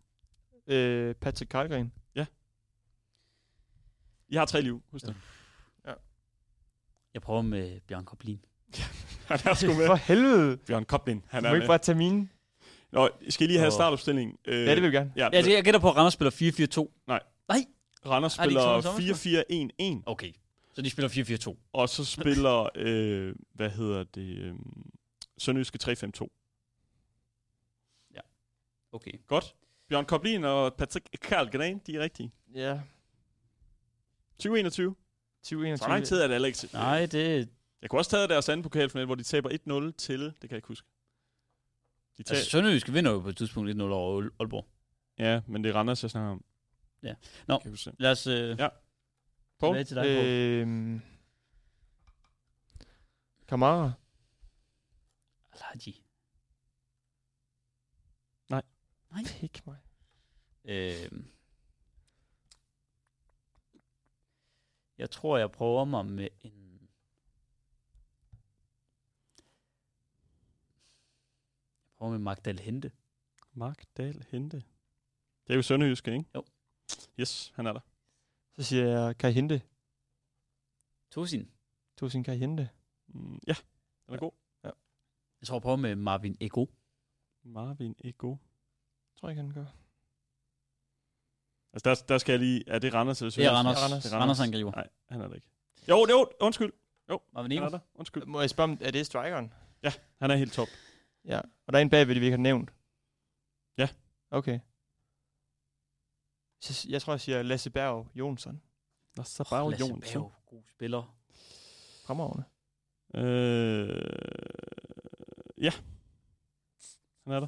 [SPEAKER 4] Øh, Patrick Karlgren.
[SPEAKER 2] I har tre liv, husk det.
[SPEAKER 3] Jeg prøver med Bjørn Koblin.
[SPEAKER 2] [laughs] Han er sgu med.
[SPEAKER 4] For helvede.
[SPEAKER 2] Bjørn Koblin,
[SPEAKER 4] Han
[SPEAKER 2] han
[SPEAKER 4] du
[SPEAKER 2] er
[SPEAKER 4] må ikke
[SPEAKER 2] med.
[SPEAKER 4] bare tage mine.
[SPEAKER 2] Nå, skal I lige have
[SPEAKER 3] Nå.
[SPEAKER 2] startopstillingen? Øh,
[SPEAKER 4] Ja, det vil vi gerne.
[SPEAKER 2] ja,
[SPEAKER 3] Jeg, jeg gætter på, at Randers spiller 4-4-2.
[SPEAKER 2] Randers
[SPEAKER 3] Er det ikke
[SPEAKER 2] spiller
[SPEAKER 3] sådan, Thomas?
[SPEAKER 2] 4-4-1-1,
[SPEAKER 3] Okay. Så de spiller 4-4-2.
[SPEAKER 2] og så spiller, øh, hvad hedder det, øh, Sønderjyske 3-5-2.
[SPEAKER 3] Okay.
[SPEAKER 2] Godt. Bjørn Koblin og Patrick Karlgren, de er rigtige.
[SPEAKER 4] Ja.
[SPEAKER 2] 2021.
[SPEAKER 4] 2021.
[SPEAKER 2] Så lang tid er det heller ikke.
[SPEAKER 3] Nej, det,
[SPEAKER 2] Jeg kunne også tage deres anden pokalfinale, hvor de taber 1-0 til, det kan jeg ikke huske. De tager,
[SPEAKER 3] Altså,
[SPEAKER 2] altså,
[SPEAKER 3] Sønderjyske vinder jo på et tidspunkt 1-0 over Aal- Aalborg.
[SPEAKER 2] ja, men det er Randers, jeg snakker om.
[SPEAKER 3] Ja.
[SPEAKER 2] Kan
[SPEAKER 3] Nå.
[SPEAKER 2] jeg huske det.
[SPEAKER 3] Lad os øh,
[SPEAKER 2] Ja.
[SPEAKER 3] ja.
[SPEAKER 2] Poul?
[SPEAKER 3] tilbage til dig, Poul.
[SPEAKER 4] Øhm, Kamara.
[SPEAKER 3] Alhaji.
[SPEAKER 4] Pik mig.
[SPEAKER 3] Øh, jeg tror, jeg prøver mig med en... Jeg prøver med Magdal Hente.
[SPEAKER 2] Mark Dahl Hente. Det er jo Sønderjyske, ikke?
[SPEAKER 3] Jo.
[SPEAKER 2] Yes, han er der.
[SPEAKER 4] Så siger jeg Kai Hente.
[SPEAKER 3] Tosin.
[SPEAKER 4] Du sin Kai Hente.
[SPEAKER 2] Mm, ja, den er
[SPEAKER 4] Ja.
[SPEAKER 2] god.
[SPEAKER 3] Jeg tror, jeg prøver med Marvin Ego.
[SPEAKER 2] Marvin Ego.
[SPEAKER 4] Tror jeg ikke, han gør.
[SPEAKER 2] Altså, der, der skal jeg lige... Er det Randers eller
[SPEAKER 3] Det er
[SPEAKER 2] Sønderjyske?
[SPEAKER 3] Randers.
[SPEAKER 4] Det er
[SPEAKER 2] Det er
[SPEAKER 3] Randers, Randers
[SPEAKER 4] Randers.
[SPEAKER 3] angriber.
[SPEAKER 2] Nej, han er der ikke. Jo, jo, undskyld.
[SPEAKER 3] Marvin
[SPEAKER 2] Han
[SPEAKER 3] Ego.
[SPEAKER 2] er der. Undskyld.
[SPEAKER 4] Må jeg spørge, om, er det strikeren?
[SPEAKER 2] Han er helt top.
[SPEAKER 4] Ja. Og der er en bagved, vi ikke har nævnt.
[SPEAKER 2] Ja.
[SPEAKER 4] Okay. Så, s- jeg tror, jeg siger Lasse Berg Jonsson.
[SPEAKER 2] Der er så
[SPEAKER 3] Åh, Lasse Berg, God spiller.
[SPEAKER 4] Fremragende.
[SPEAKER 2] Øh, ja. Han er der.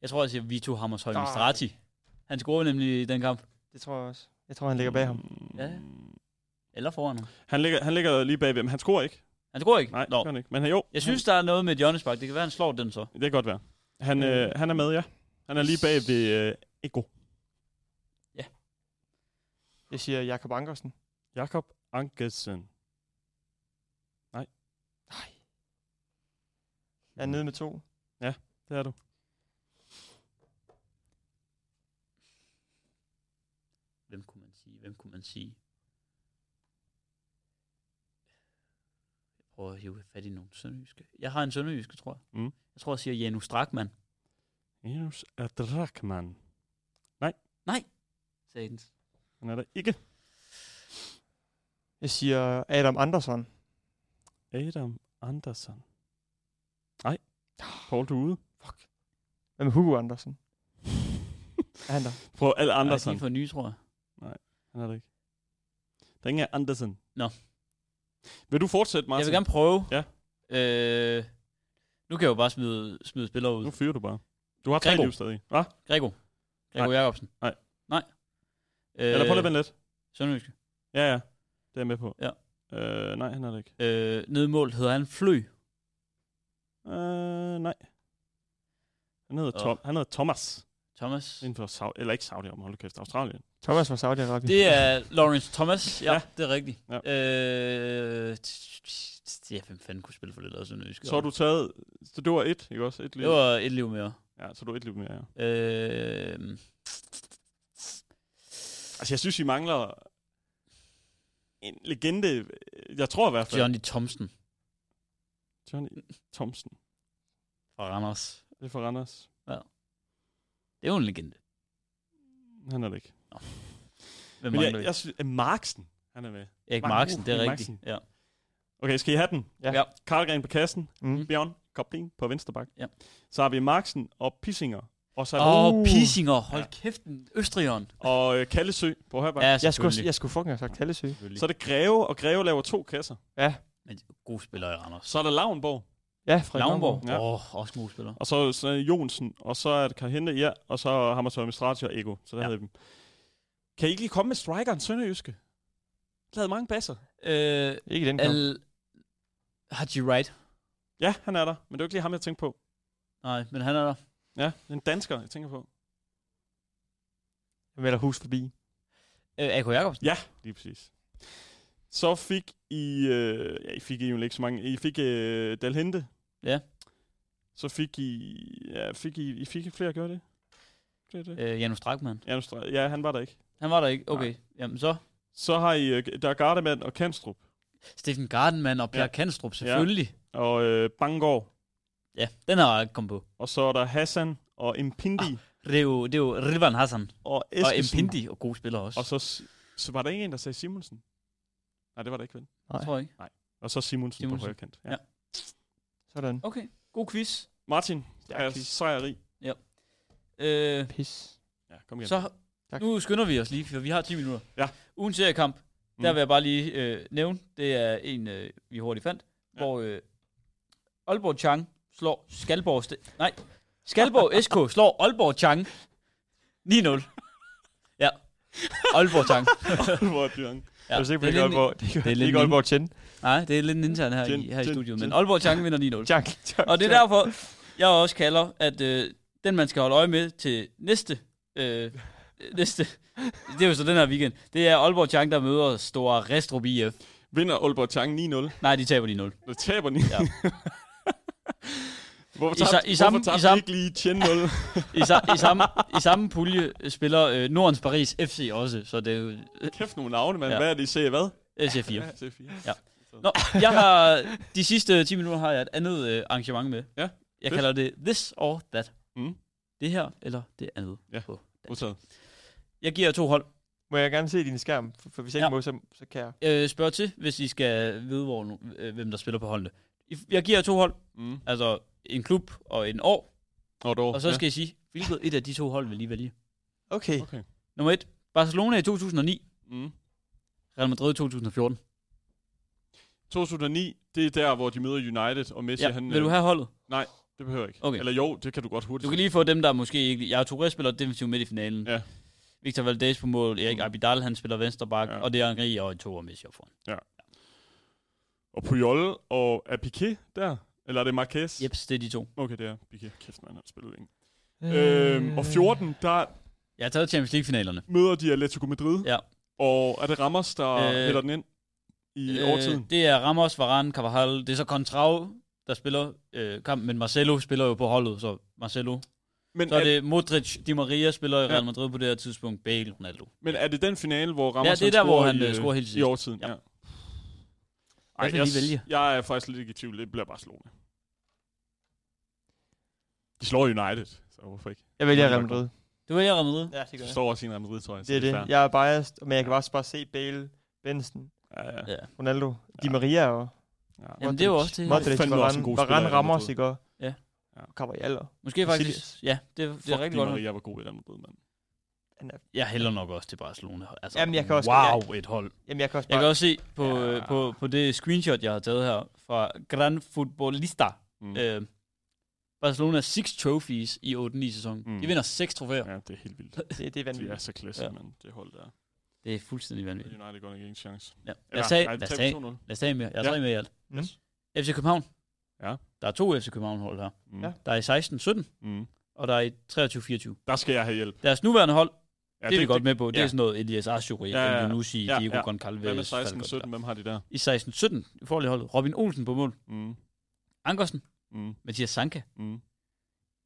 [SPEAKER 3] Jeg tror, jeg siger Vito Hammershøj
[SPEAKER 2] Ah,
[SPEAKER 4] Nej.
[SPEAKER 3] Mistrati. Han scorede nemlig i den kamp.
[SPEAKER 4] Det tror jeg også. Jeg tror, han ligger bag ham.
[SPEAKER 2] Mm,
[SPEAKER 3] Ja. Eller foran ham.
[SPEAKER 2] Han ligger, han ligger lige bagved, men han scorer ikke.
[SPEAKER 3] Han scorede ikke.
[SPEAKER 2] Nej, det
[SPEAKER 3] Nå.
[SPEAKER 2] gør han ikke. Men han, jo,
[SPEAKER 3] Jeg synes, der er noget med et hjørnespark. Det kan være, han slår den så.
[SPEAKER 2] det kan godt være. Han,
[SPEAKER 4] Øh.
[SPEAKER 3] Mm.
[SPEAKER 2] øh, han er med, ja. Han er lige bag ved øh, Ego.
[SPEAKER 4] Jeg siger Jakob Ankersen.
[SPEAKER 2] Jakob Ankesen.
[SPEAKER 4] Jeg er
[SPEAKER 3] Mm.
[SPEAKER 4] nede med to.
[SPEAKER 2] Det er du.
[SPEAKER 3] Hvem kunne man sige? Hvem kunne man sige? Jeg prøver at hive fat i nogle sønderjyske. Jeg har en sønderjyske, tror jeg.
[SPEAKER 2] Mm.
[SPEAKER 3] Jeg tror, jeg siger Janus Strakman.
[SPEAKER 2] Janus Adrakman.
[SPEAKER 3] Satans.
[SPEAKER 2] Han er der ikke.
[SPEAKER 4] Jeg siger Adam Andersson.
[SPEAKER 2] Adam Andersen. Nej.
[SPEAKER 3] Ah.
[SPEAKER 2] Paul, du er ude.
[SPEAKER 4] Hvad med Hugo Andersen? Er han der?
[SPEAKER 2] Prøv alle
[SPEAKER 3] Ej,
[SPEAKER 2] Andersen.
[SPEAKER 3] de er for nye, tror jeg.
[SPEAKER 2] Han er der ikke. Der er ingen af Andersen.
[SPEAKER 3] Nå.
[SPEAKER 2] Vil du fortsætte, Martin?
[SPEAKER 3] Jeg vil gerne prøve.
[SPEAKER 2] Ja.
[SPEAKER 3] Øh, nu kan jeg jo bare smide, smide spillere ud.
[SPEAKER 2] Nu fyrer du bare. Du har tre
[SPEAKER 3] Gregor.
[SPEAKER 2] liv stadig. Hva?
[SPEAKER 3] Grego. Grego Jacobsen.
[SPEAKER 2] Nej.
[SPEAKER 3] Nej. Øh,
[SPEAKER 2] Eller prøv lige at vente lidt.
[SPEAKER 3] Sønderjyske.
[SPEAKER 2] Ja, ja. Det er jeg med på.
[SPEAKER 3] Ja.
[SPEAKER 2] Øh, nej, han er der ikke.
[SPEAKER 3] Øh, nede i mål hedder han Flø.
[SPEAKER 2] Øh, nej. Han hedder,
[SPEAKER 3] Åh.
[SPEAKER 2] Tom, han hedder Thomas.
[SPEAKER 3] Thomas.
[SPEAKER 2] Inden for Saudi, eller ikke Saudi, om hold kæft, Australien.
[SPEAKER 4] Thomas fra Saudi-Arabien.
[SPEAKER 3] Det er Lawrence Thomas.
[SPEAKER 2] Ja.
[SPEAKER 3] Ja, ja. det er rigtigt.
[SPEAKER 2] Ja.
[SPEAKER 3] Ja. Øh, ja, hvem fanden kunne spille for det der sønderjyske?
[SPEAKER 2] Så har du taget, så du var et, ikke også? Et liv.
[SPEAKER 3] Det var et liv mere.
[SPEAKER 2] Ja, så du er et liv mere, ja.
[SPEAKER 3] Øh,
[SPEAKER 2] Altså, jeg synes, I mangler en legende, øh, jeg tror i hvert fald.
[SPEAKER 3] Johnny Thompson
[SPEAKER 2] Johnny Thompson.
[SPEAKER 3] fra Randers.
[SPEAKER 2] Det er for Randers.
[SPEAKER 3] Det er jo en legende.
[SPEAKER 2] Han er det ikke.
[SPEAKER 3] Hvem
[SPEAKER 2] Men
[SPEAKER 3] mangler
[SPEAKER 2] jeg,
[SPEAKER 3] vi?
[SPEAKER 2] jeg synes, at Marksen, han er med.
[SPEAKER 3] Erik
[SPEAKER 2] Mark- uh,
[SPEAKER 3] Marksen, det er
[SPEAKER 2] Erik
[SPEAKER 3] rigtigt. Ja.
[SPEAKER 2] Okay, skal I have den?
[SPEAKER 4] Ja.
[SPEAKER 3] Ja.
[SPEAKER 2] Karlgren på kassen,
[SPEAKER 4] Mm.
[SPEAKER 2] Bjørn Koblin på venstre bak.
[SPEAKER 3] Ja.
[SPEAKER 2] Så har vi Marksen og Pissinger. Og så
[SPEAKER 3] Og
[SPEAKER 2] har vi,
[SPEAKER 3] oh, Pisinger, hold
[SPEAKER 2] Uh. Ja.
[SPEAKER 3] ja. kæft, en Østrigeren.
[SPEAKER 2] og øh, Kallesø på højre bak.
[SPEAKER 3] Ja,
[SPEAKER 4] Jeg skulle,
[SPEAKER 3] selvfølgelig.
[SPEAKER 4] jeg skulle fucking have sagt Hallesø.
[SPEAKER 2] Så er det Greve, og Greve laver to kasser.
[SPEAKER 3] Men god spiller i Randers.
[SPEAKER 2] Så er der Lavnborg,
[SPEAKER 4] Ja, Frederik
[SPEAKER 3] Lavnborg,
[SPEAKER 2] Ja.
[SPEAKER 3] ja. oh, også god spiller.
[SPEAKER 2] og så, så er det Jonsen, og så er det Karhente, ja, og så Hammershøj Mistrati og Ego. Så der
[SPEAKER 3] Ja.
[SPEAKER 2] havde vi dem. Kan I ikke lige komme med strikeren Sønderjyske? Der havde mange basser.
[SPEAKER 3] Øh,
[SPEAKER 4] Ikke i den kamp.
[SPEAKER 3] Al... Haji Wright.
[SPEAKER 2] Ja, han er der, men det er jo ikke lige ham, jeg tænkte på.
[SPEAKER 3] Nej, men han er der.
[SPEAKER 2] Ja, det er en dansker, jeg tænker på.
[SPEAKER 4] Jeg melder hus forbi.
[SPEAKER 3] Øh, A.K. Jacobsen.
[SPEAKER 2] Lige præcis. Så fik I... Øh, ja, I fik egentlig ikke så mange. I fik øh, Dalhente.
[SPEAKER 3] Ja.
[SPEAKER 2] Så fik I... Ja, fik I, I fik flere, gjorde det? Gjorde det?
[SPEAKER 3] Øh, Janus Strakman.
[SPEAKER 2] Ja. nu stre- ja, han var der ikke.
[SPEAKER 3] Han var der ikke. Okay. Jamen så.
[SPEAKER 2] Så har I... øh, Der er Gardemann og Kanstrup.
[SPEAKER 3] Steffen Gardenman og Per
[SPEAKER 2] Ja.
[SPEAKER 3] ja. Kanstrup, selvfølgelig.
[SPEAKER 2] Og øh, Bangor.
[SPEAKER 3] Ja. den har jeg kommet på.
[SPEAKER 2] Og så er der Hassan og Impindi ah,
[SPEAKER 3] Det er jo, det er jo Ridvan Hassan
[SPEAKER 2] og
[SPEAKER 3] Ah, og
[SPEAKER 2] Eskesen.
[SPEAKER 3] Impindi, og gode spillere også.
[SPEAKER 2] Og så, s- så var der ikke en, der sagde Simonsen. Nej, det var der ikke, vel?
[SPEAKER 4] Nej.
[SPEAKER 3] tror jeg ikke.
[SPEAKER 2] Og så Simonsen, Simonsen. på
[SPEAKER 3] Simonsen.
[SPEAKER 2] højre kant. Ja.
[SPEAKER 3] Ja.
[SPEAKER 4] Sådan.
[SPEAKER 3] Okay, god quiz.
[SPEAKER 2] Martin,
[SPEAKER 4] Stærk
[SPEAKER 2] er
[SPEAKER 4] quiz.
[SPEAKER 2] sejrig.
[SPEAKER 3] Øh,
[SPEAKER 4] Pis.
[SPEAKER 2] Ja, kom igen.
[SPEAKER 3] så
[SPEAKER 4] Tak.
[SPEAKER 3] nu skynder vi os lige, for vi har 10 minutter.
[SPEAKER 2] Ja.
[SPEAKER 3] Ugen seriekamp, der
[SPEAKER 2] Mm.
[SPEAKER 3] vil jeg bare lige øh, nævne, det er en, øh, vi hurtigt fandt,
[SPEAKER 2] Ja.
[SPEAKER 3] ja. hvor øh, Aalborg Chang slår Skalborg... St- nej,
[SPEAKER 4] [laughs]
[SPEAKER 3] Skalborg SK slår Aalborg Chang 9-0. Ja, Aalborg
[SPEAKER 4] [laughs]
[SPEAKER 3] Chang.
[SPEAKER 2] [laughs] Hvor er Bjørn?
[SPEAKER 3] Ja,
[SPEAKER 4] er du sikker på,
[SPEAKER 3] det
[SPEAKER 4] det
[SPEAKER 3] er
[SPEAKER 4] er
[SPEAKER 3] lidt
[SPEAKER 4] Aalborg? [laughs] Det
[SPEAKER 3] det
[SPEAKER 4] er,
[SPEAKER 3] er
[SPEAKER 4] det er
[SPEAKER 3] lidt
[SPEAKER 4] ikke
[SPEAKER 3] min-
[SPEAKER 4] Aalborg
[SPEAKER 3] [laughs]
[SPEAKER 4] Chen.
[SPEAKER 3] Nej, det er lidt en intern her, i,
[SPEAKER 2] Gin,
[SPEAKER 3] her i
[SPEAKER 2] gin,
[SPEAKER 3] studiet,
[SPEAKER 2] gin.
[SPEAKER 3] men Aalborg Chang vinder 9-0.
[SPEAKER 4] Jack, Jack.
[SPEAKER 3] [laughs] Og det er derfor, jeg også kalder, at øh, den, man skal holde øje med til næste, øh, næste, det er jo så den her weekend, det er Aalborg Chang, der møder Store Restrup IF.
[SPEAKER 2] Vinder Aalborg Tang 9-0.
[SPEAKER 3] Nej, de taber 9-0.
[SPEAKER 2] Der taber 9 ja.
[SPEAKER 3] Ja.
[SPEAKER 2] [laughs] Hvorfor
[SPEAKER 3] I sa-
[SPEAKER 2] tabte,
[SPEAKER 3] i samme-
[SPEAKER 2] hvorfor tabte
[SPEAKER 3] i samme-
[SPEAKER 2] de ikke lige 10-0?
[SPEAKER 3] I, sa- i, samme, I samme pulje spiller øh, Nordens Paris FC også, så det er jo øh,
[SPEAKER 2] [laughs] Kæft nogle navne, mand. Ja.
[SPEAKER 3] Ja.
[SPEAKER 2] Hvad er det, I ser? Hvad?
[SPEAKER 3] SF4.
[SPEAKER 2] Ja, C4.
[SPEAKER 3] Nå, jeg har, de sidste 10 minutter har jeg et andet øh, arrangement med.
[SPEAKER 2] Ja,
[SPEAKER 3] Jeg
[SPEAKER 2] fedt.
[SPEAKER 3] kalder det This or That.
[SPEAKER 2] Mm.
[SPEAKER 3] Det her eller det andet.
[SPEAKER 2] Modtaget.
[SPEAKER 3] Jeg giver jer to hold.
[SPEAKER 4] Må jeg gerne se din skærm? For, for hvis jeg ikke
[SPEAKER 3] Ja.
[SPEAKER 4] må, så, så kan jeg.
[SPEAKER 3] Øh, spørg til, hvis I skal vide, hvor, nu- øh, hvem der spiller på holdene. I- Jeg giver jer to hold.
[SPEAKER 2] Mm.
[SPEAKER 3] Altså en klub og en år.
[SPEAKER 2] Og, et år.
[SPEAKER 3] Og så skal I sige, hvilket et af de to hold vil I vælge.
[SPEAKER 4] Okay.
[SPEAKER 2] ja. Okay.
[SPEAKER 3] Nummer et, Barcelona i 2009.
[SPEAKER 2] Mm.
[SPEAKER 3] Real Madrid i 2014.
[SPEAKER 2] 2009, det er der, hvor de møder United, og Messi,
[SPEAKER 3] Ja,
[SPEAKER 2] ja. han...
[SPEAKER 3] vil du
[SPEAKER 2] øh,
[SPEAKER 3] have holdet?
[SPEAKER 2] Det behøver jeg ikke.
[SPEAKER 3] Okay.
[SPEAKER 2] Eller jo, det kan du godt hurtigt.
[SPEAKER 3] Du kan lige få dem, der måske ikke... Jeg Touré spiller defensivt midt i finalen.
[SPEAKER 2] Ja.
[SPEAKER 3] Victor Valdez på mål. Erik
[SPEAKER 2] Mm.
[SPEAKER 3] Abidal, han spiller venstre bak.
[SPEAKER 2] Ja.
[SPEAKER 3] Ja. Og det er Henri og en to og Messi op foran.
[SPEAKER 2] Og Puyol og er Piqué der? Eller er det Marquez?
[SPEAKER 3] Jeps, det er de to.
[SPEAKER 2] Okay, det er Piqué. Kæft, man han har spillet længe.
[SPEAKER 4] Øh.
[SPEAKER 2] Øhm,
[SPEAKER 3] Øh.
[SPEAKER 2] og 14, der
[SPEAKER 3] Jeg har taget Champions League-finalerne.
[SPEAKER 2] møder de Atletico Madrid.
[SPEAKER 3] Ja.
[SPEAKER 2] Og er det Ramos, der øh,
[SPEAKER 3] Øh,
[SPEAKER 2] hælder den ind i øh, overtiden?
[SPEAKER 3] det er Ramos, Varane, Carvajal. Det er så Contrao, der spiller øh, kampen. Men Marcelo spiller jo på holdet, så Marcelo.
[SPEAKER 2] Men
[SPEAKER 3] Så
[SPEAKER 2] er,
[SPEAKER 3] er
[SPEAKER 2] det,
[SPEAKER 3] det Modric, Di Maria spiller i
[SPEAKER 2] Ja.
[SPEAKER 3] Real Madrid på det her tidspunkt. Bale, Ronaldo.
[SPEAKER 2] men er det den finale, hvor Ramos
[SPEAKER 3] Ja, det er
[SPEAKER 2] han
[SPEAKER 3] der, hvor
[SPEAKER 2] scorer
[SPEAKER 3] han
[SPEAKER 2] i,
[SPEAKER 3] øh,
[SPEAKER 2] øh,
[SPEAKER 3] scorer helt sidst.
[SPEAKER 2] i overtiden? Ja.
[SPEAKER 3] Ja.
[SPEAKER 2] ja.
[SPEAKER 3] Hvad vil I vælge?
[SPEAKER 2] jeg er faktisk lidt ikke i tvivl. Det bliver Barcelona. De slår United, så hvorfor ikke?
[SPEAKER 4] Jeg vælger
[SPEAKER 2] Nå,
[SPEAKER 4] Real Madrid.
[SPEAKER 3] Du vælger Real Madrid.
[SPEAKER 4] Ja, det
[SPEAKER 2] De står også i en Real Madrid, tror jeg. så
[SPEAKER 4] Det er
[SPEAKER 2] fair.
[SPEAKER 4] det. Jeg er biased, men jeg kan bare, bare se Bale, Benson,
[SPEAKER 2] Ja, ja.
[SPEAKER 3] Ja.
[SPEAKER 4] Ronaldo, Di
[SPEAKER 2] Ja.
[SPEAKER 4] Maria og
[SPEAKER 2] ja.
[SPEAKER 3] Jamen, det er jo også det.
[SPEAKER 4] Modric,
[SPEAKER 2] Fandme også en god
[SPEAKER 4] Varane,
[SPEAKER 2] spiller i
[SPEAKER 4] Varane
[SPEAKER 2] Real
[SPEAKER 4] rammer
[SPEAKER 2] Madrid.
[SPEAKER 4] sig godt.
[SPEAKER 3] Ja.
[SPEAKER 2] Ja.
[SPEAKER 4] Cavallo.
[SPEAKER 3] Måske
[SPEAKER 4] Præcis.
[SPEAKER 3] faktisk. Ja, det, det er
[SPEAKER 2] Fuck,
[SPEAKER 3] rigtig
[SPEAKER 2] Di
[SPEAKER 3] godt.
[SPEAKER 2] Maria var god i Real Madrid, mand.
[SPEAKER 3] Jeg hælder nok også til Barcelona. Altså,
[SPEAKER 4] Jamen, jeg kan også-
[SPEAKER 3] wow, et hold.
[SPEAKER 4] Jamen, jeg kan også
[SPEAKER 3] Jeg
[SPEAKER 4] bare...
[SPEAKER 3] kan også se på,
[SPEAKER 2] Ja.
[SPEAKER 3] ja. på, på det screenshot, jeg har taget her fra Gran Futbolista.
[SPEAKER 2] Mm.
[SPEAKER 3] Mm. Øh, Barcelonas six trophies i 8-9-sæsonen.
[SPEAKER 2] Mm.
[SPEAKER 3] Mm. De vinder seks trofæer. Ja.
[SPEAKER 2] Ja, det er helt vildt.
[SPEAKER 4] Det, det er
[SPEAKER 2] Det er
[SPEAKER 4] vanvittigt.
[SPEAKER 2] så klasse,
[SPEAKER 3] Ja.
[SPEAKER 2] mand. Det hold der.
[SPEAKER 3] Det er fuldstændig vanvittigt.
[SPEAKER 2] United går nok ikke en chance.
[SPEAKER 3] Ja. Lad os tage,
[SPEAKER 2] nej,
[SPEAKER 3] lad os
[SPEAKER 2] taber
[SPEAKER 3] tage,
[SPEAKER 2] 2-0.
[SPEAKER 3] lad os tage mere. Jeg
[SPEAKER 2] Ja.
[SPEAKER 3] har tre mere i alt.
[SPEAKER 4] Mm.
[SPEAKER 3] FC København.
[SPEAKER 2] Ja.
[SPEAKER 3] Der er to FC København-hold her.
[SPEAKER 2] Mm.
[SPEAKER 4] Ja.
[SPEAKER 3] Der er i 16-17,
[SPEAKER 2] Mm.
[SPEAKER 3] og der er i 23-24.
[SPEAKER 2] Der skal jeg have hjælp.
[SPEAKER 3] Deres nuværende hold, ja,
[SPEAKER 2] Ja,
[SPEAKER 3] det er vi godt med på. Det
[SPEAKER 2] ja.
[SPEAKER 3] er sådan noget Elias Aschuri,
[SPEAKER 2] Ja, ja, ja.
[SPEAKER 3] ja, Nusi,
[SPEAKER 2] Ja,
[SPEAKER 3] ja, Diego
[SPEAKER 2] ja.
[SPEAKER 3] ja. Goncalves.
[SPEAKER 2] Hvad med 16
[SPEAKER 3] Falcao.
[SPEAKER 2] 17? Hvem har de der?
[SPEAKER 3] I 16-17, forlige holdet. Robin Olsen på mål.
[SPEAKER 2] Mm.
[SPEAKER 3] Ankersen,
[SPEAKER 2] Mm.
[SPEAKER 3] Mathias Sanka,
[SPEAKER 2] Mm.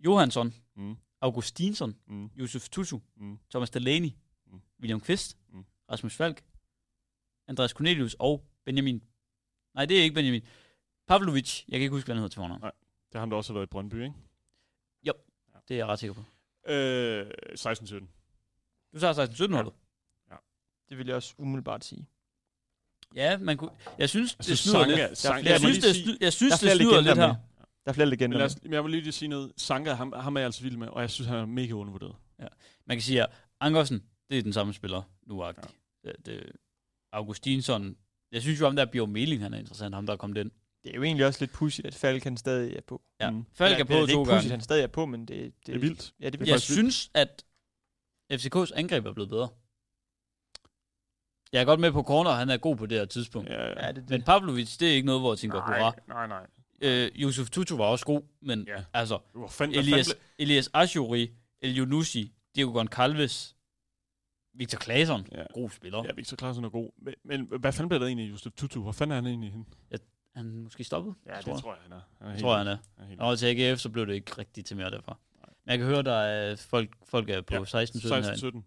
[SPEAKER 3] Johansson,
[SPEAKER 2] Mm.
[SPEAKER 3] Augustinsson,
[SPEAKER 2] Mm.
[SPEAKER 3] Josef Tutu,
[SPEAKER 2] Mm.
[SPEAKER 3] Thomas Delaney,
[SPEAKER 2] Mm.
[SPEAKER 3] William Kvist,
[SPEAKER 2] Mm.
[SPEAKER 3] Rasmus Falk, Andreas Cornelius og Benjamin. Nej, det er ikke Benjamin. Pavlovic, jeg kan ikke huske, hvad han hedder til fornavn.
[SPEAKER 2] Nej. Det har han da også været i Brøndby, ikke?
[SPEAKER 3] Det er jeg ret sikker på.
[SPEAKER 2] Øh, 16 17.
[SPEAKER 3] Du tager 16-17 holdet.
[SPEAKER 4] Det vil jeg også umiddelbart sige.
[SPEAKER 3] Ja, man kunne, jeg synes,
[SPEAKER 2] Jeg
[SPEAKER 3] det Altså, snyder lidt.
[SPEAKER 2] Sanka,
[SPEAKER 4] flere-
[SPEAKER 3] Jeg
[SPEAKER 2] jeg,
[SPEAKER 3] synes,
[SPEAKER 2] synes,
[SPEAKER 3] det, sny- jeg synes,
[SPEAKER 4] Der er
[SPEAKER 3] det
[SPEAKER 4] flere
[SPEAKER 3] snyder lidt
[SPEAKER 4] legender
[SPEAKER 3] her.
[SPEAKER 4] med. Der er flere
[SPEAKER 2] men
[SPEAKER 4] legender.
[SPEAKER 2] lad os, men jeg vil lige sige noget. Sanka, ham, ham er jeg altså vild med, og jeg synes, han er mega undervurderet.
[SPEAKER 3] Man kan sige, at Ankersen, det er den samme spiller nu ja. det, det, Augustinsson, jeg synes jo, ham der Bjørn Meling, han er interessant, ham der er kommet ind.
[SPEAKER 4] Det er jo egentlig også lidt pudsigt, at Falk han stadig er på.
[SPEAKER 3] Ja.
[SPEAKER 2] Mm.
[SPEAKER 3] Mm. Falk er
[SPEAKER 4] Eller,
[SPEAKER 3] på
[SPEAKER 4] det er
[SPEAKER 3] to
[SPEAKER 4] ikke
[SPEAKER 3] gange.
[SPEAKER 4] pudsigt, han stadig er på, men det, det,
[SPEAKER 2] Det er vildt.
[SPEAKER 4] Ja, det er
[SPEAKER 2] Det
[SPEAKER 4] vildt.
[SPEAKER 2] er
[SPEAKER 3] Jeg
[SPEAKER 2] faktisk vildt.
[SPEAKER 3] synes, at FCK's angreb er blevet bedre. Jeg er godt med på corner, han er god på det her tidspunkt. Ja.
[SPEAKER 2] Ja, ja.
[SPEAKER 4] Ja, det, det.
[SPEAKER 3] Men Pavlovic, det er ikke noget, hvor jeg tænker, hurra.
[SPEAKER 2] nej, nej.
[SPEAKER 3] Øh, Yusuf Tutu var også god, men
[SPEAKER 2] Ja.
[SPEAKER 3] ja. altså,
[SPEAKER 2] Hvor fanden, hvad
[SPEAKER 3] Elias,
[SPEAKER 2] fanden
[SPEAKER 3] Elias Ashuri, El Yunusi, Diego Goncalves, Victor Claesson,
[SPEAKER 2] blev... Ja.
[SPEAKER 3] god spiller. Ja.
[SPEAKER 2] Ja, Victor Clausen er god. Men, men hvad fanden blev der egentlig, Josef Tutu? Hvor fanden er han egentlig henne?
[SPEAKER 3] Han er måske stoppet,
[SPEAKER 2] Ja, det
[SPEAKER 3] tror jeg.
[SPEAKER 2] tror jeg, han er. Han er
[SPEAKER 3] Jeg
[SPEAKER 2] helt
[SPEAKER 3] tror, han er.
[SPEAKER 2] Han er helt
[SPEAKER 3] Og til AGF, så blev det ikke rigtigt til mere derfra. Men jeg kan høre, der er folk, folk er på
[SPEAKER 2] Ja,
[SPEAKER 3] 16-17 herinde.
[SPEAKER 2] 16-17.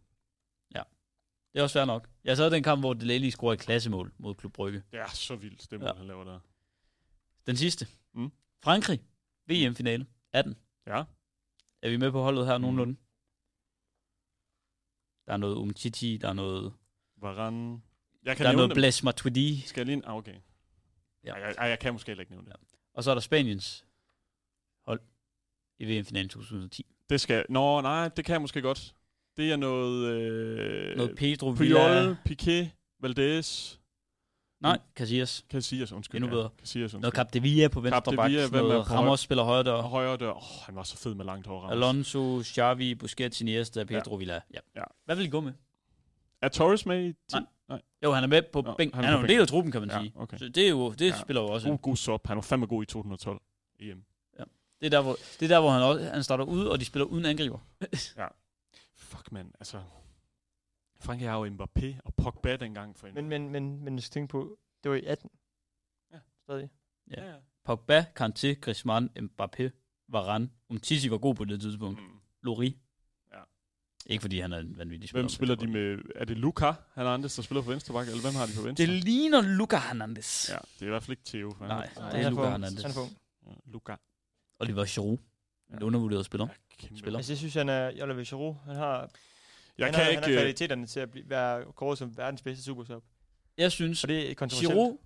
[SPEAKER 3] Det er også fair nok. Jeg sad den kamp, hvor Delaney scorer et klassemål mod Klub Brygge.
[SPEAKER 2] Det er så vildt, det mål,
[SPEAKER 3] Ja.
[SPEAKER 2] han laver der.
[SPEAKER 3] Den sidste.
[SPEAKER 2] Mm.
[SPEAKER 3] Frankrig. VM-finale. 18.
[SPEAKER 2] Ja.
[SPEAKER 3] Er vi med på holdet her
[SPEAKER 2] Mm.
[SPEAKER 3] nogenlunde? Der er noget Umtiti, der er noget,
[SPEAKER 2] Varane. Jeg kan
[SPEAKER 3] der er
[SPEAKER 2] nævne
[SPEAKER 3] noget
[SPEAKER 2] dem.
[SPEAKER 3] Blaise Matuidi.
[SPEAKER 2] Skal jeg lige en... Ah, okay.
[SPEAKER 3] Ja.
[SPEAKER 2] Ja. Jeg, jeg, jeg, kan måske heller ikke nævne det.
[SPEAKER 3] Og så er der Spaniens hold i VM-finalen 2010.
[SPEAKER 2] Det skal... Nå, nej, det kan jeg måske godt. Det er noget... Øh,
[SPEAKER 3] Noget Pedro Villa.
[SPEAKER 2] Puyol, Piqué, Valdez,
[SPEAKER 3] Nej, Casillas.
[SPEAKER 2] Casillas, undskyld.
[SPEAKER 3] Endnu bedre.
[SPEAKER 2] Ja, Casillas, undskyld.
[SPEAKER 3] Noget Cap de Villa på
[SPEAKER 2] Capdevila,
[SPEAKER 3] venstre bak. sådan
[SPEAKER 2] hvem er
[SPEAKER 3] Noget
[SPEAKER 2] på højre-
[SPEAKER 3] Ramos spiller højre
[SPEAKER 2] Og
[SPEAKER 3] dør.
[SPEAKER 2] højre dør. Åh, oh, han var så fed med langt hår. Ramos.
[SPEAKER 3] Alonso, Xavi, Busquets, Iniesta, Pedro Villa. Ja.
[SPEAKER 2] Ja.
[SPEAKER 3] Hvad vil I gå med?
[SPEAKER 2] Er Torres med i ti?
[SPEAKER 3] Nej. Jo, han er med på
[SPEAKER 2] Nå,
[SPEAKER 3] bænken.
[SPEAKER 2] han
[SPEAKER 3] Han
[SPEAKER 2] er på
[SPEAKER 3] er jo en
[SPEAKER 2] bænken.
[SPEAKER 3] del af truppen, kan man
[SPEAKER 2] Ja,
[SPEAKER 3] sige.
[SPEAKER 2] okay.
[SPEAKER 3] Så det, er jo, det
[SPEAKER 2] Ja. Uh.
[SPEAKER 3] spiller jo også ind.
[SPEAKER 2] God, god sop. Han var fandme god i 2012 EM.
[SPEAKER 3] Det er der, hvor, det er der, hvor han, også, han starter ud, og de spiller
[SPEAKER 2] [laughs]
[SPEAKER 3] uden angriber.
[SPEAKER 2] Fuck, mand. Altså, Frankrig har jo Mbappé og Pogba dengang for en.
[SPEAKER 4] Men, men, men, men jeg skal tænke på, det var i 18.
[SPEAKER 2] Ja.
[SPEAKER 4] Stadig.
[SPEAKER 3] Ja. Pogba, Kanté, Griezmann, Mbappé, Varane. Umtiti var god på det tidspunkt.
[SPEAKER 2] Mm.
[SPEAKER 3] Lori.
[SPEAKER 2] Ja.
[SPEAKER 3] Ikke fordi han er en vanvittig spiller.
[SPEAKER 2] Hvem spiller de med? Er det Luca Hernandez, der spiller på venstre bakke, eller hvem har de på venstre?
[SPEAKER 3] Det ligner Luca Hernandez.
[SPEAKER 2] Ja, det er i hvert fald ikke Theo. hvad
[SPEAKER 3] Nej,
[SPEAKER 2] han
[SPEAKER 3] Nej,
[SPEAKER 2] hedder.
[SPEAKER 3] det er
[SPEAKER 4] han
[SPEAKER 3] Luca
[SPEAKER 4] ung.
[SPEAKER 3] Hernandez.
[SPEAKER 4] Han er for ung.
[SPEAKER 2] Ja, Luca.
[SPEAKER 3] Oliver Giroud. En
[SPEAKER 2] Ja.
[SPEAKER 3] undervurderet spiller.
[SPEAKER 2] Ja, kæmpe.
[SPEAKER 3] Spiller.
[SPEAKER 4] Altså, jeg synes, han er Oliver Giroud. Han har,
[SPEAKER 2] Jeg
[SPEAKER 4] han
[SPEAKER 2] kan
[SPEAKER 4] har, han har
[SPEAKER 2] ikke... øh,
[SPEAKER 4] kvaliteterne til at blive, være kåret som verdens bedste supersub.
[SPEAKER 3] Jeg synes,
[SPEAKER 4] Og det er kontroversielt.
[SPEAKER 3] Giroud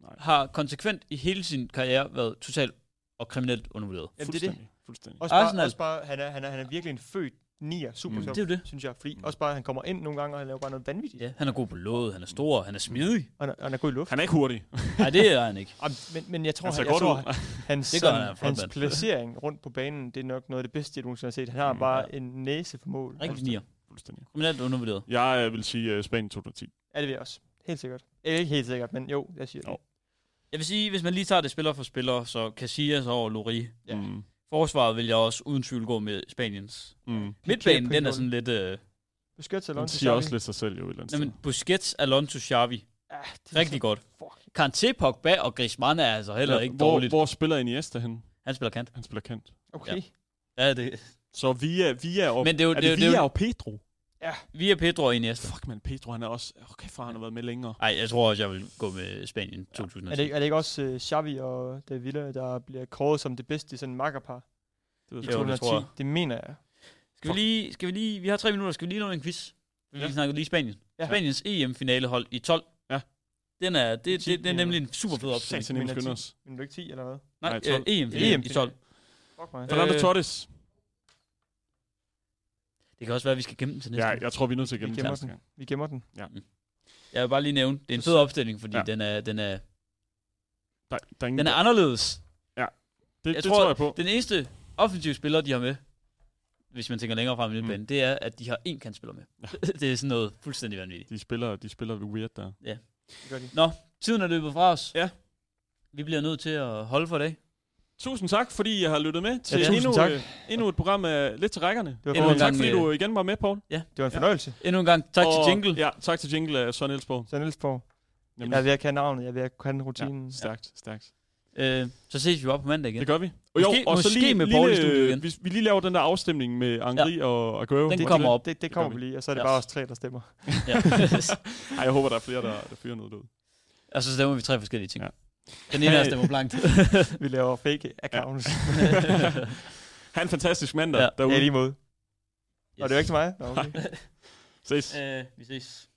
[SPEAKER 2] Nej.
[SPEAKER 3] har konsekvent i hele sin karriere været totalt og kriminelt undervurderet.
[SPEAKER 4] Jamen, det er det.
[SPEAKER 2] øh, Fuldstændig. Fuldstændig.
[SPEAKER 4] Også bare,
[SPEAKER 3] Arsenal.
[SPEAKER 4] også bare han, er, han, er, han er virkelig en født nier
[SPEAKER 2] Mm.
[SPEAKER 4] supersub,
[SPEAKER 3] Det er jo det.
[SPEAKER 4] mm. synes jeg. Fordi
[SPEAKER 2] Mm.
[SPEAKER 4] også bare, han kommer ind nogle gange, og han laver bare noget vanvittigt.
[SPEAKER 3] Ja, han er god på låget, han er stor,
[SPEAKER 2] Mm.
[SPEAKER 3] han er smidig.
[SPEAKER 4] Og han, er- han er god i luft.
[SPEAKER 2] Han er ikke hurtig.
[SPEAKER 3] [laughs] Nej, det er han ikke.
[SPEAKER 4] Jamen, Men, men jeg tror,
[SPEAKER 2] Han ser
[SPEAKER 4] han, jeg
[SPEAKER 2] godt
[SPEAKER 4] tror,
[SPEAKER 2] ud.
[SPEAKER 4] hans,
[SPEAKER 3] Det gør han,
[SPEAKER 4] sådan,
[SPEAKER 3] han er en flot
[SPEAKER 4] hans
[SPEAKER 3] mand.
[SPEAKER 4] placering rundt på banen, det er nok noget af det bedste, jeg nogensinde har set. Han har
[SPEAKER 2] Mm,
[SPEAKER 4] bare
[SPEAKER 3] ja.
[SPEAKER 4] en næse for mål. Altså,
[SPEAKER 3] Rigtig nier.
[SPEAKER 2] Fuldstændig.
[SPEAKER 3] Kriminelt undervurderet.
[SPEAKER 2] Jeg øh, vil sige øh, Spanien 2010.
[SPEAKER 4] Ja, det vil jeg også. Helt sikkert. Eller ikke helt sikkert, men jo, jeg siger det.
[SPEAKER 2] Jo.
[SPEAKER 3] Jeg vil sige, hvis man lige tager det spiller for spiller, så Casillas over Lori.
[SPEAKER 4] Ja.
[SPEAKER 2] Mm.
[SPEAKER 3] Forsvaret vil jeg også uden tvivl gå med Spaniens.
[SPEAKER 2] Mm.
[SPEAKER 3] Midtbanen,
[SPEAKER 4] på
[SPEAKER 3] den er
[SPEAKER 4] mål.
[SPEAKER 3] sådan lidt... Øh,
[SPEAKER 4] Busquets og
[SPEAKER 2] Han
[SPEAKER 4] Alonso
[SPEAKER 2] siger
[SPEAKER 4] Xavi.
[SPEAKER 2] også lidt sig selv jo et eller andet
[SPEAKER 3] jamen, Busquets, Alonso, Xavi.
[SPEAKER 4] Ah, det er
[SPEAKER 3] Rigtig
[SPEAKER 4] så-
[SPEAKER 3] godt.
[SPEAKER 4] Fuck.
[SPEAKER 3] Kanté, Pogba og Griezmann er altså heller
[SPEAKER 2] sted.
[SPEAKER 3] ikke
[SPEAKER 2] hvor,
[SPEAKER 3] dårligt.
[SPEAKER 2] hvor spiller Iniesta hen?
[SPEAKER 3] Han spiller kant.
[SPEAKER 2] Han spiller kant.
[SPEAKER 4] Okay.
[SPEAKER 3] Ja, det.
[SPEAKER 2] Så via, via og...
[SPEAKER 3] Men det er jo...
[SPEAKER 2] er
[SPEAKER 3] det,
[SPEAKER 2] det,
[SPEAKER 3] er jo-
[SPEAKER 2] via
[SPEAKER 3] det, er jo-
[SPEAKER 2] og Pedro?
[SPEAKER 3] via Pedro og Iniesta.
[SPEAKER 2] Fuck, man. Pedro, han er også... Åh, kæft, hvor har han har været med længere.
[SPEAKER 3] Ej, jeg tror også, jeg vil gå med Spanien 2010.
[SPEAKER 4] Er det, ikke- er det ikke også uh, Xavi og David Villa, der bliver kåret som det bedste sådan makkerpar
[SPEAKER 2] Det ved
[SPEAKER 4] i
[SPEAKER 2] jeg
[SPEAKER 3] Jo,
[SPEAKER 2] sgu
[SPEAKER 3] det
[SPEAKER 2] ikke.
[SPEAKER 4] 2010?
[SPEAKER 3] tror jeg.
[SPEAKER 4] Det mener jeg.
[SPEAKER 3] Skal vi lige... Skal vi lige... Vi har tre minutter. Skal vi lige nå en quiz? Vi ja.
[SPEAKER 2] Ja.
[SPEAKER 3] snakkede lige Spanien.
[SPEAKER 4] Ja.
[SPEAKER 3] Spaniens EM-finalehold i 12.
[SPEAKER 2] Ja.
[SPEAKER 3] Den er, det,
[SPEAKER 4] Ti-
[SPEAKER 3] det, det er nemlig en super fed opstilling. Øh,
[SPEAKER 2] Satan, jeg må
[SPEAKER 4] Men
[SPEAKER 2] skynde
[SPEAKER 4] at-
[SPEAKER 2] os.
[SPEAKER 4] Men er du ikke 10 eller hvad?
[SPEAKER 3] Nej,
[SPEAKER 2] Nej,
[SPEAKER 3] øh,
[SPEAKER 2] 12.
[SPEAKER 3] EM-finale
[SPEAKER 4] EM
[SPEAKER 3] i 12.
[SPEAKER 4] Fuck mig.
[SPEAKER 3] Ja.
[SPEAKER 2] Fernando
[SPEAKER 3] Øh,
[SPEAKER 2] Torres.
[SPEAKER 3] Det kan også være, at vi skal gemme den til næste
[SPEAKER 2] Ja,
[SPEAKER 3] gang.
[SPEAKER 2] jeg tror, vi er nødt til at
[SPEAKER 4] Vi
[SPEAKER 2] gemme den
[SPEAKER 4] gemmer
[SPEAKER 2] næste
[SPEAKER 4] den.
[SPEAKER 2] gang.
[SPEAKER 4] Vi gemmer den.
[SPEAKER 3] Jeg vil bare lige nævne, det er en fed opstilling, fordi ja.
[SPEAKER 2] Ja.
[SPEAKER 3] den, er, den, er,
[SPEAKER 2] Der, der er ingen,
[SPEAKER 3] den er anderledes.
[SPEAKER 2] det,
[SPEAKER 3] jeg
[SPEAKER 2] det,
[SPEAKER 3] tror-
[SPEAKER 2] tror jeg på.
[SPEAKER 3] Den eneste offensive spiller, de har med, hvis man tænker længere frem i midtbanen, mm. det er, at de har én kantspiller med.
[SPEAKER 2] Ja.
[SPEAKER 3] [laughs] det er sådan noget fuldstændig vanvittigt.
[SPEAKER 2] De spiller, de spiller weird der.
[SPEAKER 4] Det gør de.
[SPEAKER 3] Tiden er løbet fra os.
[SPEAKER 2] Ja.
[SPEAKER 3] Vi bliver nødt til at holde for i dag.
[SPEAKER 2] Tusind tak, fordi jeg har lyttet med til
[SPEAKER 4] Ja,
[SPEAKER 2] ja,
[SPEAKER 4] tusind
[SPEAKER 2] endnu,
[SPEAKER 4] tak.
[SPEAKER 2] øh, endnu et program af Lidt til Rækkerne.
[SPEAKER 4] Det var,
[SPEAKER 3] Endnu
[SPEAKER 2] Og
[SPEAKER 3] en
[SPEAKER 4] en,
[SPEAKER 2] tak,
[SPEAKER 3] gang,
[SPEAKER 2] fordi
[SPEAKER 3] øh,
[SPEAKER 2] du igen var med, Paul.
[SPEAKER 4] det var en
[SPEAKER 2] Ja.
[SPEAKER 4] fornøjelse.
[SPEAKER 3] Endnu en gang tak og,
[SPEAKER 2] og,
[SPEAKER 3] til Jingle.
[SPEAKER 2] Ja, tak til Jingle af Søren Elsborg.
[SPEAKER 4] Så Niels på.
[SPEAKER 2] Nemlig.
[SPEAKER 4] Jeg er ved at kende navnet, jeg er ved at kende rutinen.
[SPEAKER 2] Ja, stærkt, stærkt.
[SPEAKER 3] Øh, så ses vi op på mandag igen.
[SPEAKER 2] Det gør vi. Og
[SPEAKER 3] Måske- måske med Paul i studiet igen.
[SPEAKER 2] Hvis øh, vi lige laver den der afstemning med Angri ja. og Aguero.
[SPEAKER 3] Den
[SPEAKER 2] Det-
[SPEAKER 3] kommer op.
[SPEAKER 4] Det, det
[SPEAKER 2] gør
[SPEAKER 4] kommer
[SPEAKER 2] vi.
[SPEAKER 4] vi lige, og så er det
[SPEAKER 3] Ja.
[SPEAKER 4] bare os tre, der stemmer.
[SPEAKER 3] Ja.
[SPEAKER 2] [laughs]
[SPEAKER 3] [laughs]
[SPEAKER 2] Ej, jeg håber, der er flere, der, der fyrer noget ud.
[SPEAKER 3] og så stemmer vi tre forskellige ting. Ja.
[SPEAKER 2] Ja. [laughs]
[SPEAKER 3] Den ene af os stemmer blankt.
[SPEAKER 4] Vi laver fake accounts.
[SPEAKER 2] Ha' en fantastisk mandag
[SPEAKER 3] Ja.
[SPEAKER 2] ja.
[SPEAKER 4] Ja,
[SPEAKER 2] derude.
[SPEAKER 4] lige måde. Og det er jo ikke til mig. Nå, okay.
[SPEAKER 2] Ses.
[SPEAKER 3] Øh, vi ses.